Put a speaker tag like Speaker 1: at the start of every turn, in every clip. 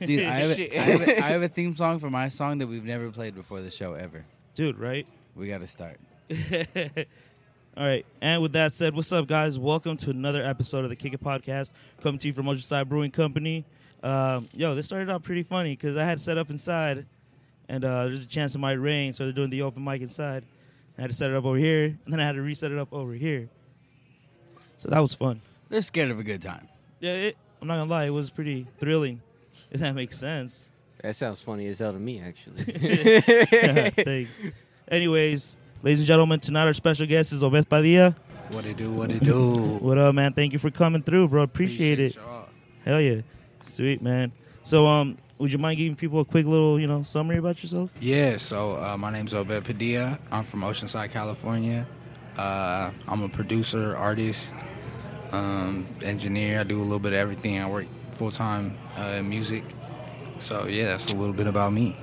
Speaker 1: Dude, I have,
Speaker 2: Shit.
Speaker 1: a, I, have a, I have a theme song for my song that we've never played before the show ever.
Speaker 3: Dude, right?
Speaker 1: We got to start.
Speaker 3: All right. And with that said, what's up, guys? Welcome to another episode of the Kick It Podcast, coming to you from Oceanside Brewing Company. Um, yo, this started out pretty funny because I had set up inside, and uh, there's a chance it might rain, so they're doing the open mic inside. I had to set it up over here, and then I had to reset it up over here. So that was fun.
Speaker 1: They're scared of a good time.
Speaker 3: Yeah, it, I'm not gonna lie, it was pretty thrilling, if that makes sense.
Speaker 2: That sounds funny as hell to me,
Speaker 3: Yeah,
Speaker 2: actually.
Speaker 3: Thanks. Anyways, ladies and gentlemen, tonight our special guest is Obed Padilla.
Speaker 1: What it do, what it do.
Speaker 3: What up, man? Thank you for coming through, bro. Appreciate, it.
Speaker 1: y'all.
Speaker 3: Hell yeah, sweet man. So, um, would you mind giving people a quick little, you know, summary about yourself?
Speaker 1: Yeah, so uh, my name's Obed Padilla. I'm from Oceanside, California. Uh, I'm a producer, artist, um, engineer. I do a little bit of everything. I work full time uh, in music. So, yeah, that's a little bit about me.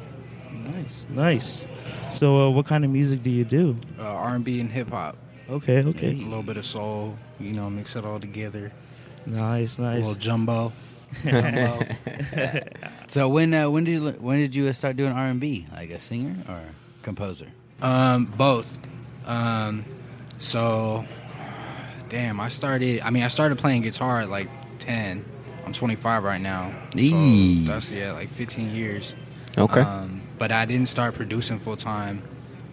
Speaker 3: Nice, nice. So, uh, what kind of music do you do?
Speaker 1: Uh, R&B and hip hop.
Speaker 3: Okay, okay,
Speaker 1: A little bit of soul, you know, mix it all together.
Speaker 3: nice,
Speaker 1: A
Speaker 3: nice.
Speaker 1: little jumbo. jumbo. so when uh, when did you, when did you start doing R and B? Like a singer or composer? Um, both. Um, so damn, I started. I mean, I started playing guitar at like ten. I'm 25 right now.
Speaker 2: Eee.
Speaker 1: So that's yeah, like 15 years.
Speaker 2: okay.
Speaker 1: Um, but I didn't start producing full time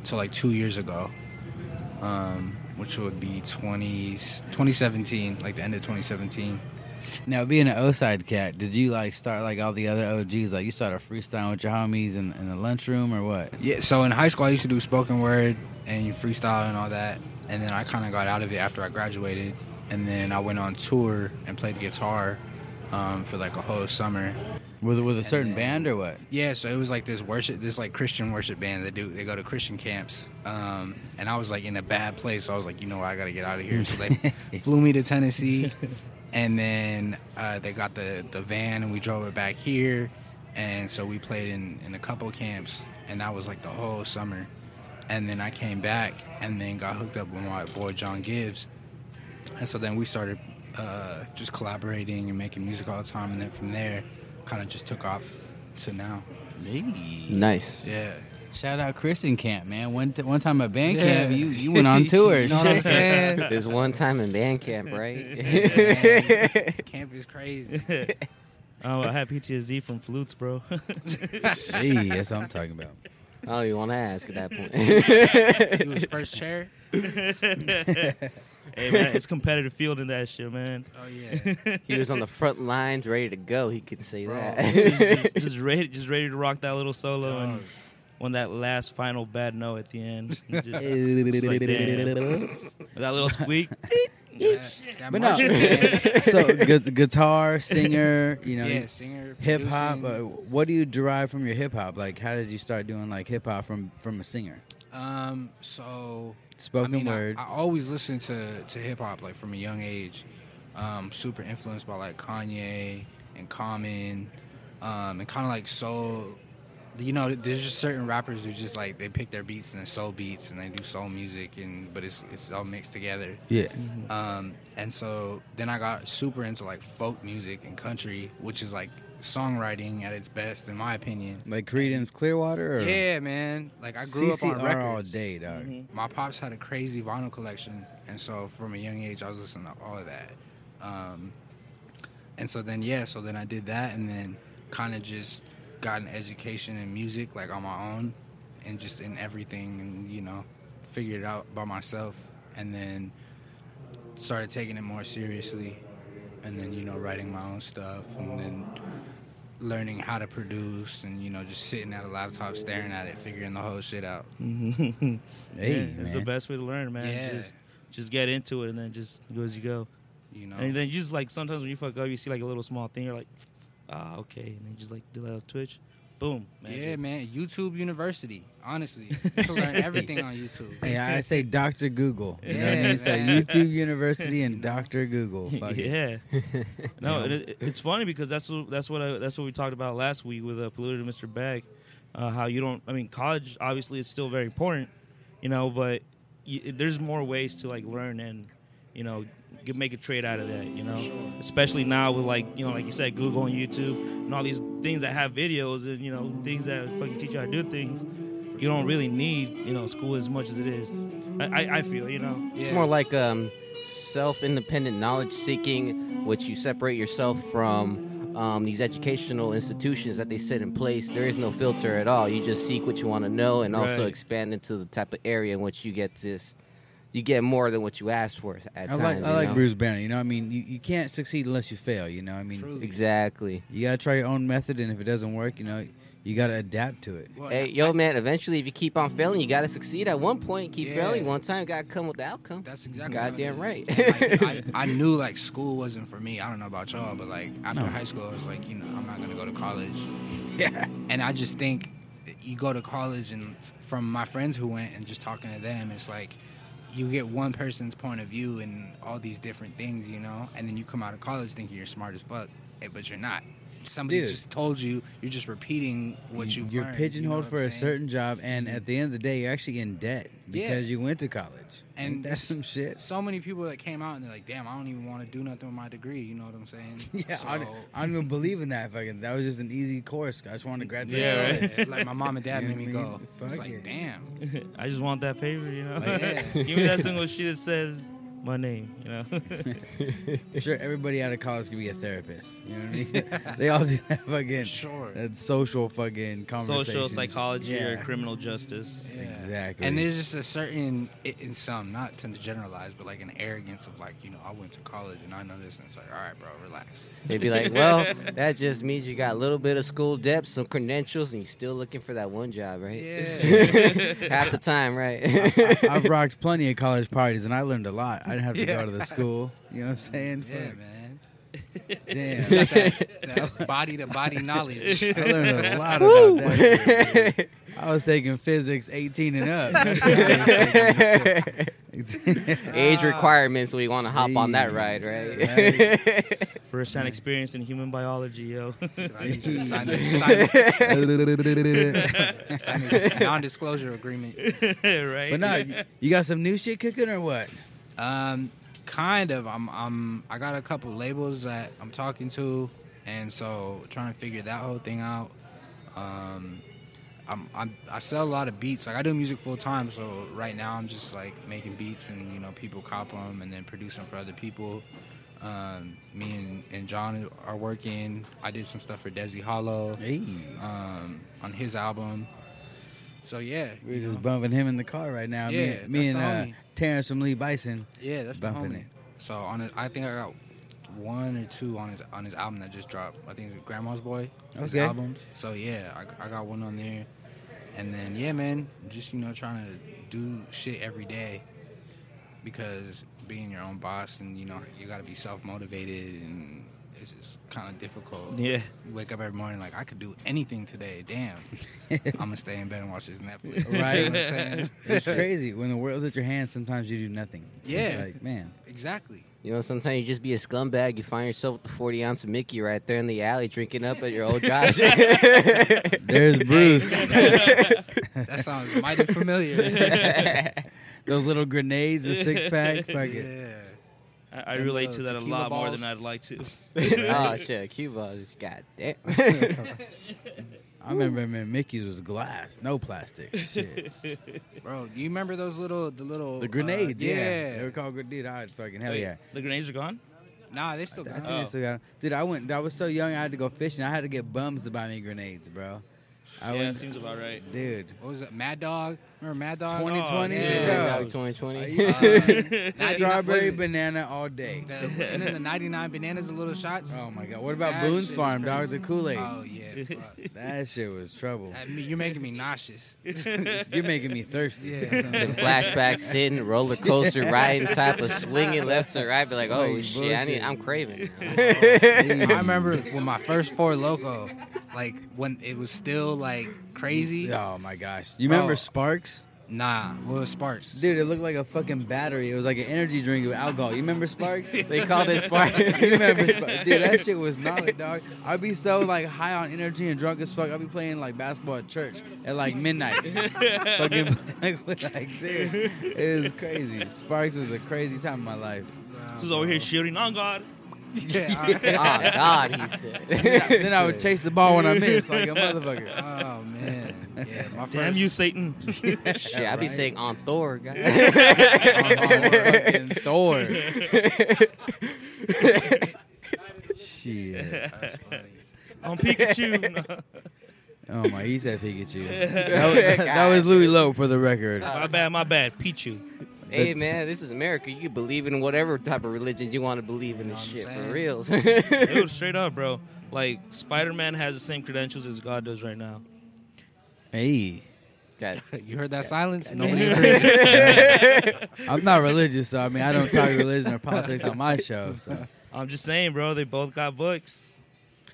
Speaker 1: till like two years ago, um, which would be 20, 2017, like the end of 2017. Now, being an O side cat, did you like start like all the other OGs? Like you started freestyling with your homies in, in the lunchroom or what? Yeah, so in high school, I used to do spoken word and freestyle and all that. And then I kind of got out of it after I graduated. And then I went on tour and played guitar um, for like a whole summer.
Speaker 4: With with a certain
Speaker 1: then-
Speaker 4: band or what?
Speaker 1: Yeah, so it was like this worship, this like Christian worship band that do they go to Christian camps, um, and I was like in a bad place. So I was like, you know what, I gotta get out of here. So they flew me to Tennessee, and then uh, they got the the van and we drove it back here, and so we played in in a couple camps, and that was like the whole summer, and then I came back and then got hooked up with my boy John Gibbs, and so then we started uh, just collaborating and making music all the time, and then from there, kind of just took off to now.
Speaker 2: nice.
Speaker 1: Yeah.
Speaker 4: Shout out Christian Camp, man. One t- one time at band
Speaker 1: Yeah.
Speaker 4: camp, you, you went on tour.
Speaker 1: You know what I'm saying?
Speaker 2: There's one time in band camp, right?
Speaker 1: Man, Camp is crazy.
Speaker 3: oh, I have PTSD from flutes, bro.
Speaker 4: Hey, that's what I'm talking about.
Speaker 2: I don't even want to ask at that point.
Speaker 1: It was first chair.
Speaker 3: hey man, it's competitive field in that shit, man.
Speaker 1: Oh yeah.
Speaker 2: he was on the front lines, ready to go. He could say
Speaker 1: Bro,
Speaker 3: just,
Speaker 2: that.
Speaker 3: just, just ready, just ready to rock that little solo and
Speaker 1: Dog.
Speaker 3: on that last final bad note at the end. You just- it's like, damn.
Speaker 4: but
Speaker 3: that little squeak.
Speaker 1: Yeah, that
Speaker 4: no,
Speaker 1: marching band.
Speaker 4: so gu- guitar, singer, you know,
Speaker 1: yeah, singer,
Speaker 4: hip hop. Uh,
Speaker 1: producing.
Speaker 4: what do you derive from your hip hop? Like, how did you start doing like hip hop from from a singer?
Speaker 1: Um, so
Speaker 4: uh, Spoken
Speaker 1: I mean, I-
Speaker 4: word.
Speaker 1: I, always listened to, to hip hop like from a young age. Um, super influenced by like Kanye and Common, um, and kind of like soul. You know, there's just certain rappers who just like they pick their beats and they're soul beats and they do soul music and but it's it's all mixed together.
Speaker 4: yeah,
Speaker 1: Um, and so then I got super into like folk music and country, which is like songwriting at its best, in my opinion.
Speaker 4: like Creedence Clearwater. Or
Speaker 1: Yeah, man. Like I grew up on
Speaker 4: CCR
Speaker 1: records
Speaker 4: all day, dog.
Speaker 3: Mm-hmm.
Speaker 1: my pops had a crazy vinyl collection, and so from a young age, I was listening to all of that. Um, and so then, yeah, so then I did that, and then kind of just got an education in music, like on my own, and just in everything, and you know, figured it out by myself, and then started taking it more seriously, and then you know, writing my own stuff, and then learning how to produce, and you know, just sitting at a laptop, staring at it, figuring the whole shit out.
Speaker 3: Mhm.
Speaker 1: Mm-hmm.
Speaker 4: Hey,
Speaker 3: Yeah, it's the
Speaker 4: man.
Speaker 3: best way to learn, man.
Speaker 1: Yeah.
Speaker 3: Just just get into it and then just go as you go.
Speaker 1: You know,
Speaker 3: And then you just like sometimes when you fuck up, you see like a little small thing, you're like, ah, okay, and then you just like do that little twitch, boom.
Speaker 1: Yeah,
Speaker 3: magic.
Speaker 1: man. YouTube University. Honestly, you can learn everything on YouTube.
Speaker 4: Hey, I say Doctor Google. You know what I
Speaker 1: Yeah,
Speaker 4: mean? So
Speaker 1: man.
Speaker 4: YouTube University and Doctor Google. Fuck it.
Speaker 3: yeah. No, it, it- it's funny because that's what that's what I, that's what we talked about last week with uh, polluted Mr. Beck. Uh, how you don't? I mean, college obviously is still very important, you know, but you, there's more ways to like learn and you know get, make a trade out of that, you know. Especially now with like you know, like you said, Google and YouTube and all these things that have videos and you know things that fucking teach you how to do things. You don't really need you know school as much as it is. I, I, I feel you know.
Speaker 2: It's
Speaker 1: Yeah.
Speaker 2: more like um, self-independent knowledge seeking, which you separate yourself from um, these educational institutions that they set in place. There is no filter at all. You just seek what you want to know, and also
Speaker 3: Right.
Speaker 2: expand into the type of area in which you get this. You get more than what you asked for at
Speaker 4: I
Speaker 2: times.
Speaker 4: like
Speaker 2: you
Speaker 4: I like
Speaker 2: know?
Speaker 4: Bruce Banner. You know, what I mean, you, you can't succeed unless you fail. You know, what I mean,
Speaker 1: Truly.
Speaker 2: Exactly.
Speaker 4: you gotta try your own method, and if it doesn't work, you know, you gotta adapt to it.
Speaker 1: Well,
Speaker 2: Hey, yo, man. Eventually, if you keep on failing, you gotta succeed at one point. Keep
Speaker 1: Yeah.
Speaker 2: failing one time, gotta come with the outcome.
Speaker 1: That's exactly.
Speaker 2: Goddamn
Speaker 1: how it
Speaker 2: right.
Speaker 1: is. Like, I, I knew like school wasn't for me. I don't know about y'all, but like after
Speaker 4: No.
Speaker 1: high school, I was like, you know, I'm not gonna go to college. Yeah. And I just think that you go to college, and f- from my friends who went, and just talking to them, it's like you get one person's point of view and all these different things, you know. And then you come out of college thinking you're smart as fuck, eh, but you're not. Somebody
Speaker 4: Dude.
Speaker 1: just told you. You're just repeating what you.
Speaker 4: you're pigeonholed for a
Speaker 1: certain.
Speaker 4: certain job, and at the end of the day, you're actually in debt
Speaker 1: Yeah.
Speaker 4: because you went to college.
Speaker 1: And
Speaker 4: Ain't that
Speaker 1: this-
Speaker 4: some shit.
Speaker 1: so many people that came out and they're like, damn, I don't even want to do nothing with my degree. You know what I'm saying?
Speaker 4: Yeah,
Speaker 1: So,
Speaker 4: I, don't, I don't even believe in that. Fucking, that was just an easy course. I just wanted to graduate.
Speaker 3: Yeah,
Speaker 4: college.
Speaker 3: right.
Speaker 1: like my mom and dad
Speaker 4: You
Speaker 1: made
Speaker 4: know
Speaker 1: me
Speaker 4: what I
Speaker 1: go.
Speaker 4: mean?
Speaker 1: It's
Speaker 4: Fuck
Speaker 1: like,
Speaker 4: it.
Speaker 1: damn.
Speaker 3: I just want that favor, you know.
Speaker 1: Like, yeah.
Speaker 3: Give me that single shit that says my name, you know.
Speaker 4: I'm sure everybody out of college could be a therapist. You know what I mean? they all do that fucking
Speaker 1: Sure.
Speaker 4: that social fucking conversation.
Speaker 3: Social psychology or
Speaker 4: Yeah.
Speaker 3: criminal justice.
Speaker 1: Yeah.
Speaker 4: Exactly.
Speaker 1: And there's just a certain, i- in some, not to generalize, but like an arrogance of like, you know, I went to college and I know this. And it's like, all right, bro, relax.
Speaker 2: They'd be like, well, that just means you got a little bit of school debt, some credentials, and you're still looking for that one job, right?
Speaker 1: Yeah.
Speaker 2: Half the time, right?
Speaker 4: I've rocked plenty of college parties and I learned a lot. I didn't have to go to the school. You know what I'm saying?
Speaker 1: Yeah, man.
Speaker 4: Fuck, Damn.
Speaker 1: That body to body knowledge.
Speaker 4: I learned a lot
Speaker 2: Woo!
Speaker 4: about that. I was taking physics 18 and up.
Speaker 2: Age requirements, we want to hop on that ride, right?
Speaker 3: First hand experience in human biology, yo.
Speaker 1: I need you to sign this- sign this- sign this Non-disclosure agreement.
Speaker 3: right?
Speaker 4: but no, you- you got some new shit cooking or what?
Speaker 1: Um, kind of. I'm. I'm. I got a couple labels that I'm talking to, and so trying to figure that whole thing out. Um, I'm. I'm I sell a lot of beats. Like I do music full time, so right now I'm just like making beats, and you know people cop them, and then produce them for other people. Um, me and, and John are working. I did some stuff for Desi Hollow
Speaker 4: Hey.
Speaker 1: um, on his album. So yeah, you
Speaker 4: We're just
Speaker 1: know.
Speaker 4: bumping him in the car right now. me,
Speaker 1: Yeah,
Speaker 4: me
Speaker 1: that's
Speaker 4: and
Speaker 1: the
Speaker 4: uh,
Speaker 1: homie.
Speaker 4: Terrence from Lee Bison.
Speaker 1: Yeah, that's
Speaker 4: bumping
Speaker 1: the homie.
Speaker 4: it.
Speaker 1: So on his, I think I got one or two on his on his album that just dropped. I think it's Grandma's Boy. His
Speaker 4: Okay.
Speaker 1: albums. So yeah, I, I got one on there, and then yeah, man, just you know trying to do shit every day because being your own boss and you know you got to be self motivated and it's just kind of difficult.
Speaker 3: yeah.
Speaker 1: You wake up every morning like I could do anything today. Damn, I'm gonna stay in bed and watch this Netflix.
Speaker 4: Right.
Speaker 1: You know what I'm saying?
Speaker 4: It's crazy. When the world's at your hands, sometimes you do nothing.
Speaker 1: Yeah.
Speaker 4: It's like, man.
Speaker 1: Exactly.
Speaker 2: you know, sometimes you just be a scumbag. You find yourself with the 40 ounce of Mickey right there in the alley drinking up at your old job.
Speaker 4: There's Bruce.
Speaker 1: That sounds mighty familiar.
Speaker 4: Those little grenades, the six pack. Fuck it.
Speaker 1: Yeah.
Speaker 3: I, I
Speaker 1: And,
Speaker 3: relate
Speaker 1: uh,
Speaker 3: to that a
Speaker 1: tequila
Speaker 3: lot more
Speaker 1: balls.
Speaker 3: than I'd like to.
Speaker 2: oh, shit. Cuba. just- God damn.
Speaker 4: I remember, man, Mickey's was glass, no plastic. Shit.
Speaker 1: Bro, do you remember those little the little
Speaker 4: The grenades,
Speaker 1: uh,
Speaker 4: yeah. They were called grenades. Dude, I would fucking, hell
Speaker 3: Wait,
Speaker 4: yeah.
Speaker 3: The grenades are gone?
Speaker 1: Nah, they still
Speaker 4: I
Speaker 1: got
Speaker 4: think
Speaker 1: it.
Speaker 4: they still got 'em. Dude, I went, I was so young, I had to go fishing. I had to get bums to buy me grenades, bro. I
Speaker 3: yeah,
Speaker 4: went,
Speaker 3: seems about right.
Speaker 4: dude.
Speaker 1: What was it? Mad Dog? Remember Mad Dog? Oh,
Speaker 4: 2020s,
Speaker 1: yeah.
Speaker 4: bro.
Speaker 2: Dog 2020.
Speaker 4: Uh, Strawberry
Speaker 1: banana.
Speaker 4: banana all day.
Speaker 1: and then the 99 bananas, the little shots.
Speaker 4: Oh my god. What about
Speaker 1: That
Speaker 4: Boone's
Speaker 1: shit is
Speaker 4: Farm, dog? The
Speaker 1: crazy.
Speaker 4: Kool Aid.
Speaker 1: Oh, yeah. fuck.
Speaker 4: That shit was trouble.
Speaker 1: I mean, you're making me nauseous.
Speaker 4: You're making me thirsty.
Speaker 1: Yeah.
Speaker 2: Some flashback sitting, roller coaster riding, type of swinging left to right. Be like, oh
Speaker 4: Like
Speaker 2: shit, I need,
Speaker 4: bullshit.
Speaker 2: I'm craving. now."
Speaker 1: I remember when my first Four Loco, like when it was still like crazy.
Speaker 4: Oh my gosh. You
Speaker 1: Bro.
Speaker 4: remember Sparks?
Speaker 1: Nah, what was Sparks?
Speaker 4: Dude, it looked like a fucking battery. It was like an energy drink with alcohol. You remember Sparks? you
Speaker 2: They called it spark.
Speaker 4: remember Sparks? Dude, that shit was gnarly, dog. I'd be so like high on energy and drunk as fuck. I'd be playing like basketball at church at like midnight. fucking like, like, dude, it was crazy. Sparks was a crazy time in my life.
Speaker 1: Nah,
Speaker 3: Who's over here shielding on God?
Speaker 2: Oh
Speaker 1: Yeah,
Speaker 2: God, he said.
Speaker 4: then, I, then I would chase the ball when I miss, like a
Speaker 1: I-
Speaker 4: motherfucker.
Speaker 1: oh man, yeah. My
Speaker 3: Damn
Speaker 1: first,
Speaker 3: you, Satan!
Speaker 2: Shit, I be
Speaker 1: right.
Speaker 2: saying on Thor, guys.
Speaker 4: fucking Thor. Shit.
Speaker 1: That's funny.
Speaker 3: on Pikachu. No.
Speaker 4: Oh my, he said Pikachu. That was, that was Louis Lowe for the record.
Speaker 3: my bad, my bad. Pichu.
Speaker 2: hey man, this is America. You can believe in whatever type of religion you want to believe in this
Speaker 1: You
Speaker 2: shit
Speaker 1: know
Speaker 2: for
Speaker 1: what
Speaker 2: reals.
Speaker 3: Dude, straight up, bro. Like Spider Man has the same credentials as God does right now.
Speaker 4: Hey,
Speaker 2: God,
Speaker 1: You heard that silence? No one
Speaker 4: I'm not religious, so I mean I don't talk religion or politics on my show. So
Speaker 3: I'm just saying, bro. They both got books.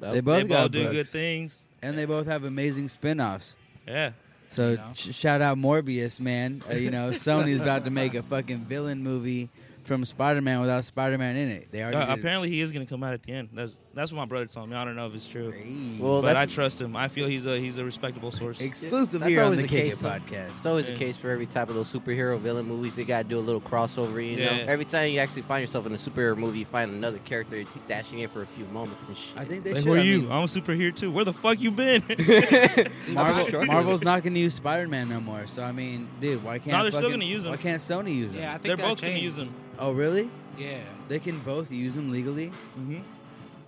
Speaker 4: they
Speaker 3: They
Speaker 4: both
Speaker 3: both
Speaker 4: got
Speaker 3: do good
Speaker 4: books,
Speaker 3: things.
Speaker 4: and they both have amazing spin-offs.
Speaker 3: Yeah.
Speaker 4: So
Speaker 1: You know?
Speaker 4: sh- shout out Morbius, man. Uh, you know Sony's about to make a fucking villain movie from Spider-Man without Spider-Man in it. They already
Speaker 3: Uh,
Speaker 4: did-
Speaker 3: apparently, he is gonna come out at the end. That's that's what my brother told me. I don't know if it's true,
Speaker 4: Hey.
Speaker 2: Well,
Speaker 3: but I
Speaker 2: that's-
Speaker 3: trust him. I feel he's a he's a respectable source.
Speaker 4: exclusive
Speaker 2: That's
Speaker 4: here on
Speaker 2: always the
Speaker 4: the Kick It
Speaker 2: case, though.
Speaker 4: podcast.
Speaker 2: It's always the
Speaker 3: Yeah.
Speaker 2: case for every type of those superhero villain movies. They gotta do a little crossover, you know.
Speaker 3: Yeah.
Speaker 2: Every time you actually find yourself in a superhero movie, you find another character dashing in for a few moments and shit.
Speaker 4: I think they
Speaker 3: Like,
Speaker 4: should.
Speaker 3: who are
Speaker 4: I
Speaker 3: you? Oh,
Speaker 4: mean,
Speaker 3: I'm a superhero too. Where the fuck you been?
Speaker 4: Marvel,
Speaker 2: struggling.
Speaker 4: Marvel's not going to use Spider-Man no more. So I mean, dude, why can't?
Speaker 3: No, they're still
Speaker 4: fucking-
Speaker 3: gonna use him.
Speaker 4: Why can't Sony use him?
Speaker 1: Yeah, I think
Speaker 3: They're
Speaker 1: that
Speaker 3: both gonna
Speaker 1: changed.
Speaker 3: use him.
Speaker 4: Oh, really?
Speaker 1: Yeah,
Speaker 4: They can both use them legally.
Speaker 3: hmm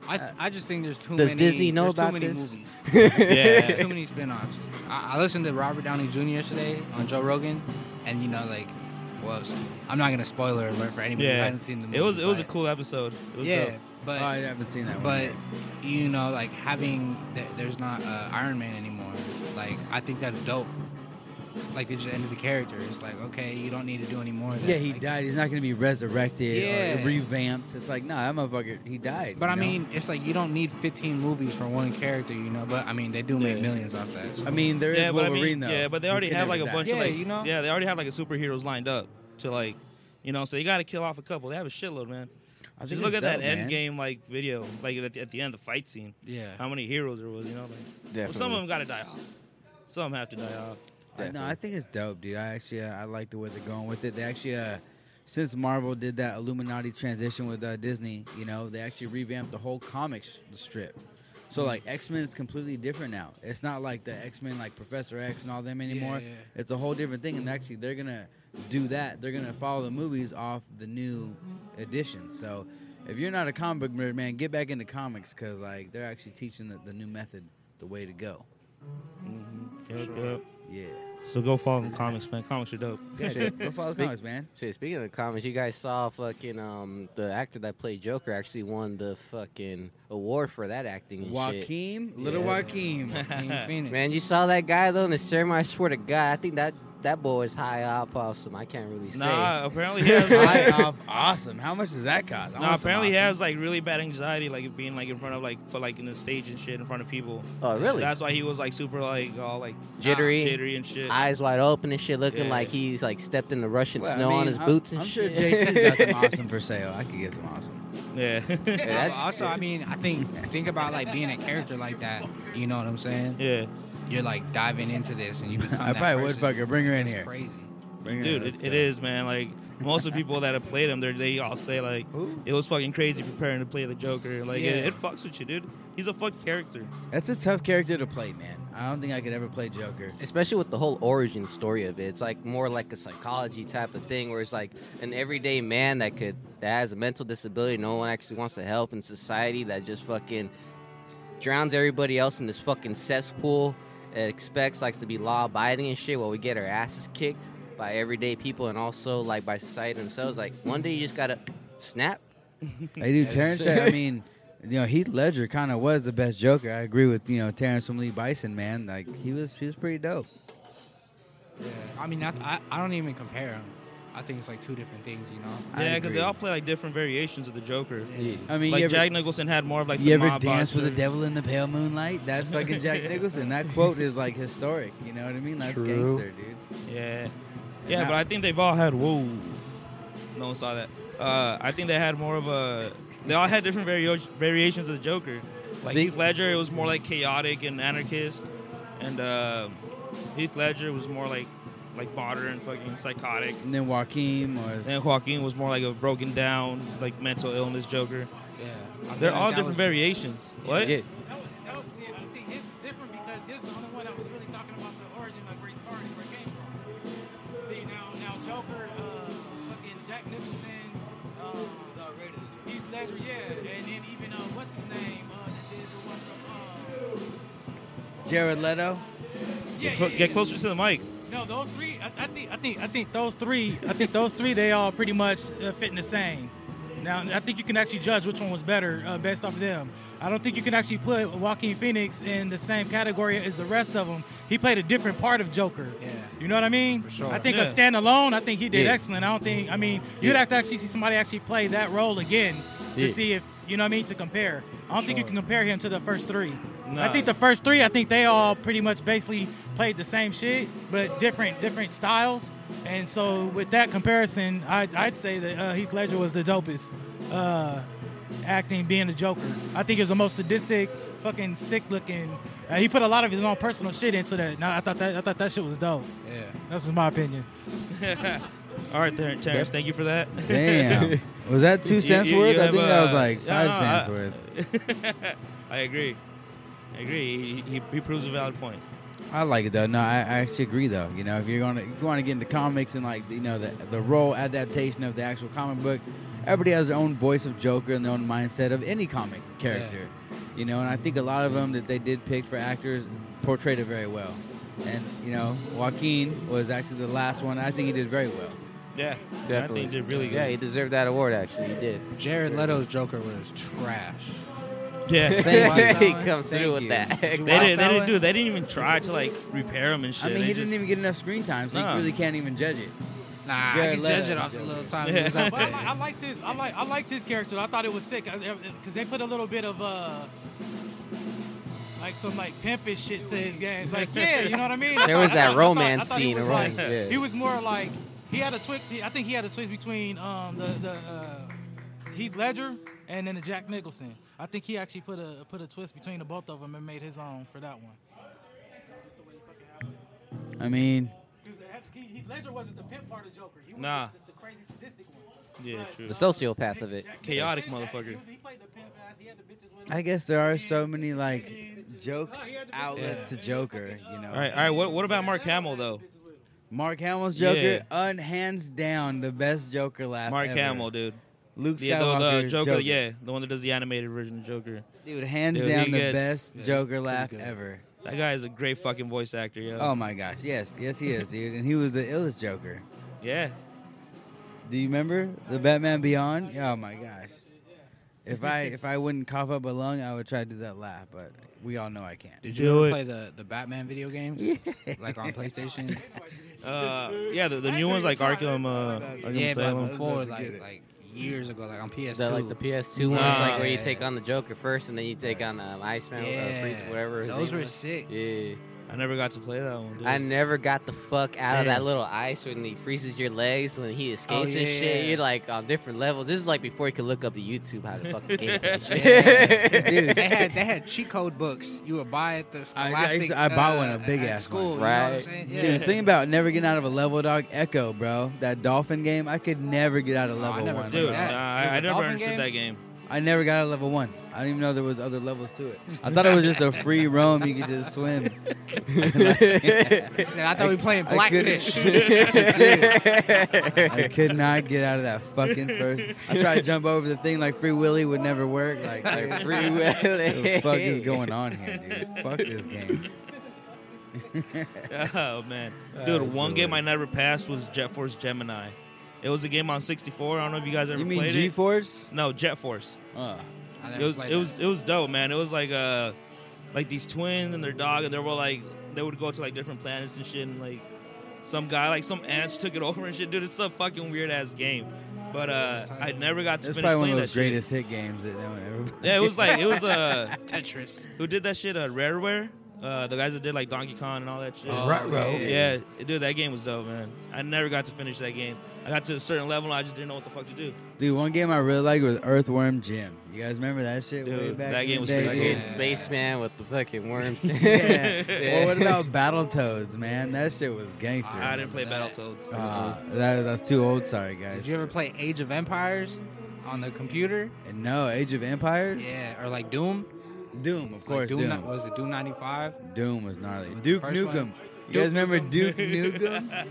Speaker 1: I, I just think there's too
Speaker 2: Does
Speaker 1: many.
Speaker 2: Disney know
Speaker 1: there's
Speaker 2: about
Speaker 1: too many
Speaker 2: this?
Speaker 1: movies.
Speaker 3: Yeah.
Speaker 1: too many spin-offs. I, I listened to Robert Downey Jr. yesterday on Joe Rogan, and you know, like, well, s- I'm not gonna spoiler alert for anybody who
Speaker 3: Yeah.
Speaker 1: hasn't seen the movie.
Speaker 3: It was it was a
Speaker 1: but-
Speaker 3: cool episode. It was
Speaker 1: yeah,
Speaker 3: dope.
Speaker 1: but
Speaker 4: oh, I haven't seen that one.
Speaker 1: but you know, like having th- there's not uh, Iron Man anymore. Like, I think that's dope. Like they just ended the character. It's like, okay, you don't need to do any more. Of that.
Speaker 4: yeah, he
Speaker 1: Like,
Speaker 4: died. He's not going to be resurrected
Speaker 1: Yeah.
Speaker 4: or revamped. It's like, nah, that motherfucker, he died.
Speaker 1: But
Speaker 4: you
Speaker 1: I
Speaker 4: know?
Speaker 1: mean, it's like you don't need 15 movies for one character, you know. But I mean, they do make
Speaker 3: Yeah.
Speaker 1: millions off that. So.
Speaker 4: I mean, there is
Speaker 3: yeah, but I
Speaker 4: Wolverine
Speaker 3: mean,
Speaker 4: though.
Speaker 3: yeah, but they
Speaker 4: who
Speaker 3: already
Speaker 4: can
Speaker 3: have
Speaker 4: never
Speaker 3: like a
Speaker 4: die.
Speaker 3: bunch of
Speaker 1: Yeah,
Speaker 3: like
Speaker 1: you know?
Speaker 3: yeah, they already have like a superheroes lined up to like you know, so you got to kill off a couple. They have a shitload, man.
Speaker 4: I think
Speaker 3: Just look
Speaker 4: it's
Speaker 3: at that
Speaker 4: dope,
Speaker 3: end
Speaker 4: man.
Speaker 3: game like video, like at the, at the end the fight scene.
Speaker 1: yeah.
Speaker 3: How many heroes there was, you know? Like, well,
Speaker 2: Definitely.
Speaker 3: some of them got to die off. Some have to die off.
Speaker 4: I, no, I think it's dope, dude. I actually uh, I like the way they're going with it. They actually, uh, since Marvel did that Illuminati transition with uh, Disney, you know, they actually revamped the whole comics strip. So like X Men is completely different now. It's not like the X Men like Professor X and all them anymore.
Speaker 1: yeah.
Speaker 4: It's a whole different thing. And actually, they're gonna do that. They're gonna follow the movies off the new editions. So if you're not a comic book nerd, man, get back into comics because like they're actually teaching the, the new method, the way to go.
Speaker 3: Yep, yep.
Speaker 4: Yeah.
Speaker 3: So go follow them comics, man. Comics are dope.
Speaker 4: Yeah,
Speaker 2: Shit.
Speaker 4: dude, go follow the
Speaker 2: Speak-
Speaker 4: comics, man.
Speaker 2: Shit, speaking of the comments, you guys saw fucking um the actor that played Joker actually won the fucking award for that acting and shit.
Speaker 4: Joaquin, little
Speaker 2: Yeah.
Speaker 4: Joaquin.
Speaker 1: Joaquin Phoenix.
Speaker 2: Man, you saw that guy though in the ceremony. I swear to God, I think that that boy is high up off some. I can't really say.
Speaker 3: Nah, apparently he has like,
Speaker 4: High off awesome. How much does that cost? I
Speaker 3: nah,
Speaker 4: want some
Speaker 3: apparently he
Speaker 4: awesome.
Speaker 3: has like really bad anxiety, like being like in front of like for like in the stage and shit in front of people.
Speaker 2: Oh really?
Speaker 3: That's why he was like super like all like ah,
Speaker 2: Jittery.
Speaker 3: jittery and shit.
Speaker 2: Eyes wide open and shit, looking
Speaker 3: Yeah.
Speaker 2: like he's like stepped in the Russian
Speaker 4: Well, I
Speaker 2: snow
Speaker 4: mean,
Speaker 2: on his
Speaker 4: I'm-
Speaker 2: boots and
Speaker 4: I'm sure
Speaker 2: shit.
Speaker 4: JT's got some awesome for sale. I could get some awesome.
Speaker 3: yeah.
Speaker 2: Yeah, that-
Speaker 1: also, I mean, I think think about like being a character like that. You know what I'm saying?
Speaker 3: Yeah,
Speaker 1: You're like diving into this, and you become.
Speaker 4: I
Speaker 1: that
Speaker 4: probably would
Speaker 1: person.
Speaker 4: fuck her. Bring her in
Speaker 1: It's
Speaker 4: here.
Speaker 1: Crazy.
Speaker 4: Bring her
Speaker 3: dude,
Speaker 4: in. Let's
Speaker 3: it, it
Speaker 4: go.
Speaker 3: is, man. Like most of the people that have played him, they're- they all say like
Speaker 4: Ooh.
Speaker 3: it was fucking crazy preparing to play the Joker. Like it,
Speaker 1: Yeah.
Speaker 3: it fucks with you, dude. He's a fucked character.
Speaker 4: That's a tough character to play, man. I don't think I could ever play Joker.
Speaker 2: especially with the whole origin story of it it's like more like a psychology type of thing where it's like an everyday man that could that has a mental disability no one actually wants to help in society that just fucking drowns everybody else in this fucking cesspool and expects likes to be law abiding and shit while we get our asses kicked by everyday people and also like by society themselves like one day you just gotta snap
Speaker 4: They do
Speaker 1: Yes.
Speaker 4: Terrence. said- I mean, you know, Heath Ledger kind of was the best Joker. I agree with you know Terrence from Lee Bison, man. Like he was, he was pretty dope.
Speaker 1: Yeah. I mean, I, I, I don't even compare them. I think it's like two different things, you know.
Speaker 4: I
Speaker 3: Yeah, because they
Speaker 4: agree.
Speaker 3: all play like different variations of the Joker.
Speaker 4: I mean,
Speaker 3: Like
Speaker 4: you ever,
Speaker 3: Jack Nicholson had more of like
Speaker 4: you
Speaker 3: the
Speaker 4: ever
Speaker 3: mob
Speaker 4: dance with the
Speaker 3: boss.
Speaker 4: devil in the pale moonlight? That's fucking Jack Nicholson. That quote is like historic. You know what I mean? That's
Speaker 2: True.
Speaker 4: gangster, dude.
Speaker 3: Yeah, yeah,
Speaker 4: Nah.
Speaker 3: but I think they've all had whoa. No one saw that. Uh, I think they had more of a. They all had different vario- variations of the Joker. Like
Speaker 4: They-
Speaker 3: Heath Ledger, it was more like chaotic and anarchist, and uh, Heath Ledger was more like like modern, fucking psychotic.
Speaker 4: And then Joaquin was.
Speaker 3: And Joaquin was more like a broken down, like mental illness Joker.
Speaker 1: Yeah. I feel
Speaker 3: They're
Speaker 1: like
Speaker 3: all
Speaker 1: that
Speaker 3: different
Speaker 1: was-
Speaker 3: variations. What?
Speaker 2: Yeah.
Speaker 5: That was, that was it. I think his is different because his the only one that was really talking about the origin, like where he started, where it came from. See now, now Joker, uh, fucking Jack Nicholson, um, Heath Ledger, yeah, and then even uh, what's his name, uh, that did the one from,
Speaker 4: Jared Leto.
Speaker 5: uh, yeah, yeah,
Speaker 3: Cl-
Speaker 5: yeah.
Speaker 3: Get closer to the mic.
Speaker 5: No, those three. I, I think. I think. I think those three. I think those three. They all pretty much uh, fit in the same. Now, I think you can actually judge which one was better uh, based off of them. I don't think you can actually put Joaquin Phoenix in the same category as the rest of them. He played a different part of Joker.
Speaker 1: Yeah.
Speaker 5: You know what I mean?
Speaker 1: For sure.
Speaker 5: I think
Speaker 3: Yeah.
Speaker 5: a standalone, I think he did
Speaker 2: Yeah.
Speaker 5: excellent. I don't think. I mean, you'd have to actually see somebody actually play that role again to
Speaker 2: Yeah.
Speaker 5: see if you know what I mean to compare. I don't think you
Speaker 3: Sure.
Speaker 5: can compare him to the first three. I
Speaker 3: Nah.
Speaker 5: think the first three, I think they all pretty much basically played the same shit, but different different styles. And so with that comparison, I, I'd say that uh, Heath Ledger was the dopest uh, acting, being a Joker. I think he was the most sadistic, fucking sick looking. Uh, he put a lot of his own personal shit into that. Now I thought that I thought that shit was dope.
Speaker 1: Yeah.
Speaker 5: That's just my opinion.
Speaker 3: All right, Ter- Terrence, thank you for that.
Speaker 4: Damn. was that two
Speaker 3: You-
Speaker 4: cents
Speaker 3: you- you
Speaker 4: worth? I
Speaker 3: have,
Speaker 4: think that was
Speaker 3: uh,
Speaker 4: like
Speaker 3: yeah, no,
Speaker 4: five cents
Speaker 3: I-
Speaker 4: worth.
Speaker 3: I agree. I agree. He, he, he proves a valid point.
Speaker 4: I like it though. No, I, I actually agree though. You know, if you're gonna if you want to get into comics and like you know the the role adaptation of the actual comic book, everybody has their own voice of Joker and their own mindset of any comic character. You know, and I think a lot of them that they did pick for actors portrayed it very well. And you know, Joaquin was actually the last one. I think he did very well.
Speaker 3: Yeah,
Speaker 2: Definitely.
Speaker 3: I think he did really
Speaker 2: Yeah,
Speaker 3: good.
Speaker 2: he deserved that award. Actually, he did.
Speaker 1: Jared Leto's Joker was trash.
Speaker 3: Yeah, they,
Speaker 4: Thank you.
Speaker 2: he
Speaker 4: Thank
Speaker 2: comes through with
Speaker 4: you.
Speaker 2: that.
Speaker 1: Did you
Speaker 3: didn't.
Speaker 1: watch
Speaker 3: They
Speaker 1: that
Speaker 3: didn't
Speaker 1: one?
Speaker 3: do. They didn't even try to like repair him and shit.
Speaker 4: I mean,
Speaker 3: They
Speaker 4: he
Speaker 3: just-
Speaker 4: didn't even get enough screen time, so
Speaker 3: Nah.
Speaker 4: you really can't even judge it.
Speaker 1: Nah, I
Speaker 4: Jared
Speaker 1: can
Speaker 4: Leto
Speaker 1: judge it
Speaker 4: was
Speaker 1: off the
Speaker 4: Joker.
Speaker 1: little time
Speaker 3: Yeah.
Speaker 1: he was out
Speaker 5: But I, li- I
Speaker 1: there.
Speaker 5: liked his. I like. I liked his character. I thought it was sick because they put a little bit of uh, like some like pimpish shit to his game. Like yeah, you know what I mean. I
Speaker 2: There
Speaker 5: thought-
Speaker 2: was
Speaker 5: I
Speaker 2: that
Speaker 5: thought- I thought-
Speaker 2: romance
Speaker 5: I thought he
Speaker 2: scene,
Speaker 5: was,
Speaker 2: a rom-
Speaker 5: Like,
Speaker 2: yeah.
Speaker 5: He was more like he had a twist. I think he had a twist between um, the the uh, Heath Ledger and then the Jack Nicholson. I think he actually put a put a twist between the both of them and made his own for that one.
Speaker 4: I mean,
Speaker 5: Because Heath Ledger wasn't the pimp part of Joker. He was
Speaker 3: Nah.
Speaker 5: just, just the crazy sadistic one.
Speaker 3: Yeah,
Speaker 5: But,
Speaker 3: true.
Speaker 2: The sociopath of it.
Speaker 3: Chaotic
Speaker 5: He was-
Speaker 3: motherfucker.
Speaker 5: He played the pimp ass. He had the bitches with him.
Speaker 4: I guess there are so many like joke outlets to Joker. You know,
Speaker 3: All right, all right. What, what about Mark Hamill though?
Speaker 4: Mark Hamill's Joker,
Speaker 3: Yeah.
Speaker 4: unhands down the best Joker laugh.
Speaker 3: Mark
Speaker 4: ever.
Speaker 3: Hamill, dude.
Speaker 4: Luke
Speaker 3: Yeah, the,
Speaker 4: Skywalker,
Speaker 3: the Joker, Yeah, the one that does the animated version of Joker.
Speaker 4: dude, hands
Speaker 3: Dude, he
Speaker 4: down the
Speaker 3: gets-
Speaker 4: best Joker laugh
Speaker 1: good.
Speaker 4: ever.
Speaker 3: That guy is a great fucking voice actor, yo.
Speaker 4: Oh my gosh, yes, yes he is, dude, and he was the illest Joker.
Speaker 3: yeah.
Speaker 4: Do you remember the Batman Beyond? Oh my gosh, if I if I wouldn't cough up a lung, I would try to do that laugh, but we all know I can't.
Speaker 1: Did you
Speaker 3: Do
Speaker 1: ever
Speaker 3: it.
Speaker 1: play the, the Batman video games? Like on PlayStation?
Speaker 3: Uh, yeah, the, the new one's like Arkham, uh, Arkham
Speaker 1: yeah, but
Speaker 3: Asylum.
Speaker 1: before,
Speaker 4: Let's get
Speaker 1: like,
Speaker 4: it.
Speaker 1: like years ago, like on PS2.
Speaker 2: Is that like the PS2 ones,
Speaker 3: Nah.
Speaker 2: like where you
Speaker 4: Yeah.
Speaker 2: take on the Joker first, and then you take on um, Iceman, uh,
Speaker 1: Yeah.
Speaker 2: Freeze, whatever. His
Speaker 1: Those
Speaker 2: name
Speaker 1: were
Speaker 2: was.
Speaker 1: sick.
Speaker 2: Yeah,
Speaker 3: I never got to play that one. Dude.
Speaker 2: I never got the fuck out of that
Speaker 3: Damn.
Speaker 2: little ice when he freezes your legs when he escapes
Speaker 1: yeah,
Speaker 2: and shit.
Speaker 1: yeah.
Speaker 2: You're like on different levels. This is like before you could look up the YouTube how to fucking game and shit.
Speaker 1: Yeah.
Speaker 4: Dude.
Speaker 1: they had they had cheat code books you would buy at the
Speaker 4: I- I
Speaker 1: Scholastic,
Speaker 4: used to- I bought
Speaker 1: uh,
Speaker 4: one, a big
Speaker 1: at
Speaker 4: ass
Speaker 1: school. you
Speaker 2: one.
Speaker 1: know what I'm
Speaker 2: Right.
Speaker 1: saying?
Speaker 4: Dude, the thing about never getting out of a level, dog, Echo, bro. That dolphin game, I could never get out of
Speaker 3: Oh,
Speaker 1: No, I
Speaker 4: level
Speaker 1: never
Speaker 4: one.
Speaker 1: played
Speaker 3: Dude,
Speaker 4: bro.
Speaker 3: nah,
Speaker 1: that. There's
Speaker 3: I, I
Speaker 1: a
Speaker 3: never
Speaker 1: dolphin
Speaker 3: understood
Speaker 1: game?
Speaker 3: that game.
Speaker 4: I never got a level one. I didn't even know there was other levels to it. I thought it was just a free roam. You could just swim.
Speaker 1: He said, I thought we playing
Speaker 4: I couldn't-
Speaker 1: Blackfish.
Speaker 4: I could not get out of that fucking first. I tried to jump over the thing like Free Willy would never work. Like, like Free
Speaker 2: Free
Speaker 4: Willy.
Speaker 2: will.
Speaker 4: What the fuck is going on here, dude? Fuck this game.
Speaker 3: Oh man, dude,
Speaker 4: That's
Speaker 3: one
Speaker 4: so
Speaker 3: game
Speaker 4: weird.
Speaker 3: I never passed was Jet Force Gemini. It was a game on 64. I don't know if you guys ever
Speaker 4: You mean
Speaker 3: played
Speaker 4: G
Speaker 3: it.
Speaker 4: Force?
Speaker 3: No, Jet Force.
Speaker 4: Uh,
Speaker 1: I
Speaker 3: It
Speaker 1: never
Speaker 3: was
Speaker 1: played
Speaker 3: it was it was dope, man. It was like uh like these twins and their dog, and they were like they would go to like different planets and shit, and like some guy like some ants took it over and shit. Dude, it's a fucking weird ass game. But uh, I never got to
Speaker 4: it's
Speaker 3: finish
Speaker 4: probably
Speaker 3: playing
Speaker 4: one of
Speaker 3: that
Speaker 4: those
Speaker 3: shit.
Speaker 4: greatest hit games that no one ever played.
Speaker 3: Yeah, it was like it was uh
Speaker 1: that. Tetris.
Speaker 3: who did that shit? Uh, Rareware. Uh, the guys that did like Donkey Kong and all that shit.
Speaker 1: Oh, Right,
Speaker 3: yeah.
Speaker 1: right.
Speaker 3: yeah, dude, that game was dope, man. I never got to finish that game. I got to a certain level, and I just didn't know what the fuck to do.
Speaker 4: Dude, one game I really liked was Earthworm Jim. You guys remember that shit? way
Speaker 3: Dude,
Speaker 4: back
Speaker 3: that
Speaker 4: in
Speaker 3: game
Speaker 4: the
Speaker 3: was
Speaker 4: day,
Speaker 3: pretty
Speaker 4: dude?
Speaker 2: Fucking Spaceman with the fucking worms.
Speaker 4: yeah.
Speaker 3: Yeah.
Speaker 4: Well, what about Battletoads, man? That shit was gangster.
Speaker 3: I didn't play
Speaker 1: That-
Speaker 3: Battletoads.
Speaker 4: Uh, that, that's too old. Sorry, guys.
Speaker 1: Did you ever play Age of Empires on the computer?
Speaker 4: And no, Age of Empires.
Speaker 1: Yeah, or like Doom.
Speaker 4: Doom, of
Speaker 1: Like
Speaker 4: course.
Speaker 1: Doom,
Speaker 4: Doom.
Speaker 1: What was it Doom '95?
Speaker 4: Doom was gnarly.
Speaker 1: Was the
Speaker 4: Duke
Speaker 1: first
Speaker 4: Nukem.
Speaker 1: one?
Speaker 4: You guys remember Duke Nukem?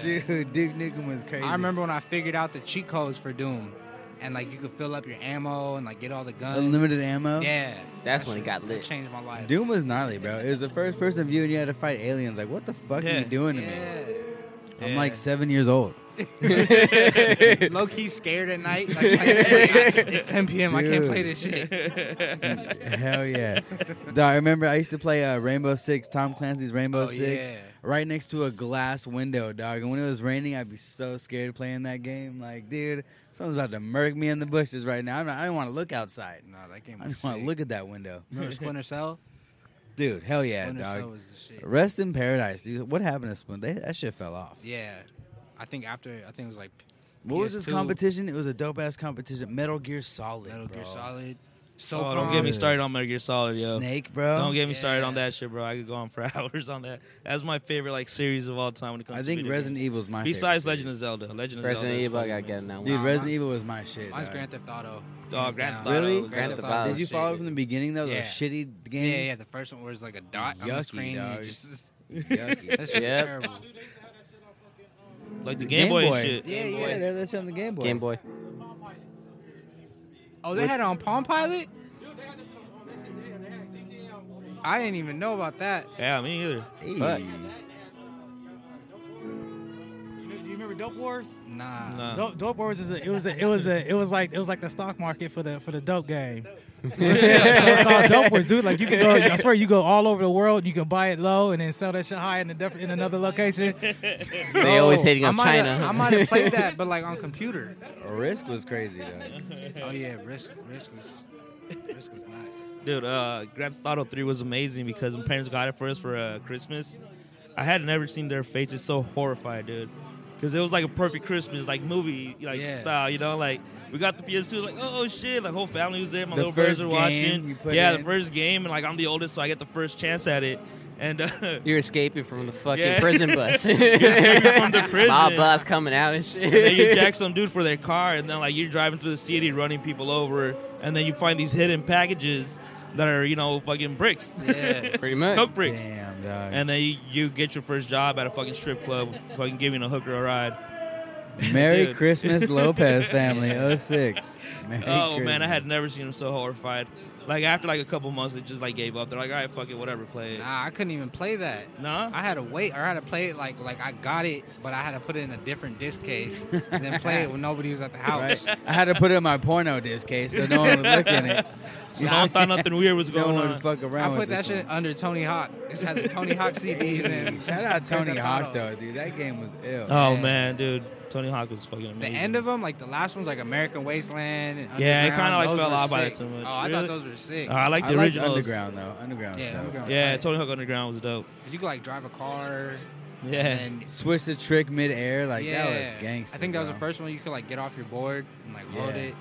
Speaker 4: Dude, Duke Nukem was crazy.
Speaker 1: I remember when I figured out the cheat codes for Doom, and like you could fill up your ammo and like get all the guns.
Speaker 4: unlimited ammo.
Speaker 1: Yeah,
Speaker 2: That's
Speaker 1: That
Speaker 2: when it
Speaker 1: shit-
Speaker 2: got
Speaker 1: that
Speaker 2: lit.
Speaker 1: Changed my life.
Speaker 4: Doom was gnarly, bro. It was the first person view, and you had to fight aliens. Like, what the fuck are
Speaker 3: Yeah.
Speaker 4: you doing to me?
Speaker 1: Yeah.
Speaker 4: I'm
Speaker 3: Yeah.
Speaker 4: like seven years old.
Speaker 1: Low key scared at night. Like, like, it's 10 p.m. I can't play this shit.
Speaker 4: Hell yeah. Dog, I remember I used to play uh, Rainbow Six, Tom Clancy's Rainbow
Speaker 1: Oh,
Speaker 4: Six,
Speaker 1: yeah.
Speaker 4: right next to a glass window, dog. And when it was raining, I'd be so scared playing that game. Like, dude, someone's about to murk me in the bushes right now. I'm not, I don't want to look outside.
Speaker 1: No, that game
Speaker 4: I
Speaker 1: was
Speaker 4: just want to
Speaker 1: sick.
Speaker 4: look at that window.
Speaker 1: Remember Splinter Cell?
Speaker 4: Dude, hell yeah,
Speaker 1: Splinter Cell
Speaker 4: dog.
Speaker 1: was the shit.
Speaker 4: Rest in paradise, dude. What happened to Spoon? They, that shit fell off.
Speaker 1: Yeah, I think after I think it was like.
Speaker 4: What was this
Speaker 1: PS2,
Speaker 4: competition? It was a dope ass competition. Metal Gear Solid.
Speaker 1: Metal Gear
Speaker 4: bro.
Speaker 1: Solid. So
Speaker 3: oh, don't get me
Speaker 4: Yeah.
Speaker 3: started on Metal Gear Solid, yo.
Speaker 4: Snake, bro.
Speaker 3: Don't get me started on
Speaker 1: Yeah.
Speaker 3: that shit, bro. I could go on for hours on that. That's my favorite like series of all time when it comes.
Speaker 4: I
Speaker 3: to
Speaker 4: think
Speaker 3: video
Speaker 4: Resident
Speaker 3: games.
Speaker 4: Evil's my
Speaker 3: Besides
Speaker 4: favorite
Speaker 3: Legend of Zelda, Legend of Zelda.
Speaker 2: Resident
Speaker 3: is
Speaker 2: Evil, I
Speaker 3: fucking
Speaker 2: got
Speaker 3: amazing.
Speaker 2: getting that one.
Speaker 4: Dude,
Speaker 1: Nah,
Speaker 4: Resident
Speaker 1: mine-
Speaker 4: Evil was my shit.
Speaker 1: Mine's
Speaker 4: dog.
Speaker 1: Grand Theft Auto.
Speaker 3: Oh,
Speaker 1: hands
Speaker 3: Grand
Speaker 1: down.
Speaker 3: Theft Auto.
Speaker 4: Really?
Speaker 3: was
Speaker 2: Grand
Speaker 3: dope.
Speaker 2: Theft Auto.
Speaker 4: Did you
Speaker 1: shit.
Speaker 4: follow it from the beginning though?
Speaker 1: Yeah.
Speaker 4: Those shitty
Speaker 1: Yeah, yeah, yeah.
Speaker 4: games.
Speaker 1: The first one was like a dot on the
Speaker 4: Yucky,
Speaker 1: screen. and
Speaker 4: dog.
Speaker 1: Just,
Speaker 4: Yeah,
Speaker 1: that shit
Speaker 2: Yep.
Speaker 1: was terrible.
Speaker 3: Like the Game, Boy, shit.
Speaker 4: Yeah,
Speaker 2: Game
Speaker 4: yeah,
Speaker 2: Boy.
Speaker 4: that- that's on the Game Boy.
Speaker 2: Game Boy.
Speaker 1: Oh, they had it on Palm Pilot. I didn't even know about that.
Speaker 3: Yeah, me either.
Speaker 4: Hey.
Speaker 2: Fuck.
Speaker 5: You know, do you remember Dope Wars?
Speaker 1: Nah.
Speaker 3: Nah.
Speaker 5: Dope, dope Wars is a, it was a, it was a, it was like it was like the stock market for the for the dope game. so it's called Dope Wars, dude. Like you can go, I swear you go all over the world. You can buy it low and then sell that shit high in a diff- in another location.
Speaker 2: They always hitting
Speaker 1: Oh, I
Speaker 2: up
Speaker 1: might
Speaker 2: China.
Speaker 1: have- I might have played that, but like on computer.
Speaker 4: Risk was crazy though.
Speaker 1: Oh yeah, risk, risk was, risk was nice.
Speaker 3: Dude, uh, Grand Theft Auto 3 was amazing because my parents got it for us for uh, Christmas. I had never seen their faces so horrified, dude. Because it was like a perfect Christmas, like movie like
Speaker 1: Yeah.
Speaker 3: style, you know? Like, we got the PS2, like, oh shit, like, whole family was there. My
Speaker 4: The
Speaker 3: little brothers
Speaker 4: first
Speaker 3: were
Speaker 4: game
Speaker 3: watching.
Speaker 4: you put
Speaker 3: yeah, the
Speaker 4: in.
Speaker 3: first game, and like, I'm the oldest, so I get the first chance at it. And, uh,
Speaker 2: You're escaping from the fucking
Speaker 3: Yeah.
Speaker 2: prison bus.
Speaker 3: from the
Speaker 2: My
Speaker 3: prison.
Speaker 2: bus coming out and shit.
Speaker 3: and then you jack some dude for their car, and then like you're driving through the city, running people over, and then you find these hidden packages that are you know fucking bricks,
Speaker 1: Yeah.
Speaker 2: Pretty much.
Speaker 3: coke bricks,
Speaker 4: Damn, dog.
Speaker 3: and then you, you get your first job at a fucking strip club, fucking giving a hooker a ride.
Speaker 4: Merry
Speaker 3: Dude.
Speaker 4: Christmas, Lopez family. 06. Merry
Speaker 3: oh man, I
Speaker 4: Christmas.
Speaker 3: had never seen him so horrified. Like after like a couple months, they just like gave up. They're like, all right, fuck it, whatever, play it.
Speaker 1: Nah, I couldn't even play that.
Speaker 3: Nah?
Speaker 1: I had to wait. or I had to play it like like I got it, but I had to put it in a different disc case and then play it when nobody was at the house.
Speaker 4: Right? I had to put it in my porno disc case so no one was looking at it.
Speaker 3: So no one thought nothing weird was
Speaker 4: No
Speaker 3: going
Speaker 4: one
Speaker 3: on.
Speaker 4: would fuck
Speaker 1: I
Speaker 4: around
Speaker 1: put
Speaker 4: with
Speaker 1: that
Speaker 4: this
Speaker 1: shit
Speaker 4: one.
Speaker 1: under Tony Hawk. Just had the Tony Hawk CDs and
Speaker 4: Shout out Tony
Speaker 1: Grand Theft
Speaker 4: Hawk
Speaker 1: Auto.
Speaker 4: though, dude. That game was ill.
Speaker 3: oh
Speaker 1: Yeah.
Speaker 3: man, dude, Tony Hawk was fucking
Speaker 1: The
Speaker 3: amazing.
Speaker 1: end of them, like the last one's like American Wasteland. And
Speaker 3: Yeah, it
Speaker 1: Underground,
Speaker 3: kinda, like,
Speaker 1: those
Speaker 3: fell
Speaker 1: were
Speaker 3: off by
Speaker 1: sick.
Speaker 3: that too much.
Speaker 1: Oh, I
Speaker 3: Really?
Speaker 1: thought those were sick.
Speaker 3: Uh, I like
Speaker 4: I
Speaker 3: the
Speaker 4: liked
Speaker 3: original.
Speaker 4: underground though. Underground.
Speaker 1: yeah, Underground was
Speaker 3: Yeah,
Speaker 1: tight.
Speaker 3: Tony Hawk Underground was dope.
Speaker 1: 'Cause You could like drive a car.
Speaker 3: Yeah.
Speaker 1: And
Speaker 4: Switch the trick midair, like that
Speaker 1: Yeah.
Speaker 4: was gangster.
Speaker 1: I think that was
Speaker 4: bro.
Speaker 1: the first one you could like get off your board and like load
Speaker 4: Yeah.
Speaker 1: it.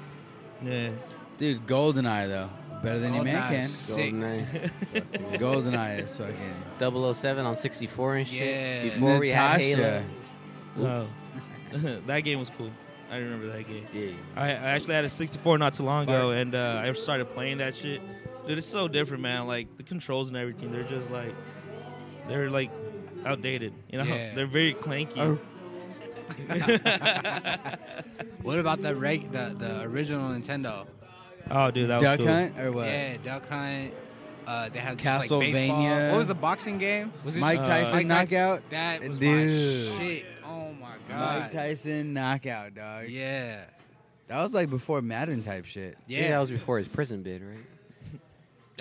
Speaker 3: Yeah.
Speaker 4: Dude, GoldenEye though, better than your man
Speaker 1: GoldenEye
Speaker 4: can.
Speaker 1: is sick.
Speaker 2: Goldeneye.
Speaker 4: GoldenEye is fucking.
Speaker 2: 007 on 64 and shit.
Speaker 1: Yeah.
Speaker 2: Before we had Halo.
Speaker 4: Natasha.
Speaker 3: Oh. that game was cool. I remember that game.
Speaker 2: Yeah.
Speaker 3: I, I actually had a 64 not too long ago, and uh, I started playing that shit. Dude, it's so different, man. Like the controls and everything, they're just like they're like outdated. You know,
Speaker 1: Yeah.
Speaker 3: they're very clanky.
Speaker 1: What about the reg- the the original Nintendo?
Speaker 3: Oh, dude, that was
Speaker 4: Duck
Speaker 3: cool.
Speaker 4: Hunt or what?
Speaker 1: Yeah, Duck Hunt. Uh, they had just, Like, baseball.
Speaker 4: Castlevania.
Speaker 1: What was the boxing game? Was
Speaker 4: Mike
Speaker 1: just-
Speaker 4: Tyson
Speaker 1: Mike
Speaker 4: knockout.
Speaker 1: That was
Speaker 4: Dude.
Speaker 1: my shit. Oh my
Speaker 4: Mike
Speaker 1: god.
Speaker 4: Tyson knockout, dog.
Speaker 1: Yeah.
Speaker 4: That was like before Madden type shit.
Speaker 2: Yeah. that
Speaker 1: Yeah.
Speaker 2: was before his prison bid, right?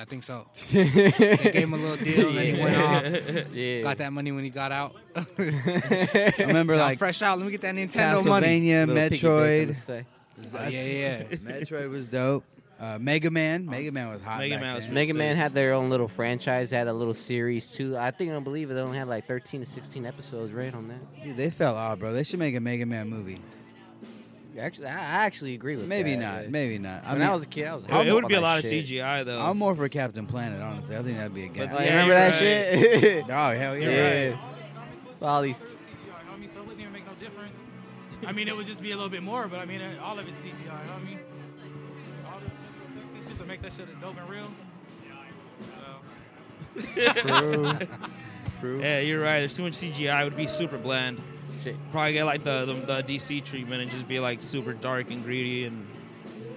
Speaker 1: I think so. they gave him a little deal and then he went off.
Speaker 2: Yeah.
Speaker 1: Got that money when he got out.
Speaker 4: I remember
Speaker 1: Now
Speaker 4: like
Speaker 1: fresh out. Let me get that Nintendo money.
Speaker 4: Castlevania,
Speaker 2: Little piggy bank, I'm gonna
Speaker 4: Metroid.
Speaker 2: say.
Speaker 1: Oh, yeah, yeah.
Speaker 4: Metroid was dope. Uh, Mega Man. Mega Man was hot.
Speaker 3: Mega
Speaker 4: back
Speaker 3: Man was
Speaker 4: then.
Speaker 2: Mega
Speaker 3: So-
Speaker 2: Man had their own little franchise, had a little series too. I think I believe it only had like 13 to 16 episodes, right on that.
Speaker 4: Dude, they fell off, bro. They should make a Mega Man movie.
Speaker 2: Actually, I I actually agree with
Speaker 4: Maybe
Speaker 2: that.
Speaker 4: not.
Speaker 2: yeah.
Speaker 4: Maybe not.
Speaker 2: when
Speaker 4: mean,
Speaker 2: I was a kid, I was.
Speaker 3: It,
Speaker 2: hyped
Speaker 3: it
Speaker 2: up
Speaker 3: would be a
Speaker 2: on that
Speaker 3: lot of
Speaker 2: shit.
Speaker 3: CGI though.
Speaker 4: I'm more for Captain Planet, honestly. I think that'd be a guy.
Speaker 2: Like,
Speaker 3: Yeah,
Speaker 2: remember
Speaker 3: you're
Speaker 2: that
Speaker 3: right.
Speaker 2: shit?
Speaker 4: oh hell yeah!
Speaker 2: yeah.
Speaker 4: right.
Speaker 2: All these.
Speaker 5: I mean, so it wouldn't even make no difference. I mean, it would just be a little bit more, but I mean, all of it's CGI. You know what I mean, all those visual effects and shit to make that shit dope and real.
Speaker 2: True.
Speaker 4: True.
Speaker 3: yeah, you're right. There's too much CGI. It would be super bland.
Speaker 2: shit.
Speaker 3: Probably get like the, the the DC treatment and just be like super dark and greedy and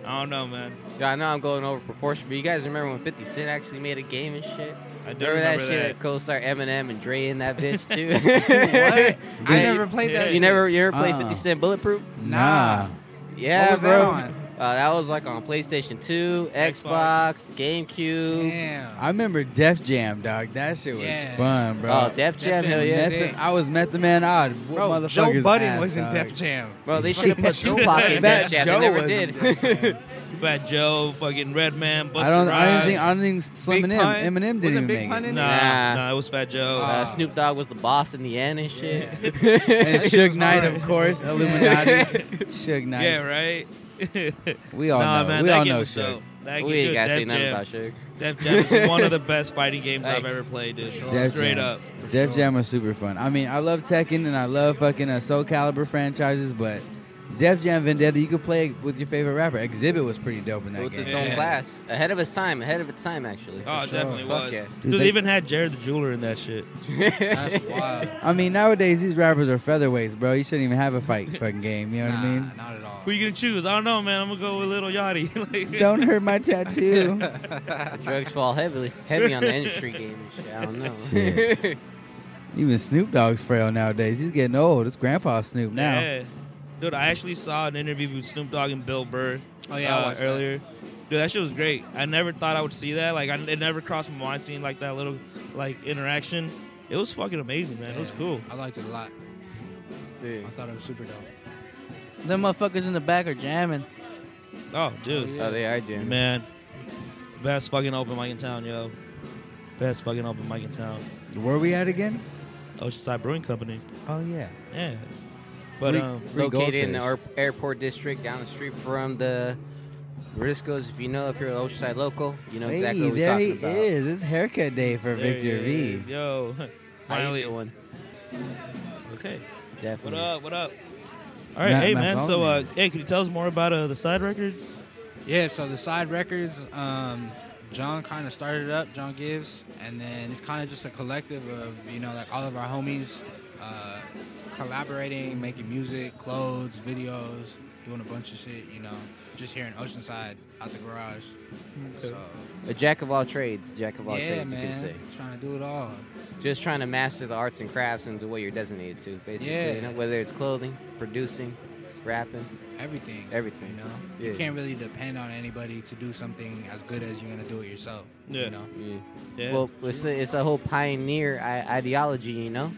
Speaker 3: I don't know, man.
Speaker 2: Yeah, I know I'm going over proportion, but you guys remember when 50 Cent actually made a game and shit?
Speaker 3: I do
Speaker 2: Remember, that
Speaker 3: remember
Speaker 2: shit
Speaker 3: that.
Speaker 2: that co-star Eminem and Dre in that bitch too?
Speaker 1: I
Speaker 2: Yeah,
Speaker 1: never played that.
Speaker 3: yeah,
Speaker 2: You never, you ever played
Speaker 4: Uh-uh.
Speaker 2: 50 Cent Bulletproof?
Speaker 1: Nah.
Speaker 2: Yeah,
Speaker 1: was that
Speaker 2: bro.
Speaker 1: on?
Speaker 2: Uh, that was like on PlayStation 2,
Speaker 3: Xbox.
Speaker 2: Xbox, GameCube. Oh,
Speaker 1: Damn.
Speaker 4: I remember Def Jam, dog. That shit was
Speaker 1: Yeah.
Speaker 4: fun, bro.
Speaker 2: Oh, Def Jam,
Speaker 1: Jam
Speaker 2: hell
Speaker 1: was
Speaker 2: yeah.
Speaker 1: sick.
Speaker 4: I was Met the Man Odd.
Speaker 1: Bro, Joe Budden was in Def Jam.
Speaker 2: Bro, they should have put Tupac in
Speaker 4: Fat
Speaker 2: Def Jam. They
Speaker 4: Joe
Speaker 2: never
Speaker 4: was in Def
Speaker 2: did.
Speaker 3: Fat Joe, fucking Redman, Busta
Speaker 4: I don't. I
Speaker 3: Rhymes.
Speaker 4: don't think. I don't think Slim
Speaker 1: Big
Speaker 4: and
Speaker 1: Pun?
Speaker 4: Eminem
Speaker 1: Wasn't
Speaker 4: didn't
Speaker 1: Big
Speaker 4: even
Speaker 1: Pun
Speaker 4: make
Speaker 1: in
Speaker 4: it.
Speaker 1: it?
Speaker 3: Nah,
Speaker 2: Nah.
Speaker 3: nah, it was Fat Joe.
Speaker 2: uh,
Speaker 1: Ah.
Speaker 2: Snoop Dogg was the boss in the end and shit.
Speaker 4: And Suge Knight,
Speaker 1: hard.
Speaker 4: of course, Illuminati. Suge Knight.
Speaker 3: yeah, right.
Speaker 4: We all
Speaker 3: nah,
Speaker 4: know.
Speaker 3: man,
Speaker 4: we
Speaker 3: that
Speaker 4: all
Speaker 3: game
Speaker 4: know
Speaker 3: was
Speaker 4: Suge.
Speaker 3: dope. That
Speaker 2: we
Speaker 3: game,
Speaker 2: ain't
Speaker 3: dude,
Speaker 2: gotta
Speaker 3: Def
Speaker 2: say nothing
Speaker 3: Jam.
Speaker 2: about Sugar.
Speaker 3: Def Jam is one of the best fighting games I've
Speaker 2: Like,
Speaker 3: ever played, dude.
Speaker 4: Def
Speaker 3: Straight
Speaker 4: Jam.
Speaker 3: up.
Speaker 4: Def Jam was super fun. I mean, I love Tekken and I love fucking uh, Soul Calibur franchises, but Def Jam Vendetta, you could play with your favorite rapper. Exhibit was pretty dope in that
Speaker 2: It was
Speaker 4: game.
Speaker 2: its
Speaker 3: Yeah.
Speaker 2: own class. Ahead of its time. Ahead of its time, actually.
Speaker 3: Oh, it
Speaker 2: For sure.
Speaker 3: definitely
Speaker 2: Fuck
Speaker 3: was.
Speaker 2: yeah.
Speaker 3: Dude,
Speaker 4: Dude,
Speaker 3: they
Speaker 4: they-
Speaker 3: even had Jared the Jeweler in that shit.
Speaker 1: That's wild.
Speaker 4: I mean, nowadays these rappers are featherweights, bro. You shouldn't even have a fight fucking game. You know what I mean?
Speaker 1: Nah, not at all.
Speaker 3: Who you gonna choose? I don't know, man. I'm gonna go with Little Yachty. like,
Speaker 4: Don't hurt my tattoo.
Speaker 2: Drugs fall heavily, heavy on the industry game and shit. I don't know.
Speaker 4: Shit. Even Snoop Dogg's frail nowadays. He's getting old. It's Grandpa Snoop now.
Speaker 3: Yeah. Dude, I actually saw an interview with Snoop Dogg and Bill Burr.
Speaker 1: Oh, yeah, I
Speaker 3: uh,
Speaker 1: watched that.
Speaker 3: earlier. Dude, that shit was great. I never thought I would see that. Like, I, it never crossed my mind seeing like that little like interaction. It was fucking amazing, man. It was
Speaker 1: Yeah.
Speaker 3: cool.
Speaker 1: I liked it a lot.
Speaker 2: Dude.
Speaker 1: I thought it was super dope.
Speaker 6: Them motherfuckers in the back are jamming.
Speaker 3: Oh, dude,
Speaker 2: Oh, they are jamming.
Speaker 3: man, best fucking open mic in town, yo. Best fucking open mic in town.
Speaker 4: Where we at again?
Speaker 3: Oceanside Brewing Company.
Speaker 4: Oh yeah.
Speaker 3: Yeah. But
Speaker 4: Free-
Speaker 3: um,
Speaker 4: free
Speaker 2: Located in the
Speaker 4: goldfish.
Speaker 2: air- airport district down the street from the Briscoes. If you know, if you're an Oceanside local, you know
Speaker 4: Hey,
Speaker 2: exactly what we're
Speaker 4: there he
Speaker 2: talking about.
Speaker 4: is. It's haircut day
Speaker 3: there
Speaker 4: for Victor
Speaker 3: he
Speaker 4: V.
Speaker 3: is, yo.
Speaker 2: How you
Speaker 3: Finally,
Speaker 2: doing?
Speaker 3: okay. What
Speaker 2: Definitely.
Speaker 3: up? What up? All right,
Speaker 4: Matt-
Speaker 3: hey man.
Speaker 4: Matt
Speaker 3: So, uh,
Speaker 4: Solomon.
Speaker 3: hey, can you tell us more about uh, the side records?
Speaker 1: Yeah, so the side records, um, John kind of started up, John Gives, and then it's kind of just a collective of, you know, like all of our homies uh, collaborating, making music, clothes, videos, doing a bunch of shit, you know, just here in Oceanside out the garage. So,
Speaker 2: A jack of all trades. Jack of all
Speaker 1: yeah,
Speaker 2: trades, you
Speaker 1: man,
Speaker 2: can say.
Speaker 1: trying to do it all.
Speaker 2: Just trying to master the arts and crafts into what you're designated to, basically.
Speaker 1: Yeah.
Speaker 2: You know, whether it's clothing, producing, rapping.
Speaker 1: Everything.
Speaker 2: Everything.
Speaker 1: You know?
Speaker 2: Yeah.
Speaker 1: You can't really depend on anybody to do something as good as you're going to do it yourself.
Speaker 3: Yeah.
Speaker 1: You know?
Speaker 2: Yeah.
Speaker 3: Yeah.
Speaker 2: Well, it's a, it's a whole pioneer I- ideology, you know.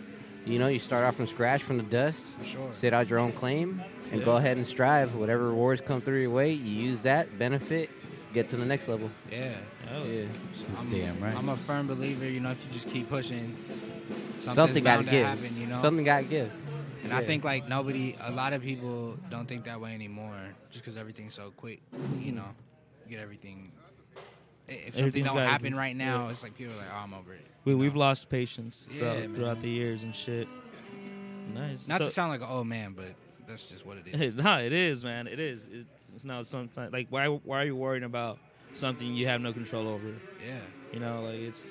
Speaker 2: You know, you start off from scratch, from the dust,
Speaker 1: For sure.
Speaker 2: sit out your own claim, and
Speaker 3: Yeah.
Speaker 2: go ahead and strive. Whatever rewards come through your way, you use that benefit, get to the next level.
Speaker 1: Yeah.
Speaker 3: Oh,
Speaker 2: Yeah,
Speaker 1: I'm,
Speaker 4: Damn right.
Speaker 1: I'm a firm believer. You know, if you just keep pushing, something's
Speaker 2: something got to
Speaker 1: bound to
Speaker 2: give.
Speaker 1: happen. You know,
Speaker 2: Something got to give.
Speaker 1: and I
Speaker 2: yeah.
Speaker 1: think like nobody, a lot of people don't think that way anymore, just because everything's so quick. You know, you get everything. i- If something
Speaker 3: Everything's
Speaker 1: don't
Speaker 3: gotta
Speaker 1: happen
Speaker 3: be-
Speaker 1: right now,
Speaker 3: yeah.
Speaker 1: it's like people are like, "Oh, I'm over it."
Speaker 3: We,
Speaker 1: you know?
Speaker 3: we've lost patience
Speaker 1: Yeah,
Speaker 3: throughout,
Speaker 1: man.
Speaker 3: throughout the years and shit. Nice.
Speaker 1: Not
Speaker 3: so,
Speaker 1: to sound like an old man, but that's just what it is.
Speaker 3: no, it is, man. It is. It's, it's not something like why? Why are you worrying about something you have no control over?
Speaker 1: yeah.
Speaker 3: You know, like it's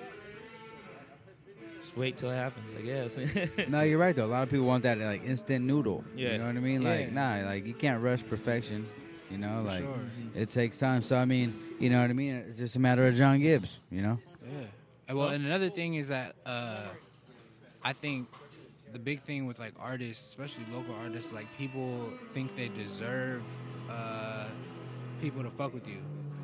Speaker 3: just wait till it happens. I guess.
Speaker 4: No, you're right though. A lot of people want that like instant noodle.
Speaker 3: Yeah.
Speaker 4: You know what I mean? Like
Speaker 1: Yeah.
Speaker 4: nah, like you can't rush perfection. You know,
Speaker 1: For
Speaker 4: like
Speaker 1: sure.
Speaker 4: it takes time. So I mean, you know what I mean? It's just a matter of John Gibbs. You know?
Speaker 1: Yeah. And well, and another thing is that uh, I think the big thing with like artists, especially local artists, like people think they deserve uh, people to fuck with you.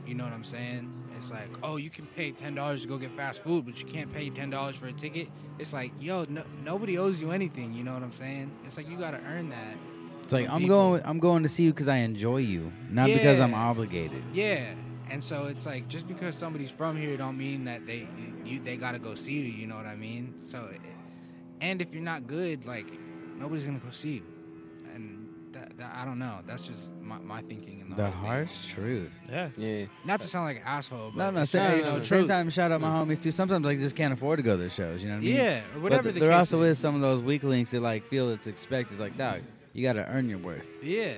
Speaker 1: You know what I'm saying? It's like, oh, you can pay ten dollars to go get fast food, but you can't pay ten dollars for a ticket. It's like, yo, no, nobody owes you anything. You know what I'm saying? It's like you gotta earn that.
Speaker 4: It's like
Speaker 1: from
Speaker 4: I'm
Speaker 1: people.
Speaker 4: going. I'm going to see you because I enjoy you, not because I'm
Speaker 1: Yeah.
Speaker 4: obligated.
Speaker 1: Yeah. And so it's like just because somebody's from here don't mean that they you they gotta go see you. You know what I mean? So, it, and if you're not good, like nobody's gonna go see you. And that, that, I don't know. That's just my, my thinking. In the,
Speaker 4: The
Speaker 1: whole thing.
Speaker 4: harsh truth.
Speaker 3: Yeah.
Speaker 2: Yeah.
Speaker 1: Not to sound like an asshole, but
Speaker 4: No, no.
Speaker 1: it's
Speaker 4: Say,
Speaker 1: just,
Speaker 4: at the
Speaker 1: you know,
Speaker 4: same
Speaker 1: truth.
Speaker 4: time, shout out my homies too. Sometimes like just can't afford to go to the shows. You know what I mean?
Speaker 1: Yeah, or whatever
Speaker 4: But
Speaker 1: the
Speaker 4: there
Speaker 1: case
Speaker 4: also
Speaker 1: is.
Speaker 4: is some of those weak links that like feel it's expected. It's like, dog, you got to earn your worth.
Speaker 1: Yeah,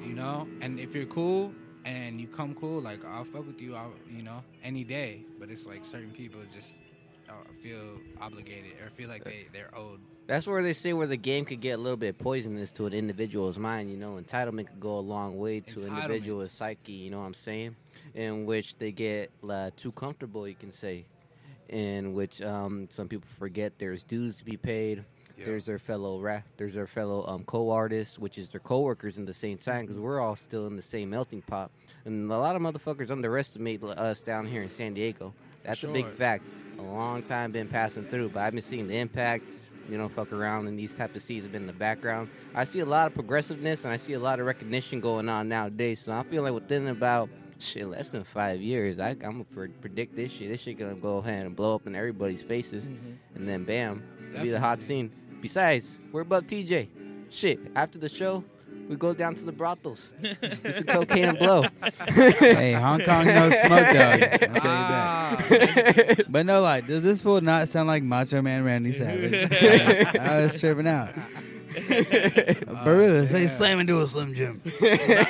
Speaker 1: you know, and if you're cool and you come cool, like I'll fuck with you, I'll, you know, any day. But it's like certain people just uh, feel obligated or feel like they they're owed.
Speaker 2: That's where they say where the game could get a little bit poisonous to an individual's mind. You know, entitlement could go a long way to an
Speaker 1: Entitlement.
Speaker 2: individual's psyche. You know what I'm saying? In which they get uh, too comfortable, you can say. In which um, some people forget there's dues to be paid.
Speaker 1: Yeah.
Speaker 2: There's their fellow ra- there's their fellow um, co-artists, which is their co-workers in the same time,
Speaker 1: Mm-hmm.
Speaker 2: because we're all still in the same melting pot. And a lot of motherfuckers underestimate us down here in San Diego. That's a big
Speaker 1: Sure.
Speaker 2: fact. A long time been passing through, but I've been seeing the impacts. You know, fuck around, and these type of seeds have been in the background. I see a lot of progressiveness, and I see a lot of recognition going on nowadays. So I feel like within about shit less than five years, I, I'm gonna pre- predict this shit. This shit gonna go ahead and blow up in everybody's faces, and then bam, it'll be the hot
Speaker 1: Mm-hmm. Definitely.
Speaker 2: scene. Besides, we're above TJ. Shit, after the show, we go down to the brothels. Get some cocaine and blow.
Speaker 4: hey, Hong Kong no smoke, dog. I'll tell you that.
Speaker 1: Ah,
Speaker 4: But no, like, does this fool not sound like Macho Man Randy Savage? I was tripping out.
Speaker 2: Oh,
Speaker 4: Baru, say
Speaker 1: yeah.
Speaker 4: slam into a slim jim.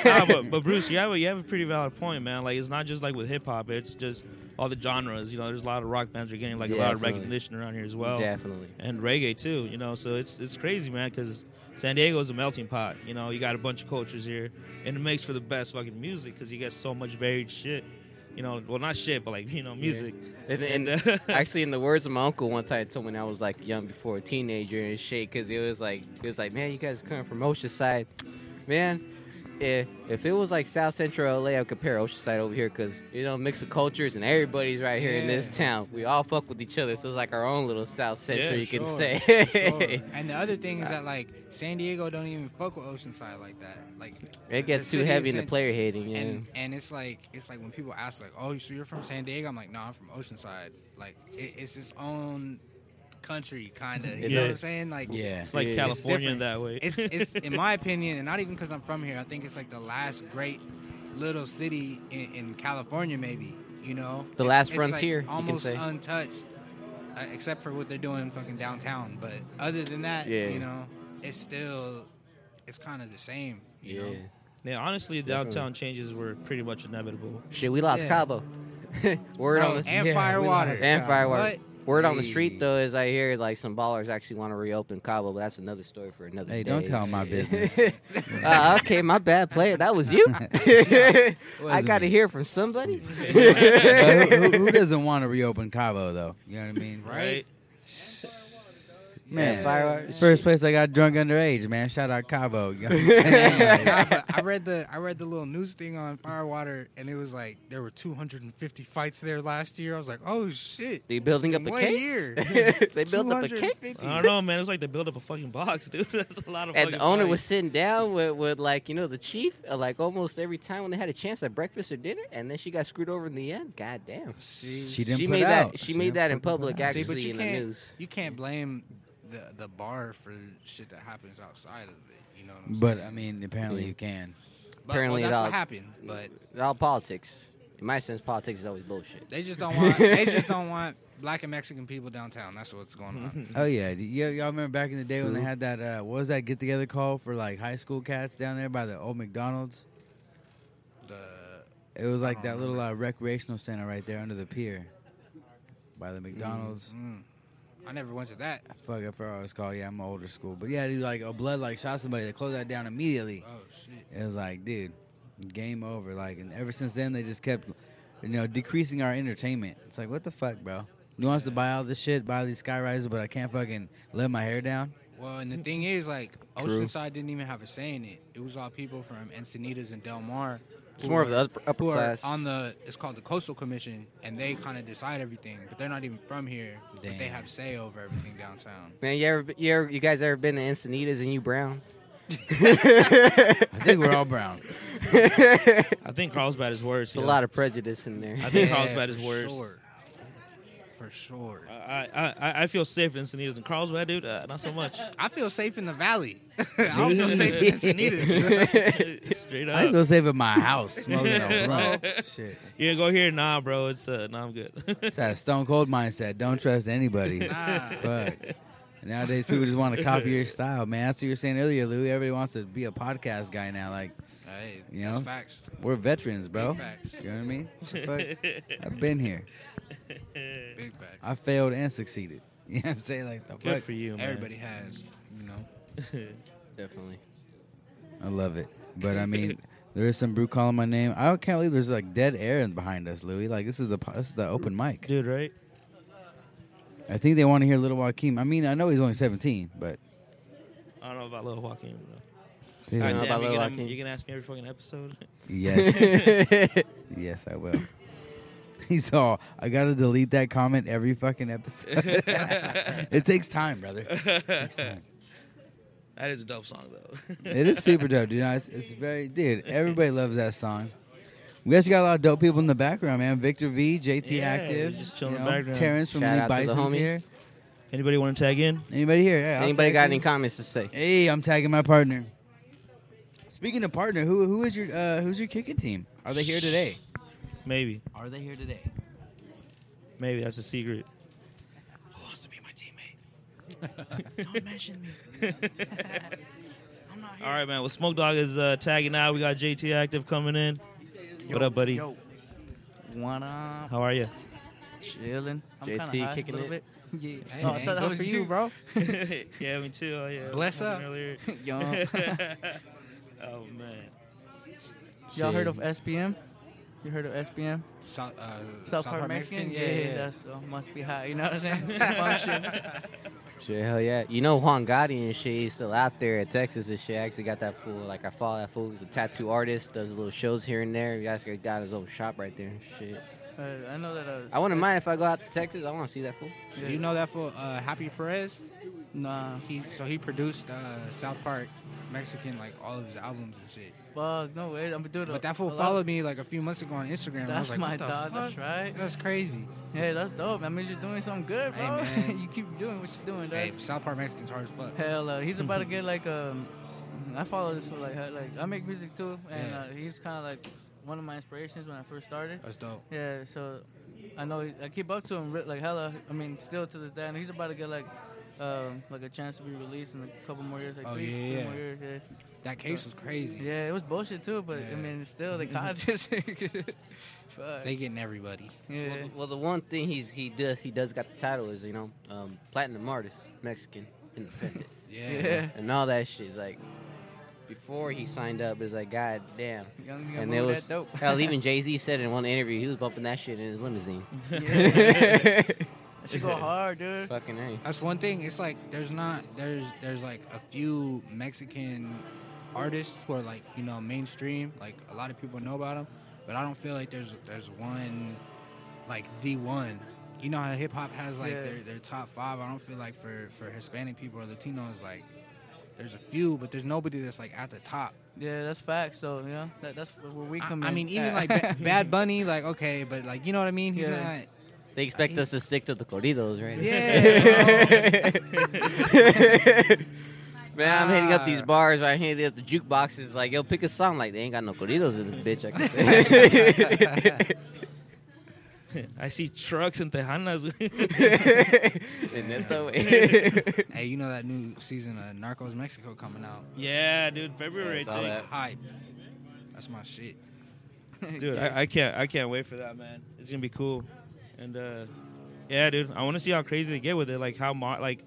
Speaker 3: Nah, but, but Bruce, you have a, you have a pretty valid point, man. Like it's not just like with hip hop; it's just all the genres. You know, there's a lot of rock bands are getting like a lot of
Speaker 2: Definitely.
Speaker 3: recognition around here as well,
Speaker 2: Definitely.
Speaker 3: and reggae too. You know, so it's it's crazy, man, because San Diego is a melting pot. You know, you got a bunch of cultures here, and it makes for the best fucking music because you get so much varied shit. You know, well, not shit, but like you know, music.
Speaker 2: And, and
Speaker 3: And, uh,
Speaker 2: actually, in the words of my uncle, one time told me when I was like young, before a teenager and shit, because it was like it was like, man, you guys coming from Oceanside, man. If, if it was like South Central LA, I'd compare Oceanside over here because you know mix of cultures and everybody's right here in this town. We all fuck with each other, so it's like our own little South Central,
Speaker 3: Yeah,
Speaker 2: you can
Speaker 1: sure,
Speaker 2: say.
Speaker 1: sure. And the other thing is that like San Diego don't even fuck with Oceanside like that. Like
Speaker 2: it gets
Speaker 1: the
Speaker 2: too
Speaker 1: city
Speaker 2: heavy
Speaker 1: of
Speaker 2: in the
Speaker 1: San-
Speaker 2: player hating, yeah.
Speaker 1: And and it's like it's like when people ask like, oh, so you're from San Diego? I'm like, no, I'm from Oceanside. Like it, it's its own country, kind of. You know
Speaker 3: Yeah.
Speaker 1: what I'm saying? Like
Speaker 4: Yeah.
Speaker 3: It's like
Speaker 2: Yeah.
Speaker 3: California
Speaker 1: different.
Speaker 3: in that way.
Speaker 1: it's it's in my opinion, and not even because I'm from here. I think it's like the last great little city in, in California, maybe. You know,
Speaker 2: The
Speaker 1: It's-
Speaker 2: last
Speaker 1: it's, like,
Speaker 2: frontier, you can
Speaker 1: almost
Speaker 2: say.
Speaker 1: untouched, uh, except for what they're doing fucking downtown. But other than that,
Speaker 2: Yeah.
Speaker 1: you know, it's still it's kind of the same. You
Speaker 2: yeah.
Speaker 1: know?
Speaker 3: yeah, honestly, downtown changes were pretty much inevitable.
Speaker 2: Shit, we lost
Speaker 1: Yeah. Oh,
Speaker 2: Cabo. Word
Speaker 1: Bro,
Speaker 2: on the
Speaker 1: and
Speaker 4: Yeah, we
Speaker 1: Firewater.
Speaker 4: lost
Speaker 2: And fireworks.
Speaker 1: What?
Speaker 2: Word on the
Speaker 4: Hey.
Speaker 2: street though is I hear like some ballers actually want to reopen Cabo, but that's another story for another
Speaker 4: Hey,
Speaker 2: day.
Speaker 4: don't tell my business.
Speaker 2: uh, okay, my bad, player. That was you. I
Speaker 4: Wasn't
Speaker 2: got to
Speaker 4: me.
Speaker 2: hear from somebody.
Speaker 4: But who, who- who doesn't want to reopen Cabo though? You know what I mean?
Speaker 1: Right?
Speaker 4: Man,
Speaker 2: Yeah, fireworks.
Speaker 4: first place I got drunk underage, man. Shout out Cabo. You know what I'm saying? Like,
Speaker 1: Nah, but I read the I read the little news thing on Firewater, and it was like there were 250 fights there last year. I was like, oh shit!
Speaker 2: They building up
Speaker 1: In
Speaker 2: a
Speaker 1: one
Speaker 2: case.
Speaker 1: year.
Speaker 2: they built up a case.
Speaker 1: 250.
Speaker 3: I don't know, man. It's like they build up a fucking box, dude. That's a lot of.
Speaker 2: And
Speaker 3: fucking
Speaker 2: the owner
Speaker 3: money.
Speaker 2: was sitting down with, with like you know the chief uh, like almost every time when they had a chance at breakfast or dinner, and then she got screwed over in the end. God damn.
Speaker 4: she didn't
Speaker 2: she
Speaker 4: put
Speaker 2: made
Speaker 4: out.
Speaker 2: that. She, made
Speaker 4: didn't
Speaker 2: that in
Speaker 4: fucking put
Speaker 2: public
Speaker 4: out.
Speaker 2: actually
Speaker 1: you
Speaker 2: in the
Speaker 1: can't,
Speaker 2: news.
Speaker 1: You can't blame the the bar for shit that happens outside of it. You know what I'm
Speaker 4: But
Speaker 1: saying?
Speaker 4: I mean, apparently you can.
Speaker 1: But,
Speaker 2: apparently
Speaker 1: well,
Speaker 2: it
Speaker 1: that's
Speaker 2: all-
Speaker 1: what happened. But
Speaker 2: All politics. In my sense, politics is always bullshit.
Speaker 1: they just don't want they just don't want black and Mexican people downtown. That's what's going on.
Speaker 2: Mm-hmm.
Speaker 4: Oh yeah, D- y- y'all remember back in the day when they had that uh, what was that get together call for like high school cats down there by the old McDonald's?
Speaker 1: The
Speaker 4: It was like
Speaker 1: don't
Speaker 4: that little uh, recreational center right there under the pier, by the McDonald's.
Speaker 1: mm, I never went to that.
Speaker 4: Fuck, I forgot what it was called. Yeah, I'm older school, but yeah, dude, like a blood like shot somebody. They closed that down immediately.
Speaker 1: Oh shit!
Speaker 4: It was like, dude, game over. Like, and ever since then they just kept, you know, decreasing our entertainment. It's like, what the fuck, bro? You want us to buy all this shit, buy these sky rises, but I can't fucking let my hair down.
Speaker 1: Well, and the thing is, like
Speaker 2: True.
Speaker 1: Oceanside didn't even have a say in it. It was all people from Encinitas and Del Mar.
Speaker 2: It's
Speaker 1: who
Speaker 2: more of
Speaker 1: were-
Speaker 2: the upper, upper
Speaker 1: who are
Speaker 2: class.
Speaker 1: on the it's called the Coastal Commission, and they kind of decide everything. But they're not even from here. But they
Speaker 4: Damn.
Speaker 1: have say over everything downtown.
Speaker 2: Man, you ever, you ever, you guys ever been to Encinitas and you brown?
Speaker 4: I think we're all brown.
Speaker 3: I think Carlsbad is worse.
Speaker 2: It's a lot of prejudice in there.
Speaker 3: I think
Speaker 1: Yeah,
Speaker 3: Carlsbad is
Speaker 1: for
Speaker 3: worse.
Speaker 1: sure. For sure.
Speaker 3: I, I- I I feel safe in Encinitas and Carlsbad, dude. Uh, not so much.
Speaker 1: I feel safe in the valley. I don't feel safe in Encinitas.
Speaker 3: Straight
Speaker 4: I
Speaker 3: up.
Speaker 4: feel safe in my house smoking a blunt. Shit,
Speaker 3: You gonna go here? Nah, bro. It's uh, nah. I'm good.
Speaker 4: it's that stone cold mindset. Don't trust anybody.
Speaker 1: Nah.
Speaker 4: Fuck. Nowadays, people just want to copy your style, man. That's what you were saying earlier, Louis. Everybody wants to be a podcast guy now. Like,
Speaker 1: Hey,
Speaker 4: You
Speaker 1: that's
Speaker 4: know?
Speaker 1: facts.
Speaker 4: we're veterans, bro.
Speaker 1: Big facts.
Speaker 4: You know what I mean? Fuck. I've been here.
Speaker 1: Big facts.
Speaker 4: I failed and succeeded. You know what I'm saying? Like, the
Speaker 3: good
Speaker 4: fuck?
Speaker 3: for you, man.
Speaker 1: Everybody has, you know.
Speaker 2: Definitely.
Speaker 4: I love it. But I mean, there is some brew calling my name. I can't believe there's like dead air in behind us, Louis. Like, this is the po- this is the open mic.
Speaker 3: dude. Right?
Speaker 4: I think they want to hear Little Joaquin. I mean, I know he's only 17, but
Speaker 3: I don't know about Lil Joaquin. Bro.
Speaker 4: dude,
Speaker 3: God
Speaker 2: know
Speaker 3: damn,
Speaker 2: about
Speaker 3: you
Speaker 2: Lil
Speaker 3: gonna-
Speaker 2: Joaquin.
Speaker 3: You can ask me every fucking episode.
Speaker 4: yes, yes, I will. He's all. I gotta delete that comment every fucking episode. it takes time, brother. It takes time.
Speaker 3: That is a dope song though.
Speaker 4: It is super dope, dude. It's, it's very, dude. Everybody loves that song. We actually got a lot of dope people in the background, man. Victor V, JT
Speaker 3: Yeah,
Speaker 4: Active,
Speaker 3: just chilling
Speaker 4: you
Speaker 3: in
Speaker 4: know,
Speaker 3: the background.
Speaker 4: Terrence from
Speaker 2: Shout
Speaker 4: Lee
Speaker 2: out to the
Speaker 4: Bison's
Speaker 2: homies.
Speaker 4: here.
Speaker 3: Anybody want to tag in?
Speaker 4: Anybody here? Yeah. I'll
Speaker 2: Anybody
Speaker 4: tag
Speaker 2: got
Speaker 4: you.
Speaker 2: any comments to say?
Speaker 4: Hey, I'm tagging my partner. Speaking of partner, who who is your uh, who's your kicking team? Are they here today?
Speaker 3: Maybe,
Speaker 4: Are they here today?
Speaker 3: maybe that's a secret.
Speaker 4: Who wants to be my teammate?
Speaker 3: All right, man. Well, Smoke Dog is uh, tagging out. We got JT Active coming in. What up, buddy?
Speaker 6: Yo. One up,
Speaker 3: How are you?
Speaker 6: chilling. I'm
Speaker 2: JT
Speaker 6: kinda high,
Speaker 2: kicking
Speaker 6: a little
Speaker 2: it.
Speaker 6: Bit. Yeah.
Speaker 1: Hey,
Speaker 6: oh, I
Speaker 1: man,
Speaker 6: thought that
Speaker 1: go
Speaker 6: was for
Speaker 1: for
Speaker 6: you,
Speaker 1: you.
Speaker 6: bro.
Speaker 3: yeah, me too. Oh, yeah.
Speaker 1: Bless
Speaker 3: Happened
Speaker 1: up.
Speaker 3: Earlier.
Speaker 6: Yo,
Speaker 3: oh man.
Speaker 6: y'all heard of SPM? You heard of SPM?
Speaker 1: South, uh,
Speaker 6: South Park Mexican? Yeah, yeah, that's uh, must be high. You know what I'm saying? Function.
Speaker 2: Shit, hell yeah. You know Juan Gotti and shit, he's still out there at Texas and shit. I actually got that fool. Like I follow that fool. He's a tattoo artist, does little shows here and there. He actually got his own shop right there and shit.
Speaker 6: Uh, I know that. Uh,
Speaker 2: I wouldn't mind if I go out to Texas. I wanna see that fool.
Speaker 1: Do you know that for uh, Happy Perez?
Speaker 6: Nah,
Speaker 1: He so he produced uh, South Park Mexican like all of his albums and shit.
Speaker 6: fuck no way. I'm doing.
Speaker 1: But that fool followed me like a few months ago on Instagram. and I was
Speaker 6: That's
Speaker 1: like,
Speaker 6: my
Speaker 1: what the
Speaker 6: dog.
Speaker 1: fuck?
Speaker 6: That's right.
Speaker 1: That's crazy.
Speaker 6: Hey, that's dope. That means you're doing something good,
Speaker 1: Hey,
Speaker 6: bro.
Speaker 1: man.
Speaker 6: you keep doing what you're doing, dog.
Speaker 1: Hey, South Park Mexican's hard as fuck.
Speaker 6: Hell, uh, he's about to get like um, I follow this for like hell, like I make music too, and
Speaker 1: Yeah.
Speaker 6: uh, he's kind of like one of my inspirations when I first started.
Speaker 1: That's dope.
Speaker 6: Yeah, so I know I keep up to him re- like hella. I mean, still to this day, and he's about to get like um, like a chance to be released in a couple more years, like
Speaker 1: Oh,
Speaker 6: three,
Speaker 1: yeah,
Speaker 6: three
Speaker 1: yeah.
Speaker 6: more years. Yeah.
Speaker 1: That case was crazy.
Speaker 6: yeah, it was bullshit too, but I
Speaker 1: Yeah.
Speaker 6: mean, still they caught this. Fuck.
Speaker 1: They getting everybody.
Speaker 6: yeah.
Speaker 2: Well, the- well, the one thing he's he does he does got the title is you know um, platinum artist, Mexican, independent,
Speaker 1: Yeah.
Speaker 6: Yeah.
Speaker 2: and all that shit. Is like before he signed up, it's like god damn.
Speaker 6: Young, young
Speaker 2: And
Speaker 6: boy,
Speaker 2: there
Speaker 6: that
Speaker 2: was
Speaker 6: dope.
Speaker 2: hell. Even Jay Z said in one interview he was bumping that shit in his limousine.
Speaker 6: That shit go hard, dude.
Speaker 2: Fucking a.
Speaker 1: That's one thing. It's like there's not there's there's like a few Mexican artists who are like you know mainstream. Like a lot of people know about them, but I don't feel like there's there's one like the one. You know how hip hop has like
Speaker 6: Yeah.
Speaker 1: their, their top five. I don't feel like for for Hispanic people or Latinos like there's a few, but there's nobody that's like at the top.
Speaker 6: Yeah, that's facts. So you know, that, that's where we
Speaker 1: I,
Speaker 6: come
Speaker 1: I
Speaker 6: in.
Speaker 1: mean, even
Speaker 6: Yeah.
Speaker 1: like ba- Bad Bunny, like okay, but like you know what I mean. He's
Speaker 6: Yeah.
Speaker 1: not.
Speaker 2: They expect us to stick to the corridos, right?
Speaker 1: Yeah.
Speaker 2: Man, I'm hitting up these
Speaker 1: Ah.
Speaker 2: bars right here. They have the jukeboxes. Like, yo, pick a song. Like, they ain't got no corridos in this bitch. I can say.
Speaker 3: I see trucks and tejanas.
Speaker 2: and then throw it.
Speaker 1: hey, you know that new season of Narcos Mexico coming out.
Speaker 3: yeah, dude. February.
Speaker 2: Yeah, I saw
Speaker 3: I think.
Speaker 2: that.
Speaker 1: hype. That's my shit.
Speaker 3: dude I, I can't i can't wait for that man it's gonna be cool and uh yeah dude i want to see how crazy they get with it like how mo- like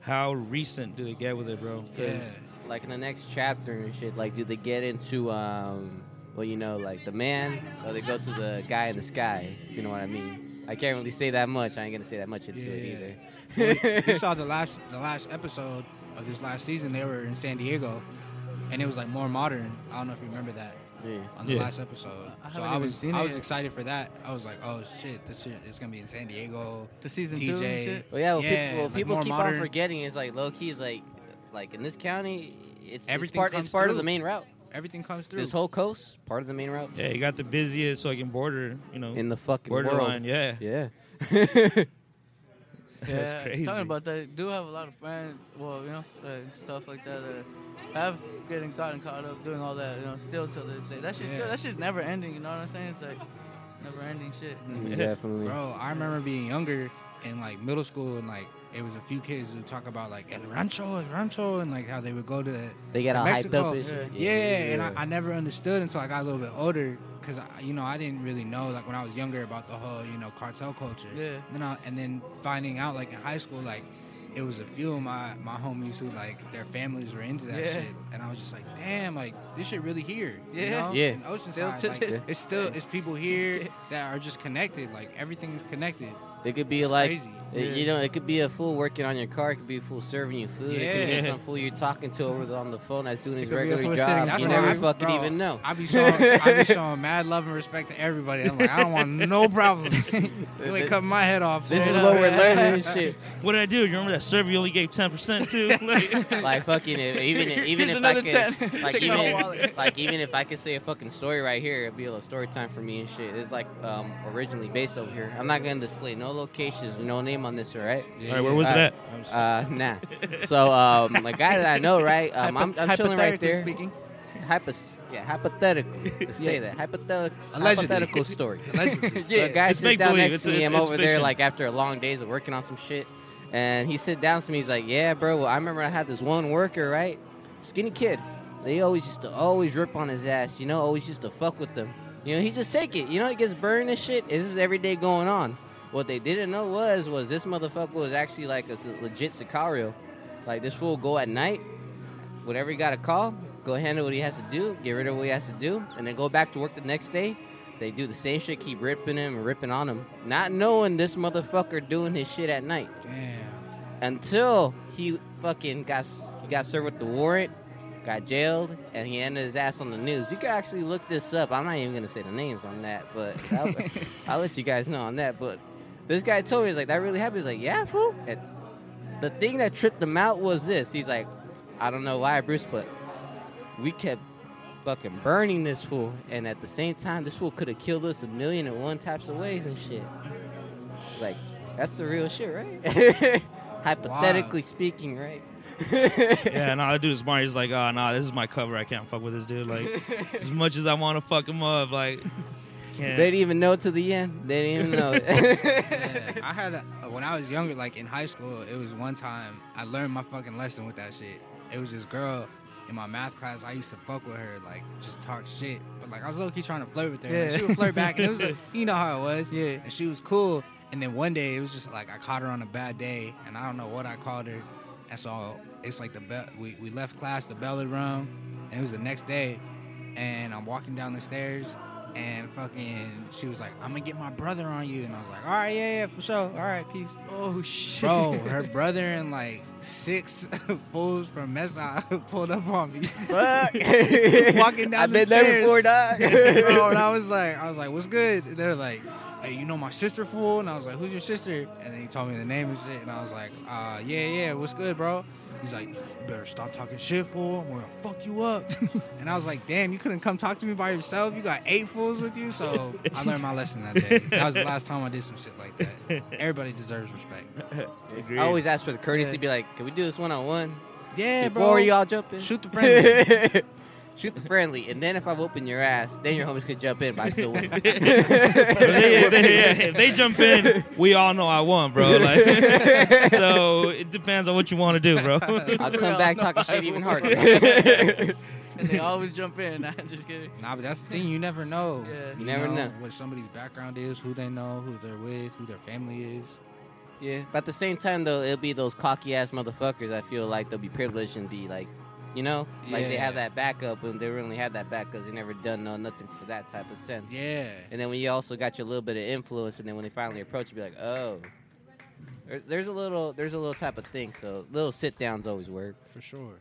Speaker 3: how recent do they get with it bro 'Cause-
Speaker 2: like in the next chapter and shit. Like, do they get into um, well, you know, like the man, or they go to the guy in the sky? if You know what I mean? I can't really say that much. I ain't gonna say that much into
Speaker 1: Yeah.
Speaker 2: it
Speaker 1: Well, you
Speaker 2: either.
Speaker 1: saw the last the last episode of this last season. They were in San Diego, and it was like more modern. I don't know if you remember that
Speaker 2: yeah.
Speaker 1: on the
Speaker 3: Yeah.
Speaker 1: last episode.
Speaker 6: I
Speaker 1: so
Speaker 6: haven't
Speaker 1: I
Speaker 6: even
Speaker 1: was
Speaker 6: seen
Speaker 1: I
Speaker 6: it
Speaker 1: was
Speaker 6: yet.
Speaker 1: excited for that. I was like, oh shit, this shit is gonna be in San Diego.
Speaker 6: the season two and
Speaker 1: TJ.
Speaker 6: shit.
Speaker 2: Well, yeah, well,
Speaker 1: Yeah,
Speaker 2: people, well,
Speaker 1: like
Speaker 2: people
Speaker 1: more
Speaker 2: keep on
Speaker 1: modern.
Speaker 2: forgetting. It's like low key is like Like in this county, it's it's
Speaker 1: Everything
Speaker 2: part it's
Speaker 1: comes
Speaker 2: part of
Speaker 1: through.
Speaker 2: the main route.
Speaker 1: Everything comes through.
Speaker 2: This whole coast, part of the main route
Speaker 3: Yeah, you got the busiest fucking border, you know,
Speaker 2: in the fucking
Speaker 3: borderline.
Speaker 2: world.
Speaker 3: Yeah.
Speaker 2: Yeah.
Speaker 6: Yeah,
Speaker 3: That's crazy.
Speaker 6: Talking about that, I do have a lot of friends. Well, you know, uh, stuff like that. Uh, have getting gotten caught up doing all that. You know, still till this day. That shit's still,
Speaker 1: Yeah.
Speaker 6: that shit's never ending. You know what I'm saying? It's like never ending shit.
Speaker 2: Mm. Definitely.
Speaker 1: Bro, I remember being younger in like middle school and like it was a few kids who talk about like el rancho, el rancho, and like how they would go to
Speaker 2: They got
Speaker 1: to
Speaker 2: all hyped
Speaker 1: Mexico.
Speaker 2: up. and shit.
Speaker 1: Yeah, and I, I never understood until I got a little bit older because you know I didn't really know like when I was younger about the whole you know cartel culture.
Speaker 6: Yeah.
Speaker 1: Then I, and then finding out like in high school like it was a few of my my homies who like their families were into that
Speaker 6: Yeah.
Speaker 1: shit, and I was just like, damn, like this shit really here. You
Speaker 6: Yeah.
Speaker 1: know?
Speaker 2: Yeah.
Speaker 1: In Oceanside,
Speaker 6: Still to
Speaker 1: like,
Speaker 6: this
Speaker 1: it's still it's people here that are just connected. Like everything is connected.
Speaker 2: It could be
Speaker 1: It's
Speaker 2: like,
Speaker 1: crazy.
Speaker 2: it- you know, it could be a fool working on your car. It could be a fool serving you food. It could
Speaker 1: Yeah.
Speaker 2: be some fool you're talking to over the, on the phone that's doing his
Speaker 6: could be a
Speaker 2: regular
Speaker 6: fool
Speaker 2: job.
Speaker 6: sitting
Speaker 2: You
Speaker 6: next to
Speaker 2: never
Speaker 6: you.
Speaker 2: fucking
Speaker 1: bro,
Speaker 2: even know.
Speaker 1: I be showing, I be showing mad love and respect to everybody. I'm like, I don't want no problems. you ain't cut my head off.
Speaker 2: This is
Speaker 1: fool.
Speaker 2: what we're learning and shit.
Speaker 3: What did I do? You remember that server you only gave ten percent to? Like-
Speaker 2: Like fucking, if, even
Speaker 6: Here-
Speaker 2: even
Speaker 6: here's
Speaker 2: if I
Speaker 6: another
Speaker 2: could,
Speaker 6: 10.
Speaker 2: like
Speaker 6: Take
Speaker 2: even
Speaker 6: my whole
Speaker 2: if,
Speaker 6: wallet.
Speaker 2: like even if I could say a fucking story right here, it'd be a little story time for me and shit. It's like um, originally based over here. I'm not gonna display no locations, no name on this, all right?
Speaker 3: All right, where was it
Speaker 2: All
Speaker 3: at?
Speaker 2: right. Uh, nah. So um, the guy that I know, right? Um, I'm, I'm chilling right
Speaker 6: Hypothetically
Speaker 2: there.
Speaker 6: Speaking.
Speaker 2: Hypos- yeah, hypothetically. Let's say that. Hypothet-
Speaker 1: Allegedly.
Speaker 2: Hypothetical story.
Speaker 1: Allegedly.
Speaker 2: So a guy
Speaker 3: It's
Speaker 2: sits down
Speaker 3: make-believe.
Speaker 2: next
Speaker 3: It's-
Speaker 2: to me.
Speaker 3: it's-
Speaker 2: I'm
Speaker 3: it's
Speaker 2: over there
Speaker 3: fiction.
Speaker 2: like after a long days of working on some shit, and he sit down to me. He's like, "Yeah, bro. Well, I remember I had this one worker, right? Skinny kid. They always used to always rip on his ass. You know, always used to fuck with them. You know, he just take it. You know, he gets burned and shit. This is every day going on. What they didn't know was was this motherfucker was actually like a s- legit sicario. Like this fool go at night, whatever he got a call, go handle what he has to do, get rid of what he has to do, and then go back to work the next day. They do the same shit, keep ripping him and ripping on him, not knowing this motherfucker doing his shit at night
Speaker 1: Damn.
Speaker 2: until he fucking got s- he got served with the warrant, got jailed, and he ended his ass on the news. You can actually look this up. I'm not even gonna say the names on that, but I'll, I'll let you guys know on that. But this guy told me he's like that really happened. He's like, yeah, fool. And the thing that tripped him out was this. He's like, I don't know why, Bruce, but we kept fucking burning this fool, and at the same time, this fool could have killed us a million and one types of ways and shit. Like, that's the real shit, right? Hypothetically speaking, right?
Speaker 3: yeah, no, that dude's smart. He's like, oh, nah, this is my cover. I can't fuck with this dude. Like, as much as I want to fuck him up, like,
Speaker 2: They
Speaker 3: can't.
Speaker 2: didn't even know to the end. They didn't even know.
Speaker 1: Yeah, I had a, when I was younger, like in high school, it was one time I learned my fucking lesson with that shit. It was this girl in my math class. I used to fuck with her, like just talk shit, but like I was low key trying to flirt with her. and, like,
Speaker 6: Yeah.
Speaker 1: she would flirt back, and it was like, you know how it was.
Speaker 6: Yeah.
Speaker 1: and she was cool. And then one day it was just like I caught her on a bad day, and I don't know what I called her. And so it's like the bell. We, we left class, the bell had rung, and it was the next day. And I'm walking down the stairs, and fucking she was like, "I'm gonna get my brother on you," and I was like, "All right, yeah, yeah, for sure. All right, peace."
Speaker 6: Oh shit.
Speaker 1: Bro, her brother and like six fools from Mesa pulled up on me.
Speaker 2: Fuck.
Speaker 1: Walking down
Speaker 2: I've
Speaker 1: the
Speaker 2: been there
Speaker 1: stairs.
Speaker 2: before, dog.
Speaker 1: Bro, and I was like, I was like, what's good? And they're like, hey, you know my sister fool? And I was like, who's your sister? And then he told me the name and shit. And I was like, uh, yeah, yeah, what's good, bro? He's like, you better stop talking shit, fool. I'm gonna fuck you up. and I was like, damn, you couldn't come talk to me by yourself. You got eight fools with you. So I learned my lesson that day. That was the last time I did some shit like that. Everybody deserves respect.
Speaker 2: I always ask for the courtesy, be like, can we do this one on one?
Speaker 1: Yeah,
Speaker 2: Before
Speaker 1: bro.
Speaker 2: y'all jump in.
Speaker 1: Shoot the friendly.
Speaker 2: Shoot the friendly, and then if I whoop in your ass, then your homies could jump in, but I still win.
Speaker 3: If they, if they- yeah, if they jump in, we all know I won, bro. Like, so it depends on what you want to do, bro.
Speaker 2: I'll come back talking shit even harder.
Speaker 6: and they always jump in. I'm just kidding.
Speaker 1: Nah, but that's the thing. You never know.
Speaker 6: Yeah.
Speaker 2: You never know.
Speaker 1: what somebody's background is, who they know, who they're with, who their family is.
Speaker 2: yeah, but at the same time, though, it'll be those cocky ass motherfuckers. I feel like they'll be privileged and be like, you know, like they have that backup, and they really have that backup because they never done no nothing for that type of sense.
Speaker 1: Yeah.
Speaker 2: And then when you also got your little bit of influence, and then when they finally approach, you be like, oh, there's, there's a little there's a little type of thing. So little sit downs always work.
Speaker 1: For sure.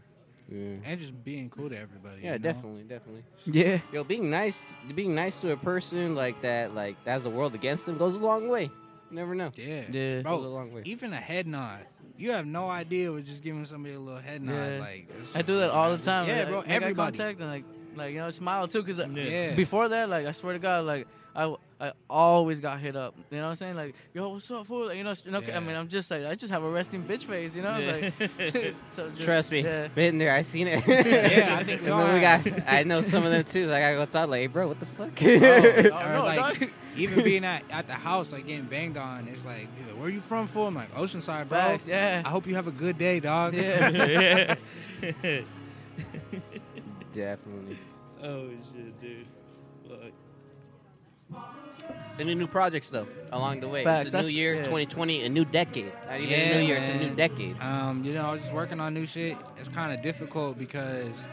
Speaker 2: Yeah,
Speaker 1: And just being cool to everybody.
Speaker 2: yeah
Speaker 1: you know?
Speaker 2: definitely, definitely.
Speaker 6: Yeah.
Speaker 2: Yo, being nice, being nice to a person like that, like that has the world against them, goes a long way. You never know.
Speaker 1: Yeah.
Speaker 6: Yeah.
Speaker 2: Goes a long
Speaker 1: Bro,
Speaker 2: way.
Speaker 1: even a head nod. You have no idea with just giving somebody a little head nod.
Speaker 6: Yeah.
Speaker 1: Like it's
Speaker 6: I
Speaker 1: just
Speaker 6: do that
Speaker 1: like-
Speaker 6: all the time.
Speaker 1: Yeah,
Speaker 6: like,
Speaker 1: bro,
Speaker 6: make eye
Speaker 1: everybody.
Speaker 6: Contact and like, like you know, smile too, cause uh,
Speaker 1: Yeah.
Speaker 6: before that, like I swear to God, like I, I always got hit up. You know what I'm saying? Like, yo, what's up, fool? Like, you know, s- you know,
Speaker 1: Yeah.
Speaker 6: I mean, I'm just like, I just have a resting bitch face. You know,
Speaker 3: Yeah.
Speaker 6: it's like, so just,
Speaker 2: Trust me,
Speaker 6: Yeah.
Speaker 2: been there. I seen it.
Speaker 1: Yeah, I think we
Speaker 2: and then we
Speaker 1: all
Speaker 2: got. I know some of them too. so I gotta go talk. Like, hey, bro, what the fuck?
Speaker 6: Oh,
Speaker 1: Or
Speaker 6: no,
Speaker 1: like,
Speaker 6: dog.
Speaker 1: even being at, at the house, like getting banged on, it's like, you know, where you from? For I'm like Oceanside, bro.
Speaker 6: Facts, yeah.
Speaker 1: I hope you have a good day, dog.
Speaker 6: Yeah.
Speaker 3: yeah.
Speaker 2: Definitely.
Speaker 3: oh shit, dude. Fuck.
Speaker 2: Any new projects though along the way?
Speaker 6: Facts,
Speaker 2: It's a new
Speaker 6: that's-
Speaker 2: year,
Speaker 6: yeah.
Speaker 2: 2020, a new decade. Not even
Speaker 1: Yeah,
Speaker 2: a new year. It's a new
Speaker 1: man.
Speaker 2: decade.
Speaker 1: Um, you know, I was just working on new shit. It's kind of difficult because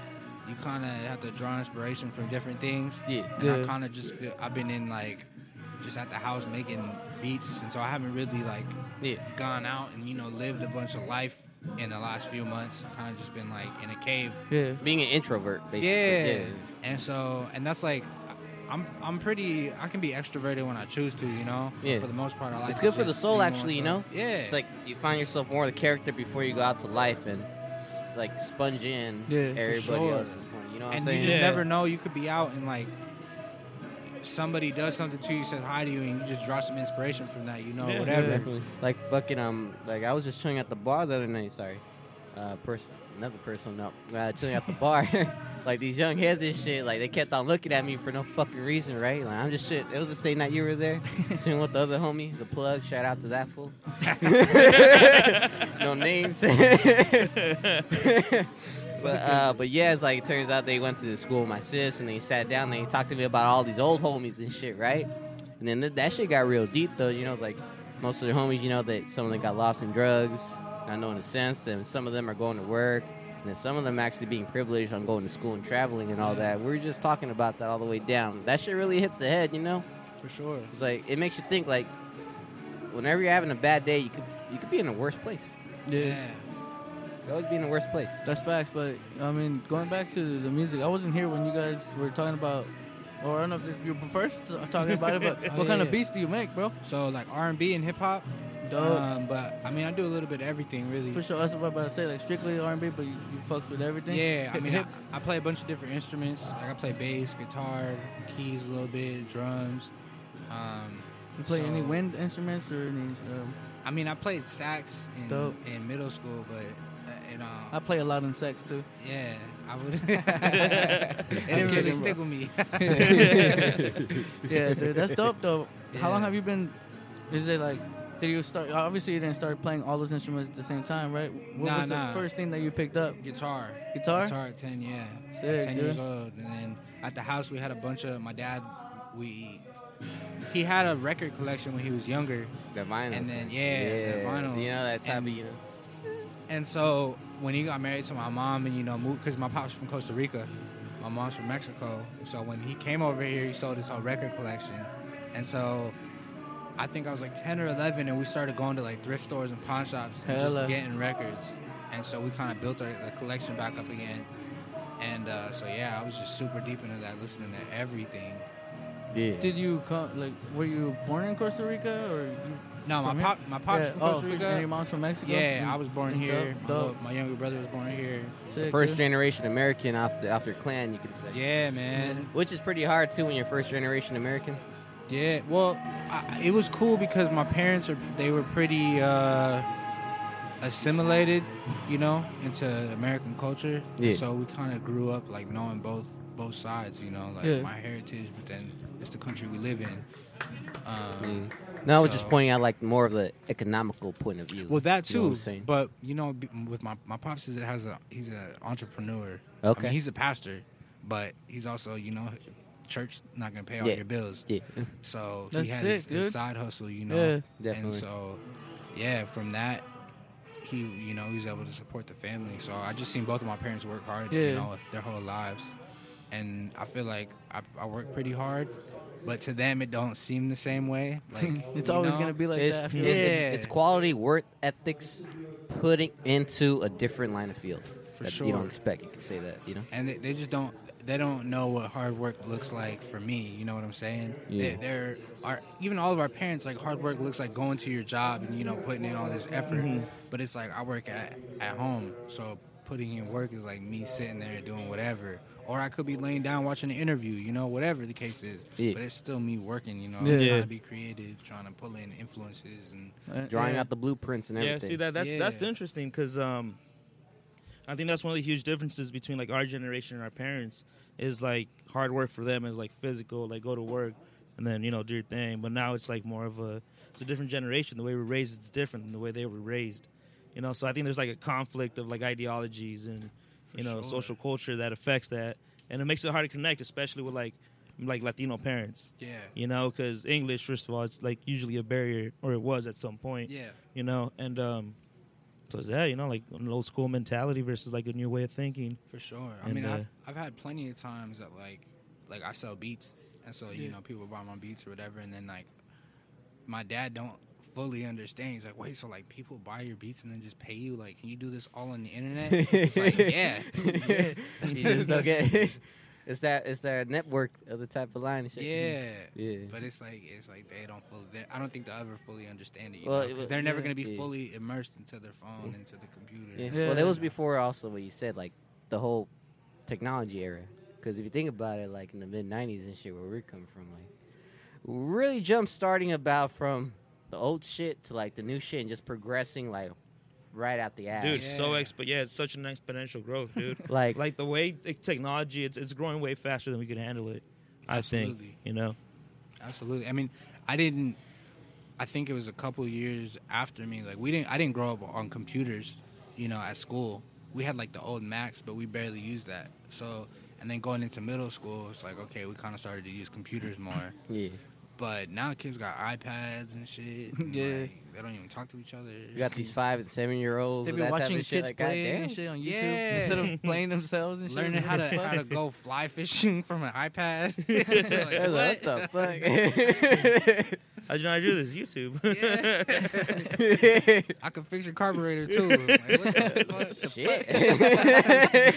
Speaker 1: you kind of have to draw inspiration from different things.
Speaker 2: Yeah.
Speaker 1: And I
Speaker 6: Yeah.
Speaker 1: kind of just feel I've been in like just at the house making beats, and so I haven't really like
Speaker 2: Yeah.
Speaker 1: gone out and you know lived a bunch of life in the last few months. I've kind of just been like in a cave.
Speaker 6: yeah.
Speaker 2: Being an introvert, basically.
Speaker 1: Yeah. And so, and that's like, I'm I'm pretty. I can be extroverted when I choose to, you know. But
Speaker 2: Yeah.
Speaker 1: For the most part, I like.
Speaker 2: It's
Speaker 1: to
Speaker 2: good for the
Speaker 1: just
Speaker 2: soul,
Speaker 1: be
Speaker 2: actually. You know.
Speaker 1: myself. Yeah.
Speaker 2: It's like you find yourself more the character before you go out to life and s- like sponge in
Speaker 6: Yeah, for
Speaker 2: everybody
Speaker 1: sure.
Speaker 2: else's point. You know what I'm
Speaker 1: and you
Speaker 2: saying?
Speaker 1: just
Speaker 3: Yeah.
Speaker 1: never know. You could be out and like somebody does something to you, says hi to you, and you just draw some inspiration from that, you know,
Speaker 3: Yeah.
Speaker 1: whatever.
Speaker 6: Yeah.
Speaker 2: Definitely. Like fucking um, like I was just chilling at the bar the other night. Sorry, uh, person, another person. No, uh, chilling at the bar. like these young heads and shit. Like they kept on looking at me for no fucking reason, right? Like I'm just shit. It was the same night you were there, chilling with the other homie, the plug. Shout out to that fool. no names. But uh, but yeah, it's like it turns out they went to the school with my sis and they sat down and they talked to me about all these old homies and shit, right? And then th- that shit got real deep though, you know, it's like most of the homies, you know, that some of them got lost in drugs, not knowing the sense, then some of them are going to work, and then some of them actually being privileged on going to school and traveling and all that. We were just talking about that all the way down. That shit really hits the head, you know?
Speaker 1: For sure.
Speaker 2: It's like it makes you think like whenever you're having a bad day, you could you could be in the worst place.
Speaker 1: Yeah.
Speaker 2: You could always be in the worst place.
Speaker 6: That's facts, but I mean, going back to the music, I wasn't here when you guys were talking about, or I don't know if this, you were first t- talking about it, but
Speaker 1: yeah,
Speaker 6: what kind of
Speaker 1: Oh, yeah.
Speaker 6: beats do you make, bro?
Speaker 1: So like R and B and hip hop.
Speaker 6: Dope.
Speaker 1: Um, but I mean, I do a little bit of everything, really.
Speaker 6: Uh, For sure, that's what I'm about to say. Like strictly R&B, but you, you fucks with everything.
Speaker 1: Yeah, I
Speaker 6: Hip-
Speaker 1: mean,
Speaker 6: hip-
Speaker 1: I, I play a bunch of different instruments. Like I play bass, guitar, keys a little bit, drums. Um,
Speaker 6: you play any
Speaker 1: so-
Speaker 6: wind instruments or any? Um,
Speaker 1: I mean, I played sax in,
Speaker 6: Dope.
Speaker 1: in middle school, but uh, it, um,
Speaker 6: I play a lot in sex too.
Speaker 1: yeah, I would. it didn't really
Speaker 6: kidding, bro.
Speaker 1: stick with me.
Speaker 6: Yeah, dude, that's dope though. How long
Speaker 1: Yeah.
Speaker 6: have you been? Is it like? Did you start? Obviously, you didn't start playing all those instruments at the same time, right? What
Speaker 1: Nah,
Speaker 6: was
Speaker 1: nah.
Speaker 6: the first thing that you picked up?
Speaker 1: guitar.
Speaker 6: Guitar?
Speaker 1: Guitar at ten, yeah. At
Speaker 6: Sick,
Speaker 1: ten
Speaker 6: dude.
Speaker 1: years old, and then at the house we had a bunch of my dad. We he had a record collection when he was younger,
Speaker 2: The vinyl.
Speaker 1: And then,
Speaker 2: thing.
Speaker 1: yeah, the vinyl.
Speaker 2: You know that type
Speaker 1: And-
Speaker 2: of you know.
Speaker 1: and so when he got married to my mom, and you know, moved because my pops from Costa Rica, my mom's from Mexico. So when he came over here, he sold his whole record collection, and so. I think I was like 10 or 11, and we started going to like thrift stores and pawn shops and
Speaker 6: Hella.
Speaker 1: just getting records. And so we kind of built our the collection back up again. And uh, so, yeah, I was just super deep into that, listening to everything.
Speaker 2: Yeah.
Speaker 6: Did you come? Like, were you born in Costa Rica or? You,
Speaker 1: No, my
Speaker 6: From here?
Speaker 1: pop, my pops
Speaker 6: yeah.
Speaker 1: from
Speaker 6: oh,
Speaker 1: Costa
Speaker 6: for-
Speaker 1: Rica.
Speaker 6: and your mom's from Mexico.
Speaker 1: yeah,
Speaker 6: Mm.
Speaker 1: I was born
Speaker 6: Mm,
Speaker 1: here.
Speaker 6: dope,
Speaker 1: My,
Speaker 6: dope.
Speaker 1: little- my younger brother was born here.
Speaker 6: Sick,
Speaker 2: First
Speaker 6: dude.
Speaker 2: generation American off the, off your clan, you can say.
Speaker 1: Yeah, man.
Speaker 2: Which is pretty hard too when you're first generation American.
Speaker 1: Yeah. Well, I, it was cool because my parents are they were pretty uh, assimilated, you know, into American culture.
Speaker 2: Yeah.
Speaker 1: So we kind of grew up like knowing both both sides, you know, like
Speaker 6: Yeah.
Speaker 1: my heritage, but then it's the country we live in. Um,
Speaker 2: No, I was just
Speaker 1: So-
Speaker 2: pointing out like more of the economical point of view.
Speaker 1: Well, that
Speaker 2: You know what
Speaker 1: too.
Speaker 2: I'm saying?
Speaker 1: but you know, b- with my my pops is has a he's an entrepreneur. I mean,
Speaker 2: Okay.
Speaker 1: he's a pastor, but he's also you know, church not gonna pay all
Speaker 2: Yeah.
Speaker 1: your bills.
Speaker 2: yeah.
Speaker 1: So
Speaker 6: That's
Speaker 1: he had his,
Speaker 6: sick,
Speaker 1: his
Speaker 6: dude.
Speaker 1: side hustle, you know.
Speaker 6: Yeah.
Speaker 2: Definitely.
Speaker 1: And so, yeah, from that, he you know he was able to support the family. So I just seen both of my parents work hard,
Speaker 6: Yeah.
Speaker 1: you know, their whole lives, and I feel like I, I work pretty hard, but to them it don't seem the same way. Like
Speaker 6: It's
Speaker 1: you
Speaker 6: always
Speaker 1: know?
Speaker 6: gonna be like
Speaker 2: it's,
Speaker 6: that. I
Speaker 2: it-
Speaker 6: feel like.
Speaker 2: it's,
Speaker 1: Yeah.
Speaker 2: it's quality work ethics putting into a different line of field
Speaker 1: For
Speaker 2: that you don't
Speaker 1: sure.
Speaker 2: expect. You can say that, you know.
Speaker 1: and they, they just don't they don't know what hard work looks like for me. You know what I'm saying?
Speaker 2: Yeah.
Speaker 1: They, they're our even all of our parents like hard work looks like going to your job and you know putting in all this effort.
Speaker 2: Mm-hmm.
Speaker 1: But it's like I work at at home, so putting in work is like me sitting there doing whatever. Or I could be laying down watching an interview, you know, whatever the case is.
Speaker 2: Yeah.
Speaker 1: But it's still me working, you know. I'm
Speaker 6: Yeah.
Speaker 3: Yeah.
Speaker 1: trying to be creative, trying to pull in influences and
Speaker 6: Uh,
Speaker 2: Drawing
Speaker 6: yeah.
Speaker 2: out the blueprints and
Speaker 3: Yeah,
Speaker 2: everything.
Speaker 3: see that that's that's
Speaker 1: Yeah.
Speaker 3: interesting because um, I think that's one of the huge differences between like our generation and our parents is like hard work for them is like physical, like go to work and then you know do your thing. But now it's like more of a it's a different generation. The way we're raised is different than the way they were raised. You know, so I think there's like a conflict of like ideologies and you know
Speaker 1: sure.
Speaker 3: social culture that affects that, and it makes it hard to connect, especially with like like Latino parents.
Speaker 1: yeah.
Speaker 3: You know, because English, first of all, it's like usually a barrier, or it was at some point
Speaker 1: Yeah.
Speaker 3: you know and um plus that you know like an old school mentality versus like a new way of thinking
Speaker 1: For sure. I
Speaker 3: And,
Speaker 1: mean,
Speaker 3: uh,
Speaker 1: I've, I've had plenty of times that like, like I sell beats, and so you know people buy my beats or whatever, and then like, my dad don't fully understand. He's like, wait, so like people buy your beats and then just pay you? Like, can you do this all on the internet? it's like, yeah.
Speaker 2: you just don't get. it's that it's that network of the type of line. And shit.
Speaker 1: Yeah.
Speaker 2: Yeah.
Speaker 1: But it's like it's like they don't fully. They, I don't think they'll ever fully understand it. You
Speaker 2: Well,
Speaker 1: know,
Speaker 2: it
Speaker 1: 'cause
Speaker 2: was-
Speaker 1: they're never
Speaker 2: yeah,
Speaker 1: gonna be
Speaker 2: yeah.
Speaker 1: fully immersed into their phone, into the computer.
Speaker 2: Yeah.
Speaker 6: Yeah.
Speaker 2: Well, that was before also what you said, like the whole technology era. Because if you think about it, like in the mid '90s and shit, where we're coming from, like really jump starting about from the old shit to like the new shit and just progressing like right out the ass.
Speaker 3: dude so
Speaker 1: Yeah.
Speaker 3: exp yeah it's such an exponential growth dude
Speaker 2: Like,
Speaker 3: like the way the technology it's, it's growing way faster than we can handle it i think
Speaker 1: Absolutely.
Speaker 3: you know
Speaker 1: Absolutely. I mean, I didn't. I think it was a couple years after me. Like we didn't. I didn't grow up on computers. You know, at school we had like the old Macs, but we barely used that. So, and then going into middle school, it's like okay, we kind of started to use computers more.
Speaker 2: yeah,
Speaker 1: But now kids got iPads and shit. and,
Speaker 6: Yeah.
Speaker 1: like, they don't even talk to each other.
Speaker 2: you got these five and seven year olds.
Speaker 6: They be
Speaker 2: that type
Speaker 6: watching
Speaker 2: of
Speaker 6: kids
Speaker 2: shit, like,
Speaker 6: play
Speaker 2: goddamn.
Speaker 6: and shit on YouTube
Speaker 1: Yeah.
Speaker 6: instead of playing themselves and shit.
Speaker 1: learning how to how to go fly fishing from an iPad. Like,
Speaker 2: Like, what the fuck?
Speaker 3: i just know how to do this youtube
Speaker 1: Yeah. I can fix your carburetor too. Like, what the fuck?
Speaker 2: Shit.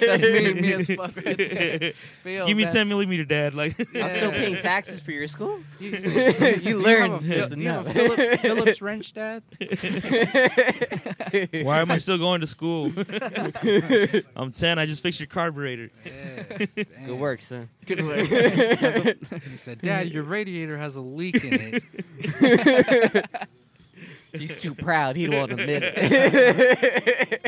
Speaker 6: That's me, me as fuck right there. But yo,
Speaker 3: give me
Speaker 6: that-
Speaker 3: 10 millimeter dad like
Speaker 2: I'm still paying taxes for your school. you
Speaker 1: a Phil-
Speaker 2: learn this
Speaker 1: do you have
Speaker 2: enough.
Speaker 1: Phillips, Phillips wrench, Dad.
Speaker 3: why am i still going to school i'm 10 i just fixed your carburetor
Speaker 1: Yeah,
Speaker 2: Good
Speaker 1: damn.
Speaker 2: work, son.
Speaker 6: Good work. Knuckle-
Speaker 1: He said, "Dad, your radiator has a leak in it."
Speaker 2: He's too proud. He don't want to admit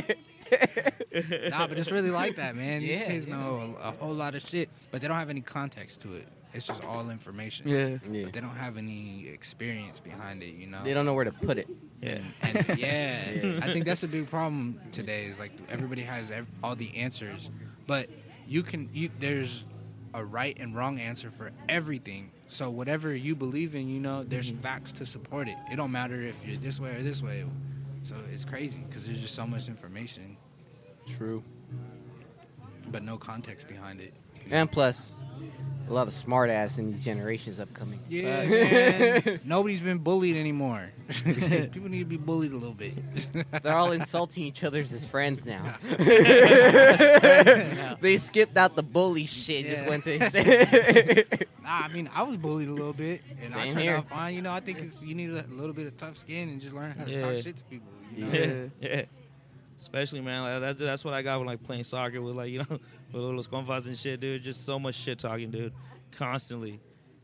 Speaker 2: it.
Speaker 1: nah, but it's really like that, man. These
Speaker 2: Yeah,
Speaker 1: kids
Speaker 2: yeah.
Speaker 1: know a, a whole lot of shit, but they don't have any context to it. It's just all information.
Speaker 6: yeah.
Speaker 2: yeah.
Speaker 1: But they don't have any experience behind it, you know.
Speaker 2: They don't know where to put it.
Speaker 3: yeah
Speaker 1: And yeah,
Speaker 2: Yeah.
Speaker 1: I think that's a big problem today. Is like everybody has ev- all the answers, but you can you, there's a right and wrong answer for everything. So whatever you believe in, you know, there's facts to support it. It don't matter if you're this way or this way. So it's crazy because there's just so much information,
Speaker 2: True.
Speaker 1: but no context behind it. you know?
Speaker 2: And plus, a lot of smart ass in these generations upcoming.
Speaker 1: Yeah, man. Nobody's been bullied anymore. People need to be bullied a little bit.
Speaker 2: They're all insulting each other as friends now. they skipped out the bully shit. Just
Speaker 1: Yeah.
Speaker 2: went to.
Speaker 1: Nah, I mean, I was bullied a little bit, and I
Speaker 2: Same
Speaker 1: turned
Speaker 2: here.
Speaker 1: out fine. You know, I think it's, you need a little bit of tough skin and just learn how to
Speaker 3: Yeah.
Speaker 1: talk shit to people. You know?
Speaker 3: yeah, yeah. Especially man, like, that's that's what I got with like playing soccer with like you know with little squamfas and shit, dude. Just so much shit talking, dude, constantly,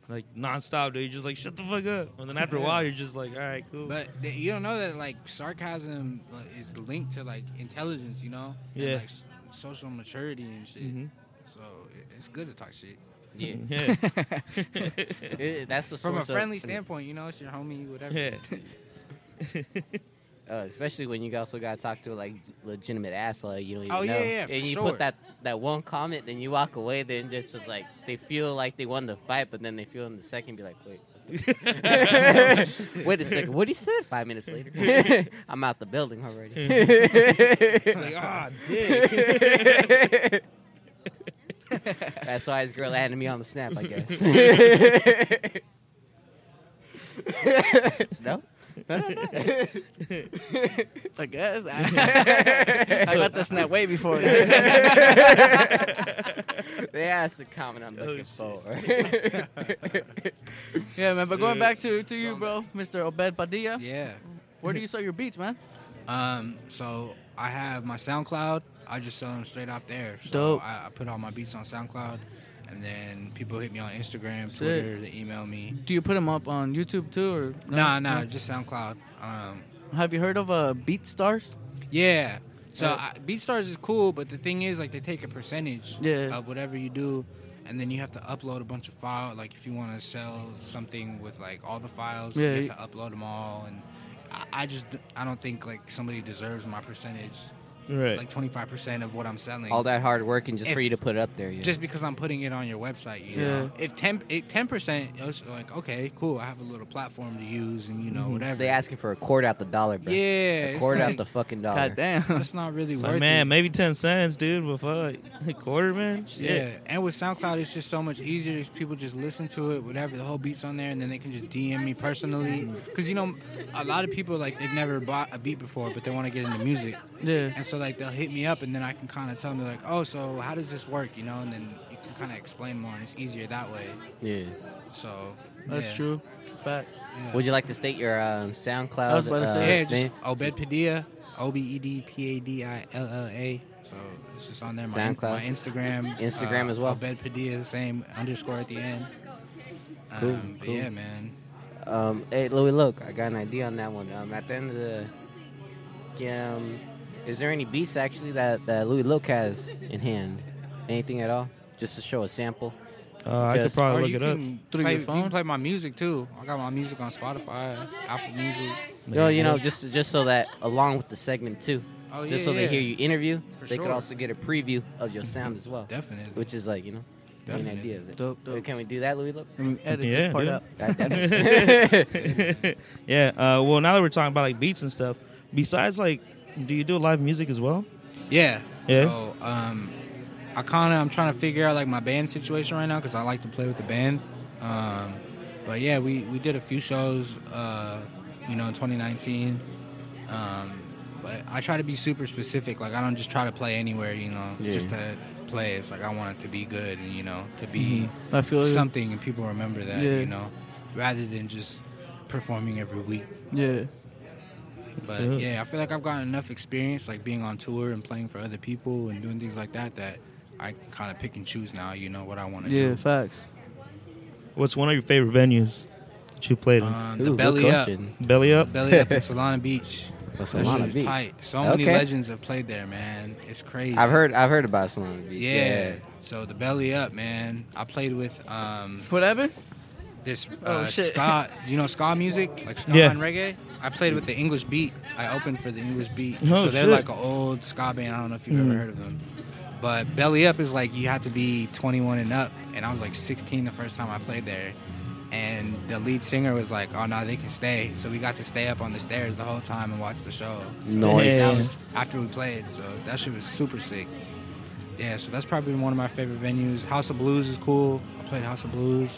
Speaker 3: like nonstop, dude. You're just like shut the fuck up, and then after a while, you're just like, all right, cool.
Speaker 1: But th- you don't know that like sarcasm uh, is linked to like intelligence, you know,
Speaker 3: Yeah.
Speaker 1: and, like s- social maturity and shit.
Speaker 3: Mhm.
Speaker 1: So it- it's good to talk shit
Speaker 2: yeah.
Speaker 3: yeah,
Speaker 2: It- that's the
Speaker 1: from a
Speaker 2: source of-
Speaker 1: friendly standpoint. You know, it's your homie, whatever.
Speaker 3: yeah,
Speaker 2: Uh, especially when you also got to talk to like legitimate asshole you don't even
Speaker 1: Oh,
Speaker 2: know.
Speaker 1: yeah, yeah, for
Speaker 2: and you
Speaker 1: sure.
Speaker 2: put that that one comment, then you walk away. Then just just like they feel like they won the fight, but then they feel in the second be like, wait, what the fuck? wait a second, what he said five minutes later? I'm out the building
Speaker 3: It's like
Speaker 2: already.
Speaker 3: ah, dick.
Speaker 2: That's why his girl added me on the snap, I guess. no. No, no, no.
Speaker 6: I guess. I, I got the snap way before that.
Speaker 2: That's the comment I'm looking
Speaker 3: Oh,
Speaker 2: for.
Speaker 6: Yeah, man. But going
Speaker 3: Dude.
Speaker 6: back to, to you, bro, Mr. Obed Padilla.
Speaker 1: Yeah.
Speaker 6: Where do you sell your beats, man?
Speaker 1: Um, so I have my SoundCloud. I just sell them straight off there. So
Speaker 6: Dope.
Speaker 1: I, I put all my beats on SoundCloud, and then people hit me on Instagram,
Speaker 6: Sick.
Speaker 1: Twitter, they email me.
Speaker 6: Do you put them up on YouTube too, or no?
Speaker 1: Nah, nah, just SoundCloud. Um,
Speaker 6: Have you heard of uh, Beat Stars?
Speaker 1: yeah. So
Speaker 6: Uh,
Speaker 1: I, BeatStars is cool, but the thing is, like, they take a percentage
Speaker 6: Yeah.
Speaker 1: of whatever you do, and then you have to upload a bunch of files. Like, if you want to sell something with like all the files,
Speaker 6: Yeah,
Speaker 1: you
Speaker 6: y-
Speaker 1: have to upload them all. And I, I just, I don't think like somebody deserves my percentage,
Speaker 3: Right.
Speaker 1: like twenty five percent of what I'm selling.
Speaker 2: All that hard work and just for
Speaker 1: If-
Speaker 2: you to put it up there. Yeah.
Speaker 1: just because I'm putting it on your website, you know. If ten if ten percent, it's like okay, cool. I have a little platform to use, and you know whatever.
Speaker 2: Mm-hmm. they asking for a quarter out the dollar, bro.
Speaker 1: yeah,
Speaker 2: A
Speaker 1: it's
Speaker 2: quarter out
Speaker 1: like,
Speaker 2: the fucking dollar.
Speaker 6: God damn.
Speaker 1: That's not really
Speaker 3: Like,
Speaker 1: worth
Speaker 3: man,
Speaker 1: it.
Speaker 3: maybe ten cents, dude. But fuck, a quarter, man.
Speaker 1: Yeah.
Speaker 3: Shit.
Speaker 1: and with SoundCloud, it's just so much easier. People just listen to it, whatever. The whole beat's on there, and then they can just DM me personally. Because you know, a lot of people like they've never bought a beat before, but they want to get into music,
Speaker 6: Yeah.
Speaker 1: and so like they'll hit me up, and then I can kind of tell them like, oh, so how does this work, you know? And then you can kind of explain more, and it's easier that way.
Speaker 2: Yeah.
Speaker 1: So
Speaker 6: That's
Speaker 1: yeah,
Speaker 6: true. Facts.
Speaker 1: yeah.
Speaker 2: Would you like to state your um, SoundCloud?
Speaker 6: I was about to
Speaker 2: uh,
Speaker 6: say,
Speaker 1: Yeah,
Speaker 2: thing?
Speaker 1: just Obed Padilla, O B E D P A D I L L A. So it's just on there. My,
Speaker 2: SoundCloud.
Speaker 1: my Instagram, uh,
Speaker 2: Instagram as well.
Speaker 1: Obed Padilla, same underscore at the end.
Speaker 2: Cool,
Speaker 1: Um, but
Speaker 2: cool.
Speaker 1: Yeah, man.
Speaker 2: Um, hey, Louis, look, I got an idea on that one. Um, at the end of the, yeah, um, is there any beats actually that that Louis Look has in hand? Anything at all? Just to show a sample.
Speaker 3: Uh, I could
Speaker 2: Just-
Speaker 1: Or
Speaker 3: probably look
Speaker 1: you
Speaker 3: it up.
Speaker 1: can
Speaker 6: Through
Speaker 1: play,
Speaker 6: your
Speaker 1: You
Speaker 6: phone?
Speaker 1: can play my music too. I got my music on Spotify, Apple Music.
Speaker 2: Yo, you know, just just so that along with the segment too,
Speaker 1: Oh yeah.
Speaker 2: just so they
Speaker 1: yeah.
Speaker 2: hear you interview,
Speaker 1: For
Speaker 2: they could
Speaker 1: sure.
Speaker 2: also get a preview of your sound as well,
Speaker 1: Definitely.
Speaker 2: which is like you know, an
Speaker 1: Definitely.
Speaker 2: idea of it.
Speaker 6: Dope, dope.
Speaker 2: Can we do that, Louis Look?
Speaker 6: Let me edit
Speaker 3: Yeah,
Speaker 6: this part
Speaker 3: dude.
Speaker 6: out.
Speaker 2: God damn it.
Speaker 3: yeah. Uh, well, now that we're talking about like beats and stuff, besides like, do you do live music as well?
Speaker 1: Yeah.
Speaker 3: Yeah.
Speaker 1: So um, I kind of I'm trying to figure out like my band situation right now because I like to play with the band. Um, but yeah, we we did a few shows, uh, you know, in 2019. Um, but I try to be super specific. Like I don't just try to play anywhere, you know,
Speaker 2: Yeah.
Speaker 1: just to play. It's like I want it to be good and you know to be
Speaker 6: I feel you.
Speaker 1: something and people remember that,
Speaker 6: Mm-hmm. Yeah.
Speaker 1: you know, rather than just performing every week.
Speaker 6: Yeah.
Speaker 1: But
Speaker 3: Sure.
Speaker 1: yeah, I feel like I've gotten enough experience, like being on tour and playing for other people and doing things like that, that I kind of pick and choose now. You know what I want to
Speaker 6: Yeah.
Speaker 1: do.
Speaker 6: Facts.
Speaker 3: What's one of your favorite venues that you played in?
Speaker 1: Um,
Speaker 2: Ooh,
Speaker 1: the
Speaker 2: good
Speaker 1: belly up,
Speaker 2: question.
Speaker 3: Belly up.
Speaker 1: belly up in Solana Beach. That
Speaker 2: Solana
Speaker 1: shit is
Speaker 2: Beach.
Speaker 1: tight. So many
Speaker 2: Okay.
Speaker 1: legends have played there, man. It's crazy.
Speaker 2: I've heard I've heard about Solana Beach.
Speaker 1: Yeah. So the belly up, man. I played with um
Speaker 6: What happened?
Speaker 1: this uh,
Speaker 6: Oh, shit.
Speaker 1: ska. You know ska music, like ska
Speaker 3: Yeah.
Speaker 1: and reggae. I played with the English Beat. I opened for the English Beat.
Speaker 3: Oh,
Speaker 1: so they're
Speaker 3: shit. Mm.
Speaker 1: like an old ska band. I don't know if you've ever heard of them. But Belly Up is like you have to be 21 and up, and I was like 16 the first time I played there. And the lead singer was like, "Oh no, they can stay." So we got to stay up on the stairs the whole time and watch the show. So
Speaker 2: Nice.
Speaker 1: That was after we played, so that shit was super sick. Yeah, so that's probably one of my favorite venues. House of Blues is cool. I played House of Blues.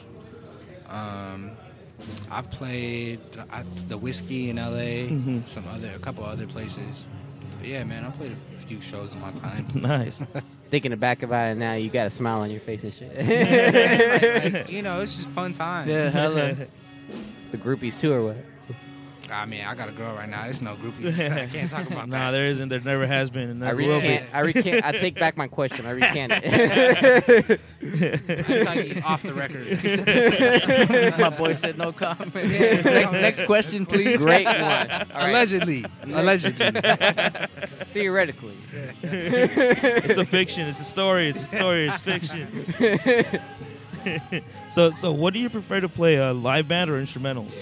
Speaker 1: Um, I've played I, the Whiskey in LA,
Speaker 3: Mhm.
Speaker 1: some other, a couple other places. But yeah, man, I played a few shows in my time.
Speaker 3: Nice.
Speaker 2: Thinking the back about it now, you got a smile on your face and shit.
Speaker 1: Like, you know, it's just fun time.
Speaker 6: Yeah. Hella.
Speaker 2: the groupies too, or what?
Speaker 1: I mean, I got a girl right now. There's no groupies. I can't talk about
Speaker 3: nah,
Speaker 1: that.
Speaker 3: there isn't. There never has been. And
Speaker 2: I
Speaker 3: never will be.
Speaker 2: recant. I recant. I take back my question. I recant it.
Speaker 1: I'm talking off the record.
Speaker 6: My boy said no comment. next, next question, please.
Speaker 2: Great one. All right.
Speaker 1: Allegedly. Allegedly.
Speaker 2: Theoretically.
Speaker 3: it's a fiction. It's a story. It's a story. It's fiction. so, so what do you prefer to play, a live band or instrumentals?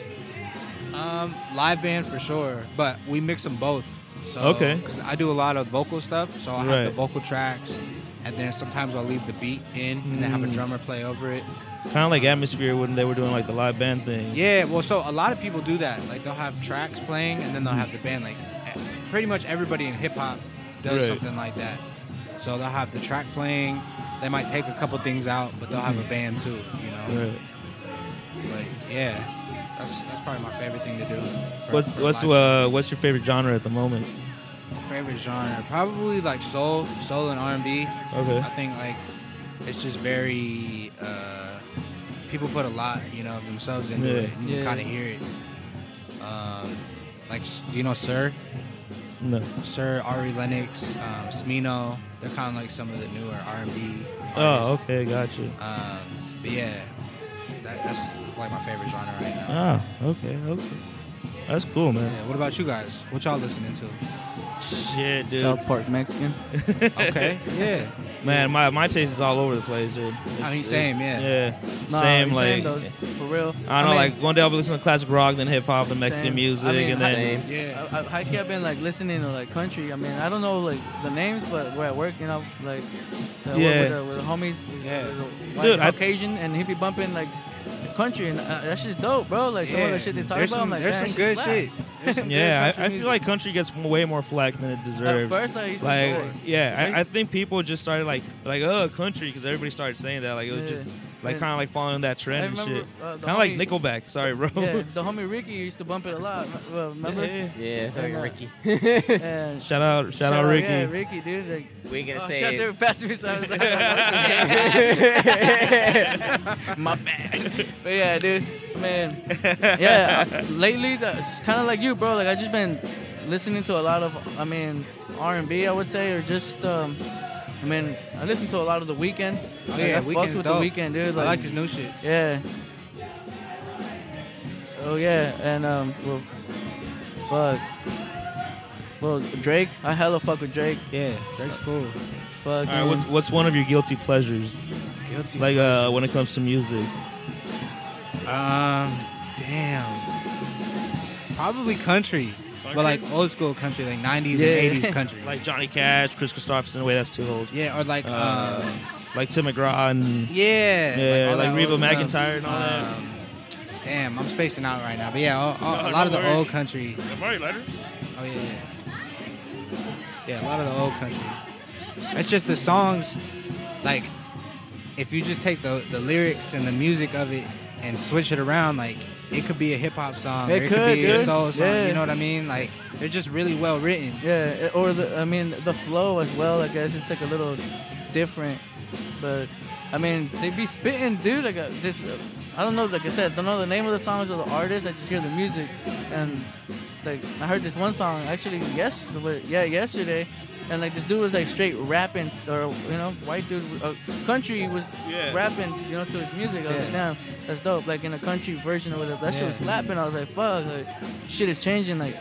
Speaker 1: Um, live band for sure, but we mix them both. So,
Speaker 3: Okay.
Speaker 1: Because I do a lot of vocal stuff, so I have the
Speaker 3: Right.
Speaker 1: vocal tracks, and then sometimes I'll leave the beat in and then have a
Speaker 3: Mm.
Speaker 1: drummer play over it.
Speaker 3: Kind of like Atmosphere when they were doing like the live band thing.
Speaker 1: Yeah, well, so a lot of people do that. Like they'll have tracks playing and then they'll have the band. Like e- pretty much everybody in hip hop does
Speaker 3: Right.
Speaker 1: something like that. So they'll have the track playing. They might take a couple things out, but they'll have a band too. You know.
Speaker 3: Right.
Speaker 1: But yeah, that's that's probably my favorite thing to do. for-
Speaker 3: What's
Speaker 1: for
Speaker 3: what's
Speaker 1: live
Speaker 3: uh, what's your favorite genre at the moment?
Speaker 1: Favorite genre, probably like soul, soul and R and B. I
Speaker 3: Okay.
Speaker 1: think like it's just very uh, people put a lot, you know, of themselves into
Speaker 3: Yeah.
Speaker 1: it. And you
Speaker 6: Yeah.
Speaker 1: kind of hear it. Um, like s- you know, Sir,
Speaker 3: No.
Speaker 1: Sir Ari Lennox, um, Smino. They're kind of like some of the newer R and B.
Speaker 3: Oh, okay, gotcha.
Speaker 1: Um, but yeah, that, that's it's like my favorite genre right now.
Speaker 3: Ah, okay, okay. That's cool, man.
Speaker 1: Yeah, what about you guys? What y'all listening to?
Speaker 3: Shit, dude.
Speaker 6: South Park Mexican.
Speaker 1: Okay, yeah.
Speaker 3: Man, my, my taste is all over the place, dude.
Speaker 1: I mean,
Speaker 3: It's-
Speaker 1: same, yeah.
Speaker 3: Yeah,
Speaker 6: Nah,
Speaker 3: same.
Speaker 6: it's
Speaker 3: Like,
Speaker 6: though, for real.
Speaker 3: I don't know.
Speaker 6: mean,
Speaker 3: like one day I'll be listening to classic rock, then hip hop, then Mexican
Speaker 6: Same. I
Speaker 3: music,
Speaker 6: mean,
Speaker 3: and then
Speaker 2: Same.
Speaker 1: Yeah.
Speaker 6: I, I, high key, I've been like listening to like country. I mean, I don't know like the names, but we're at work, you know, like uh, with-
Speaker 3: Yeah.
Speaker 6: with, the, with the homies, uh,
Speaker 1: Yeah.
Speaker 6: with the white
Speaker 3: Dude, I-
Speaker 6: Caucasian, and he be bumping like country, and uh, that shit's dope, bro. Like some of
Speaker 1: Yeah.
Speaker 6: the shit they talk
Speaker 1: There's
Speaker 6: about,
Speaker 1: some,
Speaker 6: I'm like,
Speaker 1: there's
Speaker 6: "Man,
Speaker 1: some
Speaker 6: that
Speaker 1: good
Speaker 6: slap."
Speaker 1: shit. There's some
Speaker 3: yeah,
Speaker 1: good
Speaker 3: I, I
Speaker 1: country
Speaker 3: feel like country gets m- way more flack than it
Speaker 6: At
Speaker 3: deserves.
Speaker 6: first, I used to
Speaker 3: like,
Speaker 6: like,
Speaker 3: yeah,
Speaker 6: Right?
Speaker 3: I, I think people just started like like oh country because everybody started saying that like it was
Speaker 6: Yeah.
Speaker 3: just like
Speaker 6: Yeah.
Speaker 3: kind of like following that
Speaker 6: I
Speaker 3: trend and
Speaker 6: remember,
Speaker 3: shit,
Speaker 6: uh, the
Speaker 3: kind of like
Speaker 6: homie-
Speaker 3: Nickelback. Sorry, bro.
Speaker 6: yeah, the homie Ricky used to bump it a lot. uh, Remember?
Speaker 3: Yeah.
Speaker 2: Yeah,
Speaker 6: Fair enough.
Speaker 2: Ricky.
Speaker 6: And
Speaker 3: Shout out, shout, out, Ricky.
Speaker 6: Yeah, Ricky, dude. Like,
Speaker 2: we ain't gonna
Speaker 6: oh,
Speaker 2: say
Speaker 6: shut
Speaker 2: it.
Speaker 6: their past me. So I was like, oh, shit. My bad. But yeah, dude, man. Yeah, I- lately, that's kind of like you, bro. Like I just been listening to a lot of, I mean, R and B, I would say, or just, um, I mean, I listen to a lot of The Weeknd.
Speaker 1: Oh,
Speaker 6: Like,
Speaker 1: yeah,
Speaker 6: I fucks
Speaker 1: Weeknd's
Speaker 6: with
Speaker 1: dope.
Speaker 6: The Weeknd, dude.
Speaker 1: I
Speaker 6: Like,
Speaker 1: like his new shit.
Speaker 6: yeah. Oh yeah, and um, well, fuck. Well, Drake, I hella fuck with Drake.
Speaker 1: Yeah, Drake's cool.
Speaker 6: Fuck.
Speaker 3: All right, what, what's one of your guilty pleasures?
Speaker 1: Guilty.
Speaker 3: Like uh, when it comes to music,
Speaker 1: um, damn. Probably country,
Speaker 3: Country?
Speaker 1: but like old school country, like '90s
Speaker 6: Yeah.
Speaker 1: and '80s country.
Speaker 3: like Johnny Cash, Chris Christopherson. Wait, that's too old.
Speaker 1: yeah, or like
Speaker 3: Uh,
Speaker 1: uh,
Speaker 3: like Tim McGraw and
Speaker 1: yeah,
Speaker 3: yeah,
Speaker 1: all
Speaker 3: like
Speaker 1: that
Speaker 3: Reba
Speaker 1: old stuff.
Speaker 3: McEntire and all that.
Speaker 1: Um, Damn, I'm spacing out right now, but yeah, all, all,
Speaker 3: No,
Speaker 1: a lot
Speaker 3: no
Speaker 1: of the
Speaker 3: worries.
Speaker 1: old country.
Speaker 3: Amari Leiter.
Speaker 1: Oh yeah, yeah, yeah, a lot of the old country. It's just the songs, like if you just take the the lyrics and the music of it and switch it around, like it could be a hip hop song,
Speaker 6: It
Speaker 1: or it could,
Speaker 6: could,
Speaker 1: be a
Speaker 6: dude.
Speaker 1: soul song.
Speaker 6: Yeah.
Speaker 1: You know what I mean? Like they're just really well written.
Speaker 6: Yeah, or the, I mean, the flow as well. I guess it's like a little different, but I mean, they be spitting, dude. Like uh, this, uh, I don't know. Like I said, don't know the name of the songs or the artists. I just hear the music, and like I heard this one song actually yes, wa- yeah, yesterday, and like this dude was like straight rapping, or you know, white dude, uh, country was
Speaker 3: Yeah.
Speaker 6: rapping, you know, to his music. I was like, damn, that's dope. Like in a country version of it, that shit
Speaker 1: Yeah.
Speaker 6: was slapping. I was like, fuck, like shit is changing. Like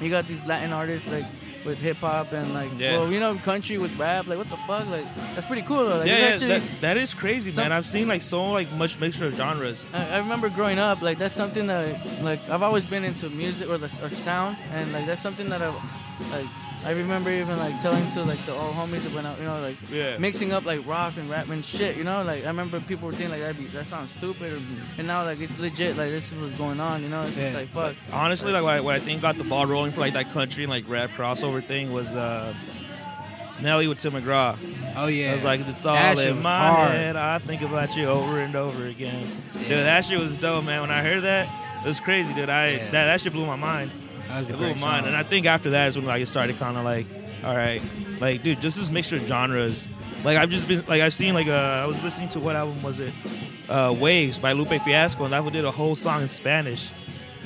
Speaker 6: you got these Latin artists like with hip hop and like
Speaker 3: Yeah.
Speaker 6: well, you know, country with rap. Like what the fuck? Like that's pretty cool though. Like,
Speaker 3: yeah,
Speaker 6: it's
Speaker 3: yeah
Speaker 6: actually,
Speaker 3: that, that is crazy,
Speaker 6: some-
Speaker 3: man. I've seen like so like much mixture of genres.
Speaker 6: I, I remember growing up, like that's something that like I've always been into music or the or sound, and like that's something that I like. I remember even like telling to like the old homies that went out, you know, like
Speaker 3: Yeah.
Speaker 6: mixing up like rock and rap and shit, you know. Like I remember people were thinking like that be that sounds stupid, or, and now like it's legit. Like this is what's going on, you know. It's just
Speaker 1: Yeah.
Speaker 6: like fuck.
Speaker 3: Honestly, like what I, what I think got the ball rolling for like that country and like rap crossover thing was uh Nelly with Tim McGraw.
Speaker 1: Oh yeah,
Speaker 3: I was like, it's all
Speaker 1: That shit
Speaker 3: in
Speaker 1: was
Speaker 3: my
Speaker 1: hard.
Speaker 3: head. I think about you over and over again.
Speaker 1: Yeah.
Speaker 3: Dude, that shit was dope, man. When I heard that, it was crazy, dude. I
Speaker 1: Yeah.
Speaker 3: that, that shit blew my mind.
Speaker 1: that was a
Speaker 3: It blew
Speaker 1: great
Speaker 3: my mind.
Speaker 1: song.
Speaker 3: And I think after that is when like it started kind of like, all right, like dude, just this mixture of genres. Like I've just been like I've seen like uh I was listening to what album was it? Uh, Waves by Lupe Fiasco, and that one did a whole song in Spanish.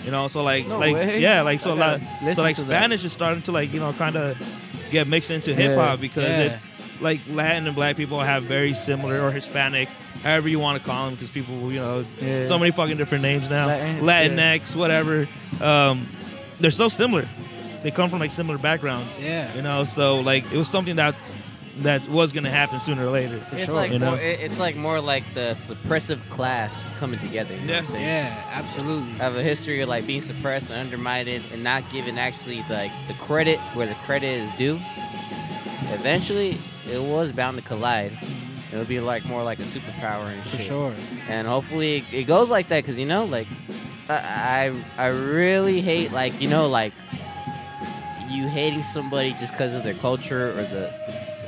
Speaker 3: You know, so like
Speaker 6: No
Speaker 3: like
Speaker 6: way.
Speaker 3: yeah, like so
Speaker 6: I
Speaker 3: a lot.
Speaker 6: gotta listen
Speaker 3: So like
Speaker 6: to that.
Speaker 3: Spanish is starting to like you know kind of get mixed into hip
Speaker 6: Yeah,
Speaker 3: hop because
Speaker 1: yeah.
Speaker 3: it's like Latin and Black people have very similar or Hispanic, however you want to call them, because people you know
Speaker 6: Yeah.
Speaker 3: so many fucking different names now,
Speaker 6: Latin-
Speaker 3: Latinx, whatever. Um, they're so similar. They come from like similar backgrounds.
Speaker 1: Yeah.
Speaker 3: You know, so like it was something that that was gonna happen sooner or later.
Speaker 2: It's like
Speaker 3: You know?
Speaker 2: more, it- it's like more like the suppressive class coming together. You know what
Speaker 3: Yeah.
Speaker 2: I'm saying?
Speaker 1: yeah, absolutely.
Speaker 2: I have a history of like being suppressed and undermined and not given actually like the credit where the credit is due. Eventually, it was bound to collide. It'll be like more like a superpower and
Speaker 1: for
Speaker 2: shit.
Speaker 1: sure.
Speaker 2: And hopefully, it, it goes like that because you know, like I, I I really hate like you know like you hating somebody just because of their culture or the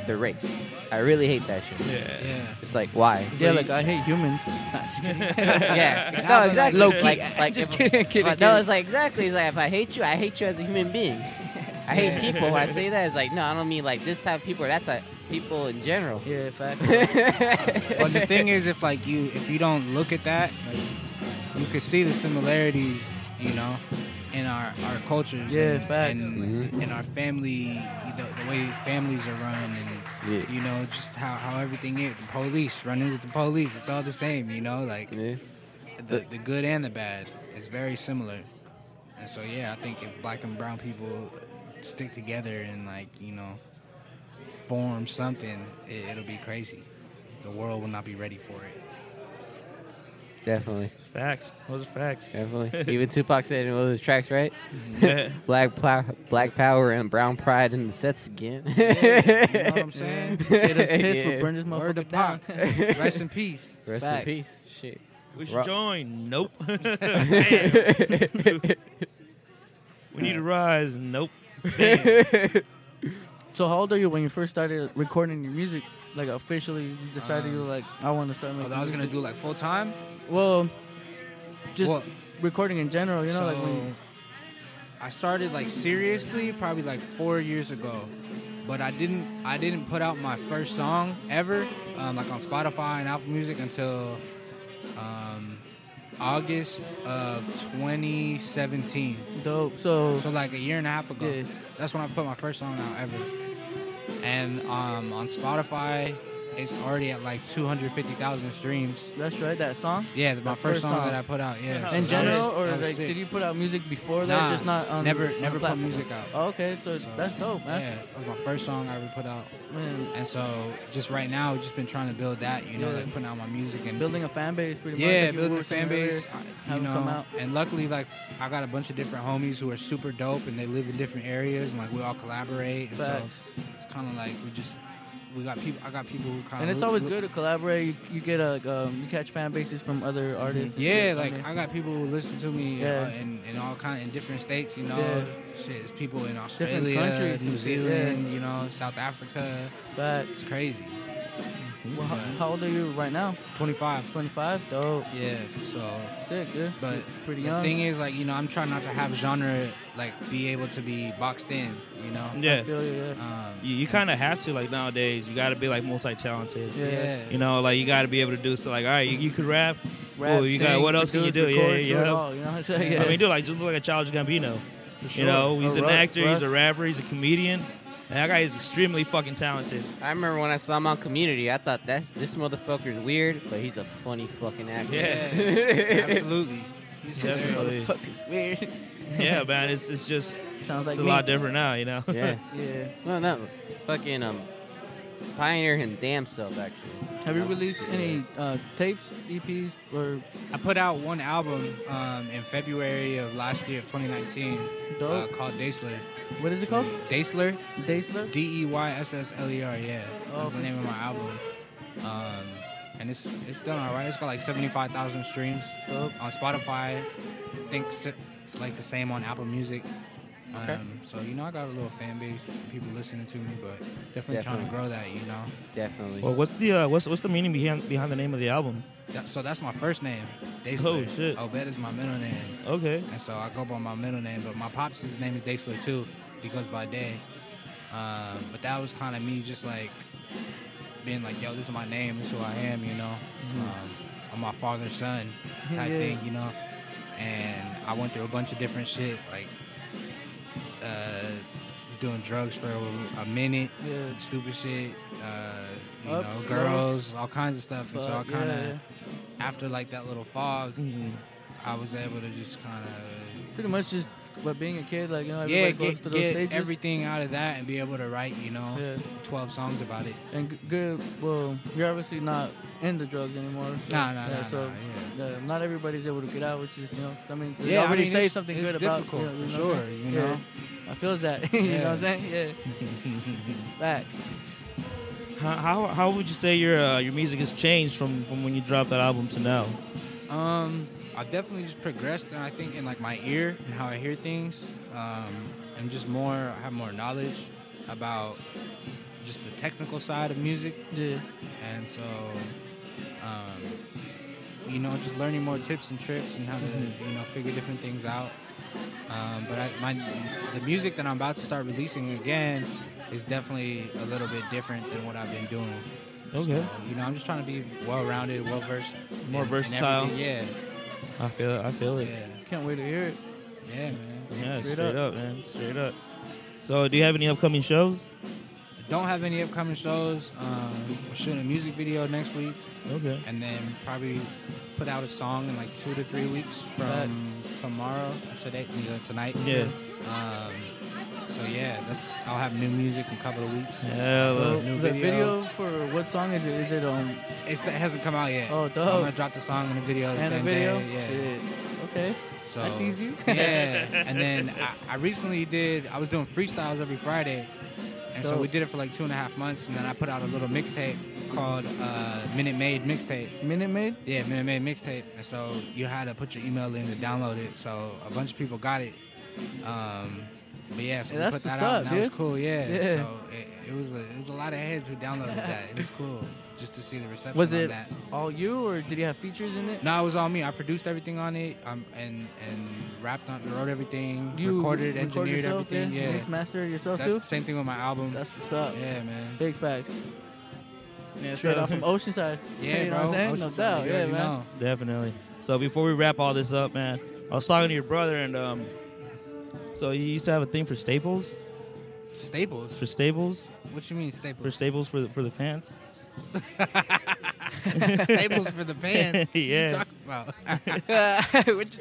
Speaker 2: their race. I really hate that shit.
Speaker 3: Yeah.
Speaker 1: Yeah.
Speaker 2: It's like why?
Speaker 6: Yeah, like I hate humans. Nah, just kidding.
Speaker 2: yeah.
Speaker 1: but
Speaker 2: No,
Speaker 1: like,
Speaker 2: exactly.
Speaker 6: low key.
Speaker 2: Like, like
Speaker 6: Just
Speaker 2: if-
Speaker 6: kidding, kidding,
Speaker 2: like, no,
Speaker 6: kidding.
Speaker 2: it's like exactly. It's like if I hate you, I hate you as a human being. I I hate people. When I say that, it's like, no, I don't mean like this type of people or that type of people in general.
Speaker 6: Yeah, fact.
Speaker 1: but the thing is, if like you, if you don't look at that, like, you could see the similarities, you know, in our our cultures,
Speaker 6: Yeah,
Speaker 1: and,
Speaker 6: facts.
Speaker 2: Mm-hmm.
Speaker 1: and, and our family, you know, the way families are run, and
Speaker 2: Yeah.
Speaker 1: you know, just how how everything is. The police running with the police, it's all the same, you know, like
Speaker 2: yeah.
Speaker 1: the the good and the bad is very similar. And so yeah, I think if black and brown people stick together and like you know form something, it, it'll be crazy. The world will not be ready for it.
Speaker 2: Definitely,
Speaker 3: Facts. Those are facts.
Speaker 2: definitely. Even Tupac said in one of his tracks, right?
Speaker 3: Yeah.
Speaker 2: Black, pla- black power and brown pride in the sets again.
Speaker 1: You know what I'm saying?
Speaker 6: Get us pissed.
Speaker 2: Yeah.
Speaker 6: We'll burn this
Speaker 1: Word to
Speaker 6: motherfucker down.
Speaker 1: pop. Rest in peace.
Speaker 2: Rest
Speaker 6: Facts.
Speaker 2: in peace. Shit.
Speaker 3: We should
Speaker 2: Ro-
Speaker 3: join. Nope. Damn. we need to rise. Nope. Damn.
Speaker 6: So how old are you when you first started recording your music? Like officially, you decided you were like, I want to start making.
Speaker 1: Although Um, I was gonna
Speaker 6: music.
Speaker 1: do like full time.
Speaker 6: Well, just
Speaker 1: Well,
Speaker 6: recording in general. You know,
Speaker 1: so
Speaker 6: like when you,
Speaker 1: I started like seriously probably like four years ago, but I didn't I didn't put out my first song ever um, like on Spotify and Apple Music until um, August of 2017.
Speaker 6: dope. So,
Speaker 1: So like a year and a half ago.
Speaker 6: Yeah.
Speaker 1: That's when I put my first song out ever. And um, on Spotify, it's already at like 250,000 streams.
Speaker 6: that's right. That song.
Speaker 1: Yeah, my first,
Speaker 6: first
Speaker 1: song,
Speaker 6: song.
Speaker 1: that I put out. Yeah.
Speaker 3: Yeah.
Speaker 6: In
Speaker 3: Oh,
Speaker 6: general,
Speaker 1: That
Speaker 6: or
Speaker 1: was- that was
Speaker 6: like,
Speaker 1: sick.
Speaker 6: did you put out music
Speaker 1: Nah,
Speaker 6: before that? Just not on
Speaker 1: never
Speaker 6: on
Speaker 1: never
Speaker 6: the
Speaker 1: put
Speaker 6: platform?
Speaker 1: music out.
Speaker 6: Oh, okay, so,
Speaker 1: So,
Speaker 6: that's dope, man.
Speaker 1: Yeah, that was my first song I ever put out,
Speaker 6: Man,
Speaker 1: and so just right now, just been trying to build that, you know,
Speaker 6: Yeah.
Speaker 1: like putting out my music and
Speaker 6: building a fan base, pretty much.
Speaker 1: yeah,
Speaker 6: like you
Speaker 1: building
Speaker 6: were
Speaker 1: a
Speaker 6: saying
Speaker 1: fan
Speaker 6: earlier.
Speaker 1: base, I- you
Speaker 6: have it
Speaker 1: know,
Speaker 6: come out.
Speaker 1: and luckily, like I got a bunch of different homies who are super dope, and they live in different areas, and like we all collaborate, and
Speaker 6: Facts.
Speaker 1: so it's kind of like we just we got people. I got people who kind of
Speaker 6: And it's always good to collaborate. You, you get a like, um, you catch fan bases from other artists. and
Speaker 1: Mm-hmm. Yeah,
Speaker 6: shit,
Speaker 1: like
Speaker 6: I mean.
Speaker 1: I got people who listen to me uh,
Speaker 6: Yeah.
Speaker 1: in, in all kind in different states, you know.
Speaker 6: Yeah.
Speaker 1: Shit, it's people in Australia,
Speaker 6: countries
Speaker 1: New
Speaker 6: and shit, yeah.
Speaker 1: Zealand, you know, South Africa.
Speaker 6: But
Speaker 1: It's crazy.
Speaker 6: well, how,
Speaker 1: Yeah.
Speaker 6: how old are you right now?
Speaker 1: 25.
Speaker 6: 25. Dope.
Speaker 1: Yeah. So,
Speaker 6: Sick, dude.
Speaker 1: but
Speaker 6: You're pretty
Speaker 1: the
Speaker 6: young.
Speaker 1: thing is, like, you know, I'm trying not to have genre like be able to be boxed in, you know.
Speaker 3: Yeah.
Speaker 6: I feel you, yeah.
Speaker 1: Um,
Speaker 3: You, you kind of have to like nowadays. You got to be like multi-talented.
Speaker 6: Yeah.
Speaker 1: yeah.
Speaker 3: You know, like you got to be able to do so. Like, all right, you, you could rap.
Speaker 6: Rap,
Speaker 3: Cool, you got-
Speaker 6: sing,
Speaker 3: what else can you
Speaker 6: produce,
Speaker 3: do? Yeah,
Speaker 6: record,
Speaker 3: yeah,
Speaker 6: do it
Speaker 3: yeah.
Speaker 6: all, you know what I'm saying?
Speaker 3: I mean, dude, like just look like a Childish Gambino. You
Speaker 6: sure.
Speaker 3: know, he's
Speaker 6: Or
Speaker 3: an
Speaker 6: Russ-
Speaker 3: actor,
Speaker 6: Russ.
Speaker 3: he's a rapper, he's a comedian. And that guy is extremely fucking talented.
Speaker 2: I remember when I saw him on Community, I thought that's this motherfucker's weird, but he's a funny fucking actor.
Speaker 1: Yeah, absolutely. He's
Speaker 3: Definitely.
Speaker 1: hilarious.
Speaker 6: Motherfucker's weird.
Speaker 3: yeah, man, it's, it's just
Speaker 6: Sounds like
Speaker 3: it's a
Speaker 6: me.
Speaker 3: lot different now, you know.
Speaker 2: yeah.
Speaker 6: Yeah.
Speaker 2: No, no. Fucking um, pioneer him damn self actually.
Speaker 6: Have you released any uh, tapes, EPs, or
Speaker 1: I put out one album um, in February of last year of 2019 uh,
Speaker 6: dope?
Speaker 1: called Daysler.
Speaker 6: what is it called?
Speaker 1: Daysler?
Speaker 6: Daysler?
Speaker 1: D E Y S S L E R, yeah.
Speaker 6: Oh,
Speaker 1: That's the name of my album. Um, and it's it's done all right. It's got like 75,000 streams
Speaker 6: Dope.
Speaker 1: on Spotify. I think s- it's like the same on Apple Music.
Speaker 2: Okay.
Speaker 1: Um, so, you know, I got a little fan base, people listening to me, but definitely, trying
Speaker 2: Definitely.
Speaker 1: to grow that, you know?
Speaker 2: Definitely.
Speaker 3: Well, what's the uh, what's what's the meaning behind behind the name of the album?
Speaker 1: That, so that's my first name.
Speaker 3: Oh,
Speaker 1: Daysler.
Speaker 3: shit.
Speaker 1: Obed is my middle name.
Speaker 3: Okay.
Speaker 1: And so I go by my middle name, but my pops' his name is Daysler too. He goes by Day. Um, but that was kind of me just like being like, yo, this is my name, this is who I am, you know. Um, I'm my father's son type
Speaker 6: Mm-hmm. Yeah.
Speaker 1: thing, you know. And I went through a bunch of different shit, like uh, doing drugs for a, a minute,
Speaker 6: Yeah.
Speaker 1: stupid shit, uh, you
Speaker 6: Ups,
Speaker 1: know, girls, all kinds of stuff. and so I
Speaker 6: Fuck, yeah,
Speaker 1: kind of, after like that little fog,
Speaker 3: Hmm.
Speaker 1: I was able to just kind of
Speaker 6: Pretty much just but being a kid, like you know,
Speaker 1: yeah,
Speaker 6: everybody goes
Speaker 1: get,
Speaker 6: through those
Speaker 1: get
Speaker 6: stages.
Speaker 1: everything out of that and be able to write, you know,
Speaker 6: Yeah.
Speaker 1: 12 songs about it.
Speaker 6: And g- good. Well, you're obviously not into drugs anymore. So,
Speaker 1: Nah, nah,
Speaker 6: yeah,
Speaker 1: nah,
Speaker 6: So
Speaker 1: nah,
Speaker 6: yeah, not everybody's able to get out, which is you know, I mean, to
Speaker 1: Yeah, I
Speaker 6: already
Speaker 1: mean,
Speaker 6: say
Speaker 1: it's-
Speaker 6: something
Speaker 1: it's
Speaker 6: good
Speaker 1: difficult,
Speaker 6: about you know,
Speaker 1: for
Speaker 6: you know what
Speaker 1: sure,
Speaker 6: I'm saying?
Speaker 1: you know?
Speaker 6: Yeah. I feel that. you know what
Speaker 1: Yeah.
Speaker 6: I'm saying? Yeah. Facts.
Speaker 3: How, how how would you say your uh, your music has changed from from when you dropped that album to now?
Speaker 1: Um, I've definitely just progressed, and I think in like my ear and how I hear things, um, and just more, I have more knowledge about just the technical side of music,
Speaker 6: Yeah.
Speaker 1: and so,
Speaker 6: Mm-hmm.
Speaker 1: um, you know, just learning more tips and tricks and how to, you know, figure different things out. Um, but I, my the music that I'm about to start releasing again is definitely a little bit different than what I've been doing.
Speaker 3: Okay.
Speaker 1: So, you know, I'm just trying to be well-rounded, well-versed,
Speaker 3: More
Speaker 1: in- in
Speaker 3: versatile.
Speaker 1: everything. yeah,
Speaker 3: I feel it. I feel it.
Speaker 1: yeah,
Speaker 6: Can't wait to hear it.
Speaker 1: yeah, man.
Speaker 3: Yeah, straight,
Speaker 6: Straight
Speaker 3: up. man. Straight up. So, do you have any upcoming shows?
Speaker 1: Don't have any upcoming shows. Um, we're shooting a music video next week,
Speaker 3: Okay.
Speaker 1: and then probably put out a song in like two to three weeks from
Speaker 6: Right.
Speaker 1: tomorrow, today, you know, tonight.
Speaker 3: Yeah.
Speaker 1: Um, so yeah, that's I'll have new music in a couple of weeks.
Speaker 3: Hella.
Speaker 6: So
Speaker 1: new
Speaker 6: the
Speaker 1: video.
Speaker 6: video for what song is it? Is it um
Speaker 1: It's, it hasn't come out yet.
Speaker 6: Oh,
Speaker 1: So I'm
Speaker 6: dope.
Speaker 1: gonna drop the song and the video the
Speaker 6: and the
Speaker 1: same
Speaker 6: video?
Speaker 1: day. Yeah.
Speaker 6: Shit. Okay.
Speaker 1: So
Speaker 6: That's easy.
Speaker 1: yeah, and then I, I recently did. I was doing freestyles every Friday, and so
Speaker 6: Dope.
Speaker 1: we did it for like two and a half months, and then I put out a little mixtape called uh, Minute Made Mixtape.
Speaker 6: Minute Maid?
Speaker 1: Yeah, Minute Maid Mixtape, and so you had to put your email in to download it. So a bunch of people got it. Um, but yeah, so
Speaker 6: Yeah,
Speaker 1: we
Speaker 6: that's
Speaker 1: put that out.
Speaker 6: what's up,
Speaker 1: and that was
Speaker 6: dude.
Speaker 1: cool. Yeah.
Speaker 6: Yeah.
Speaker 1: So it, it was a, it was a lot of heads who downloaded that. It was cool just to see the reception.
Speaker 6: Was
Speaker 1: on
Speaker 6: it
Speaker 1: that.
Speaker 6: all you or did you have features in it?
Speaker 1: No, it was all me. I produced everything on it, um, and and rapped on, wrote everything,
Speaker 6: You
Speaker 1: recorded,
Speaker 6: record
Speaker 1: engineered
Speaker 6: yourself,
Speaker 1: everything.
Speaker 6: Yeah.
Speaker 1: Yeah,
Speaker 6: Mix master yourself
Speaker 1: that's
Speaker 6: too.
Speaker 1: the same thing with my album.
Speaker 6: That's what's up.
Speaker 1: yeah, man.
Speaker 6: Big facts.
Speaker 3: Yeah,
Speaker 6: Straight
Speaker 3: so-
Speaker 6: off from Oceanside.
Speaker 1: Yeah,
Speaker 6: you know
Speaker 1: bro.
Speaker 6: what I'm saying? No
Speaker 1: Oceanside,
Speaker 6: doubt.
Speaker 1: you
Speaker 6: Yeah,
Speaker 1: already
Speaker 6: man.
Speaker 1: know.
Speaker 3: Definitely. So before we wrap all this up, man, I was talking to your brother, and um, so you used to have a thing for staples,
Speaker 1: Staples.
Speaker 3: for staples,
Speaker 1: What you mean
Speaker 3: for
Speaker 1: staples?
Speaker 3: staples for the, for the pants.
Speaker 1: staples for the pants. What you
Speaker 3: Yeah.
Speaker 1: talking about?
Speaker 6: Which-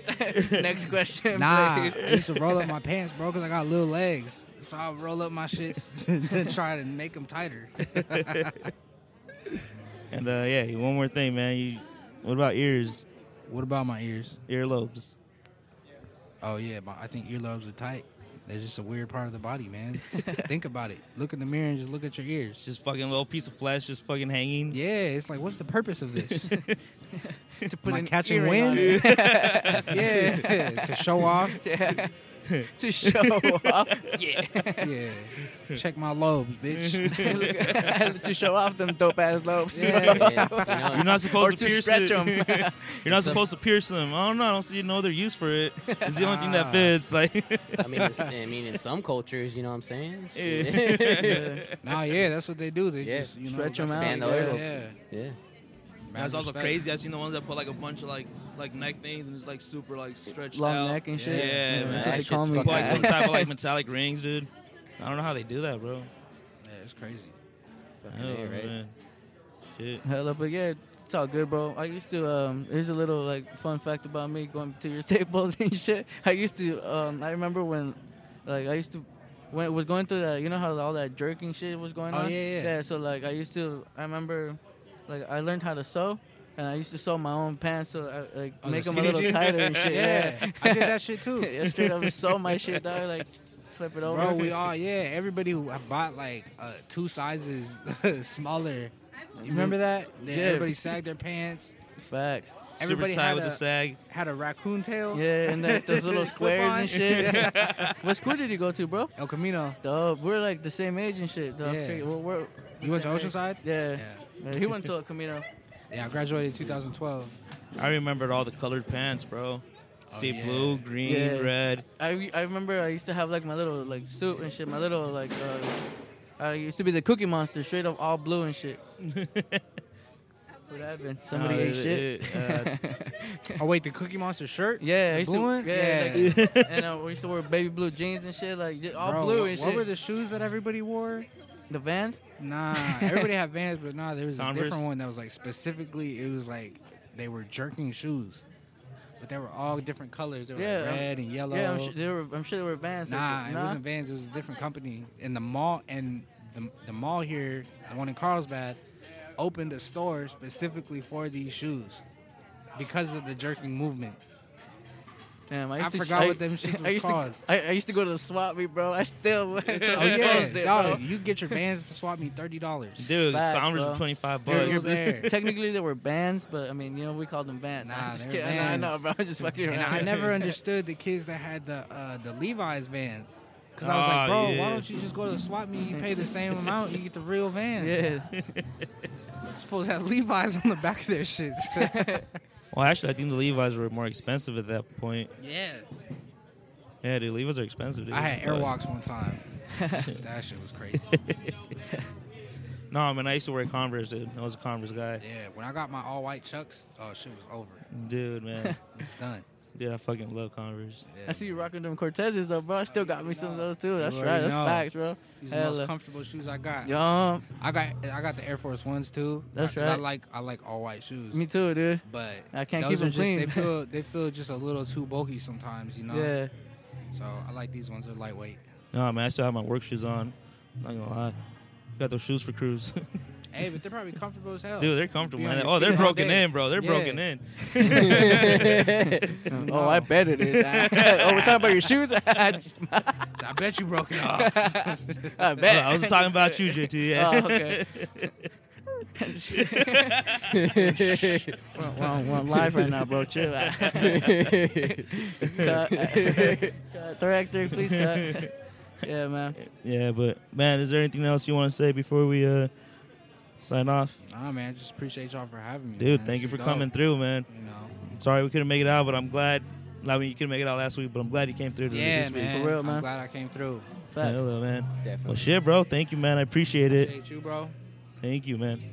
Speaker 6: next question,
Speaker 1: nah,
Speaker 6: please.
Speaker 1: I used to roll up my pants, bro, because I got little legs. So I would roll up my shits and then try to make them tighter.
Speaker 3: And uh, yeah, one more thing, man. You, what about ears,
Speaker 1: What about my ears?
Speaker 3: earlobes?
Speaker 1: Oh yeah, my, I think earlobes are tight. They're just a weird part of the body, man. think about it. Look in the mirror and just look at your ears.
Speaker 3: Just fucking little piece of flesh, just fucking hanging.
Speaker 1: Yeah, it's like, what's the purpose of this?
Speaker 6: to put
Speaker 1: My
Speaker 6: an
Speaker 1: catching
Speaker 6: earring on
Speaker 1: wind?
Speaker 6: it.
Speaker 1: yeah, to show off.
Speaker 6: yeah. to show off. Yeah.
Speaker 1: Yeah, check my lobes, bitch.
Speaker 6: Look- to show off them dope ass lobes.
Speaker 1: Yeah.
Speaker 3: You're not
Speaker 6: or
Speaker 3: supposed to
Speaker 6: to
Speaker 3: pierce
Speaker 6: stretch
Speaker 3: it.
Speaker 6: them.
Speaker 3: You're not supposed to pierce them. I don't know. I don't see no other use for it. It's the only thing that
Speaker 1: Ah.
Speaker 3: fits. Like,
Speaker 2: I mean, it's, I mean, in some cultures, you know what I'm saying?
Speaker 3: Yeah.
Speaker 2: Shit.
Speaker 1: Nah, yeah, that's what they do. They
Speaker 2: Yeah,
Speaker 1: just you know
Speaker 6: stretch 'em
Speaker 1: that's-
Speaker 2: out,
Speaker 1: Yeah,
Speaker 2: yeah.
Speaker 1: yeah.
Speaker 2: yeah.
Speaker 1: Man,
Speaker 7: That's also
Speaker 1: respect.
Speaker 7: crazy. I've seen the ones that put like a bunch of like like neck things and it's like super like stretched
Speaker 6: Long
Speaker 7: out.
Speaker 6: neck and
Speaker 1: Yeah,
Speaker 6: shit.
Speaker 7: man.
Speaker 6: That's
Speaker 2: That
Speaker 6: what they
Speaker 2: shit's
Speaker 6: call me.
Speaker 2: fucking-
Speaker 7: Like some
Speaker 2: Yeah.
Speaker 7: type of
Speaker 3: like
Speaker 7: like
Speaker 3: metallic rings, dude. I don't know how they do that, bro.
Speaker 1: Yeah, it's crazy.
Speaker 3: I
Speaker 2: Fucking
Speaker 3: don't know,
Speaker 2: A, right?
Speaker 3: man. Shit.
Speaker 6: Hella, but yeah, it's all good, bro. I used to. Um, here's a little like fun fact about me going to your staples and shit. I used to. Um, I remember when, like, I used to. When it was going through that, you know how all that jerking shit was going
Speaker 1: Oh,
Speaker 6: on.
Speaker 1: yeah, yeah.
Speaker 6: Yeah. So like, I used to. I remember, like, I learned how to sew, and I used to sew my own pants to I, like
Speaker 1: Oh, the
Speaker 6: make them a
Speaker 1: skinny
Speaker 6: little
Speaker 1: jeans?
Speaker 6: tighter and shit.
Speaker 1: Yeah, I did that shit too.
Speaker 6: yeah, straight up sew my shit dog. Like, flip it over.
Speaker 1: Bro, we all yeah. Everybody who bought like uh, two sizes smaller. You remember that? Then
Speaker 6: Mm-hmm. Yeah.
Speaker 1: Everybody sagged their pants.
Speaker 6: Facts.
Speaker 1: Everybody
Speaker 3: Super tight
Speaker 1: had
Speaker 3: with
Speaker 1: a,
Speaker 3: the sag.
Speaker 1: had a raccoon tail.
Speaker 6: Yeah, and that, those little squares
Speaker 1: Clip-on.
Speaker 6: and shit. What school did you go to, bro?
Speaker 1: El Camino.
Speaker 6: Dope. We're like the same age and shit. Dog.
Speaker 1: Yeah.
Speaker 6: Fig- We're, we're the
Speaker 1: You went to
Speaker 6: same age.
Speaker 1: Oceanside?
Speaker 6: Yeah.
Speaker 1: Yeah.
Speaker 6: Yeah, He went to El Camino.
Speaker 1: Yeah, I graduated in 2012.
Speaker 3: I remembered all the colored pants, bro.
Speaker 1: Oh,
Speaker 3: See
Speaker 1: yeah.
Speaker 3: blue, green,
Speaker 6: Yeah.
Speaker 3: red.
Speaker 6: I, I remember I used to have like my little like suit and shit. My little like uh, I used to be the Cookie Monster, straight up all blue and shit. What happened? Somebody
Speaker 3: No,
Speaker 6: ate
Speaker 3: it-
Speaker 6: shit.
Speaker 3: it-
Speaker 1: Oh wait, the Cookie Monster shirt?
Speaker 6: yeah, I
Speaker 1: The
Speaker 6: used
Speaker 1: blue
Speaker 6: to.
Speaker 1: one?
Speaker 6: Yeah,
Speaker 1: Yeah.
Speaker 6: like- and uh, we used to wear baby blue jeans and shit, like just all
Speaker 1: Bro,
Speaker 6: blue
Speaker 1: what,
Speaker 6: and
Speaker 1: what
Speaker 6: shit.
Speaker 1: were the shoes that everybody wore?
Speaker 6: the Vans?
Speaker 1: Nah, everybody had Vans, but nah, there was a
Speaker 3: Converse?
Speaker 1: different one that was like specifically. It was like they were jerking shoes, but they were all different colors. They were like,
Speaker 6: Yeah, I'm-
Speaker 1: red and yellow.
Speaker 6: Yeah, I'm sure they were. I'm sure they were Vans. like,
Speaker 1: Nah, it wasn't Vans. It was a different company. And the mall and the, the mall here, the one in Carlsbad, opened a store specifically for these shoes because of the jerking movement.
Speaker 6: Damn, I,
Speaker 1: I
Speaker 6: used to
Speaker 1: forgot
Speaker 6: I,
Speaker 1: what them shits
Speaker 6: I
Speaker 1: was
Speaker 6: used
Speaker 1: called.
Speaker 6: to. I, I used to go to the swap meet, bro. I still went to
Speaker 1: Oh yeah,
Speaker 6: closed it, bro.
Speaker 1: dog, you get your Vans to swap me thirty dollars.
Speaker 3: dude,
Speaker 6: Facts,
Speaker 3: Converse
Speaker 6: bro.
Speaker 3: were 25
Speaker 1: You're- you're
Speaker 3: bucks.
Speaker 1: there.
Speaker 6: Technically, they were bands, but I mean, you know, we called them bands.
Speaker 1: Nah,
Speaker 6: I'm just
Speaker 1: they were
Speaker 6: kidding. I know, I know,
Speaker 1: Vans.
Speaker 6: bro. I'm just fucking around.
Speaker 1: And I never understood the kids that had the uh, the Levi's Vans. Cause I was like,
Speaker 3: Oh,
Speaker 1: bro,
Speaker 3: yeah.
Speaker 1: why don't you just go to the swap meet? You pay the same amount, you get the real Vans.
Speaker 6: Yeah,
Speaker 1: These fools had Levi's on the back of their shits.
Speaker 3: Well, actually, I think the Levi's were more expensive at that point.
Speaker 1: yeah.
Speaker 3: Yeah, dude, Levas are expensive. Dude.
Speaker 1: I had
Speaker 3: But-
Speaker 1: airwalks one time. that shit was crazy.
Speaker 3: No, man, I used to wear Converse, dude. I was a Converse guy.
Speaker 1: Yeah, when I got my all white chucks, oh shit was over.
Speaker 3: Dude, man.
Speaker 1: It was done.
Speaker 3: dude, I fucking love Converse.
Speaker 1: Yeah.
Speaker 6: I see you rocking them Cortezes though, bro. I still got me some of those too. That's
Speaker 1: You
Speaker 6: right.
Speaker 1: already
Speaker 6: That's
Speaker 1: know.
Speaker 6: facts, bro.
Speaker 1: These are the
Speaker 6: Hella.
Speaker 1: most comfortable shoes I got.
Speaker 6: Yum.
Speaker 1: I got I got the Air Force Ones too.
Speaker 6: That's
Speaker 1: 'cause I
Speaker 6: right.
Speaker 1: like I like all white shoes.
Speaker 6: Me too, dude.
Speaker 1: But
Speaker 6: I can't
Speaker 1: those
Speaker 6: keep 'em
Speaker 1: are just, They
Speaker 6: clean.
Speaker 1: feel they feel just a little too bulky sometimes, you know.
Speaker 6: Yeah.
Speaker 1: So I like these ones. They're lightweight.
Speaker 3: No, man, I still have my work shoes on. Not gonna lie. Got those shoes for crews.
Speaker 1: Hey, but they're probably comfortable as hell.
Speaker 3: Dude, they're comfortable,
Speaker 1: Oh, Be on
Speaker 3: man.
Speaker 1: your
Speaker 3: Oh, they're
Speaker 1: feet all
Speaker 3: broken
Speaker 1: day.
Speaker 3: in, bro. They're
Speaker 1: Yeah.
Speaker 3: broken in.
Speaker 6: oh, I bet it is. oh, we're talking about your shoes. I just-
Speaker 1: I bet you broke it off.
Speaker 6: I
Speaker 3: Oh,
Speaker 6: bet.
Speaker 3: I was talking about you, JT. Yeah.
Speaker 6: Oh, okay. we're, on, we're on live right now, bro. Chill. cut. cut. Director, please cut. Yeah, man.
Speaker 3: yeah, but man, is there anything else you want to say before we uh sign off?
Speaker 1: nah, man. Just appreciate y'all for having me,
Speaker 3: Dude,
Speaker 1: man.
Speaker 3: thank you
Speaker 1: This
Speaker 3: for
Speaker 1: was
Speaker 3: coming
Speaker 1: dope,
Speaker 3: through, man.
Speaker 1: You know.
Speaker 3: Sorry we couldn't make it out, but I'm glad. I mean, you couldn't make it out last week, but I'm glad you came through.
Speaker 1: Yeah,
Speaker 3: this week.
Speaker 1: man.
Speaker 6: For real,
Speaker 1: I'm
Speaker 6: man.
Speaker 1: glad I came through.
Speaker 6: Facts.
Speaker 3: Hello, man. Well,
Speaker 2: Definitely.
Speaker 3: shit, bro. Thank you, man. I appreciate it.
Speaker 1: Appreciate you, bro.
Speaker 3: Thank you, man.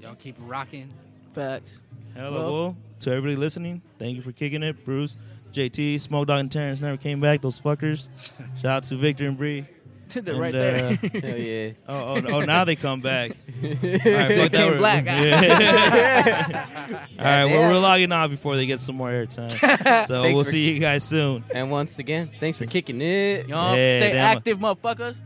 Speaker 1: Y'all keep rocking.
Speaker 6: Facts.
Speaker 3: Hello,
Speaker 6: Well-
Speaker 3: Will. To everybody listening, thank you for kicking it. Bruce, JT, Smoke Dog, and Terrence never came back. Those fuckers. Shout out to Victor and Bree.
Speaker 6: They're
Speaker 3: And,
Speaker 6: right
Speaker 3: uh,
Speaker 6: there.
Speaker 2: Hell yeah.
Speaker 3: Oh, oh, oh now they come back. All right, fuck that,
Speaker 6: came
Speaker 3: we're-
Speaker 6: black.
Speaker 3: Yeah. All right, well,
Speaker 2: Goddamn.
Speaker 3: we're logging off before they get some more airtime. So
Speaker 2: Thanks
Speaker 3: we'll
Speaker 2: for-
Speaker 3: see you guys soon.
Speaker 2: And once again, thanks for kicking it.
Speaker 3: Yeah,
Speaker 6: Yup. Stay
Speaker 3: damn.
Speaker 6: active, motherfuckers.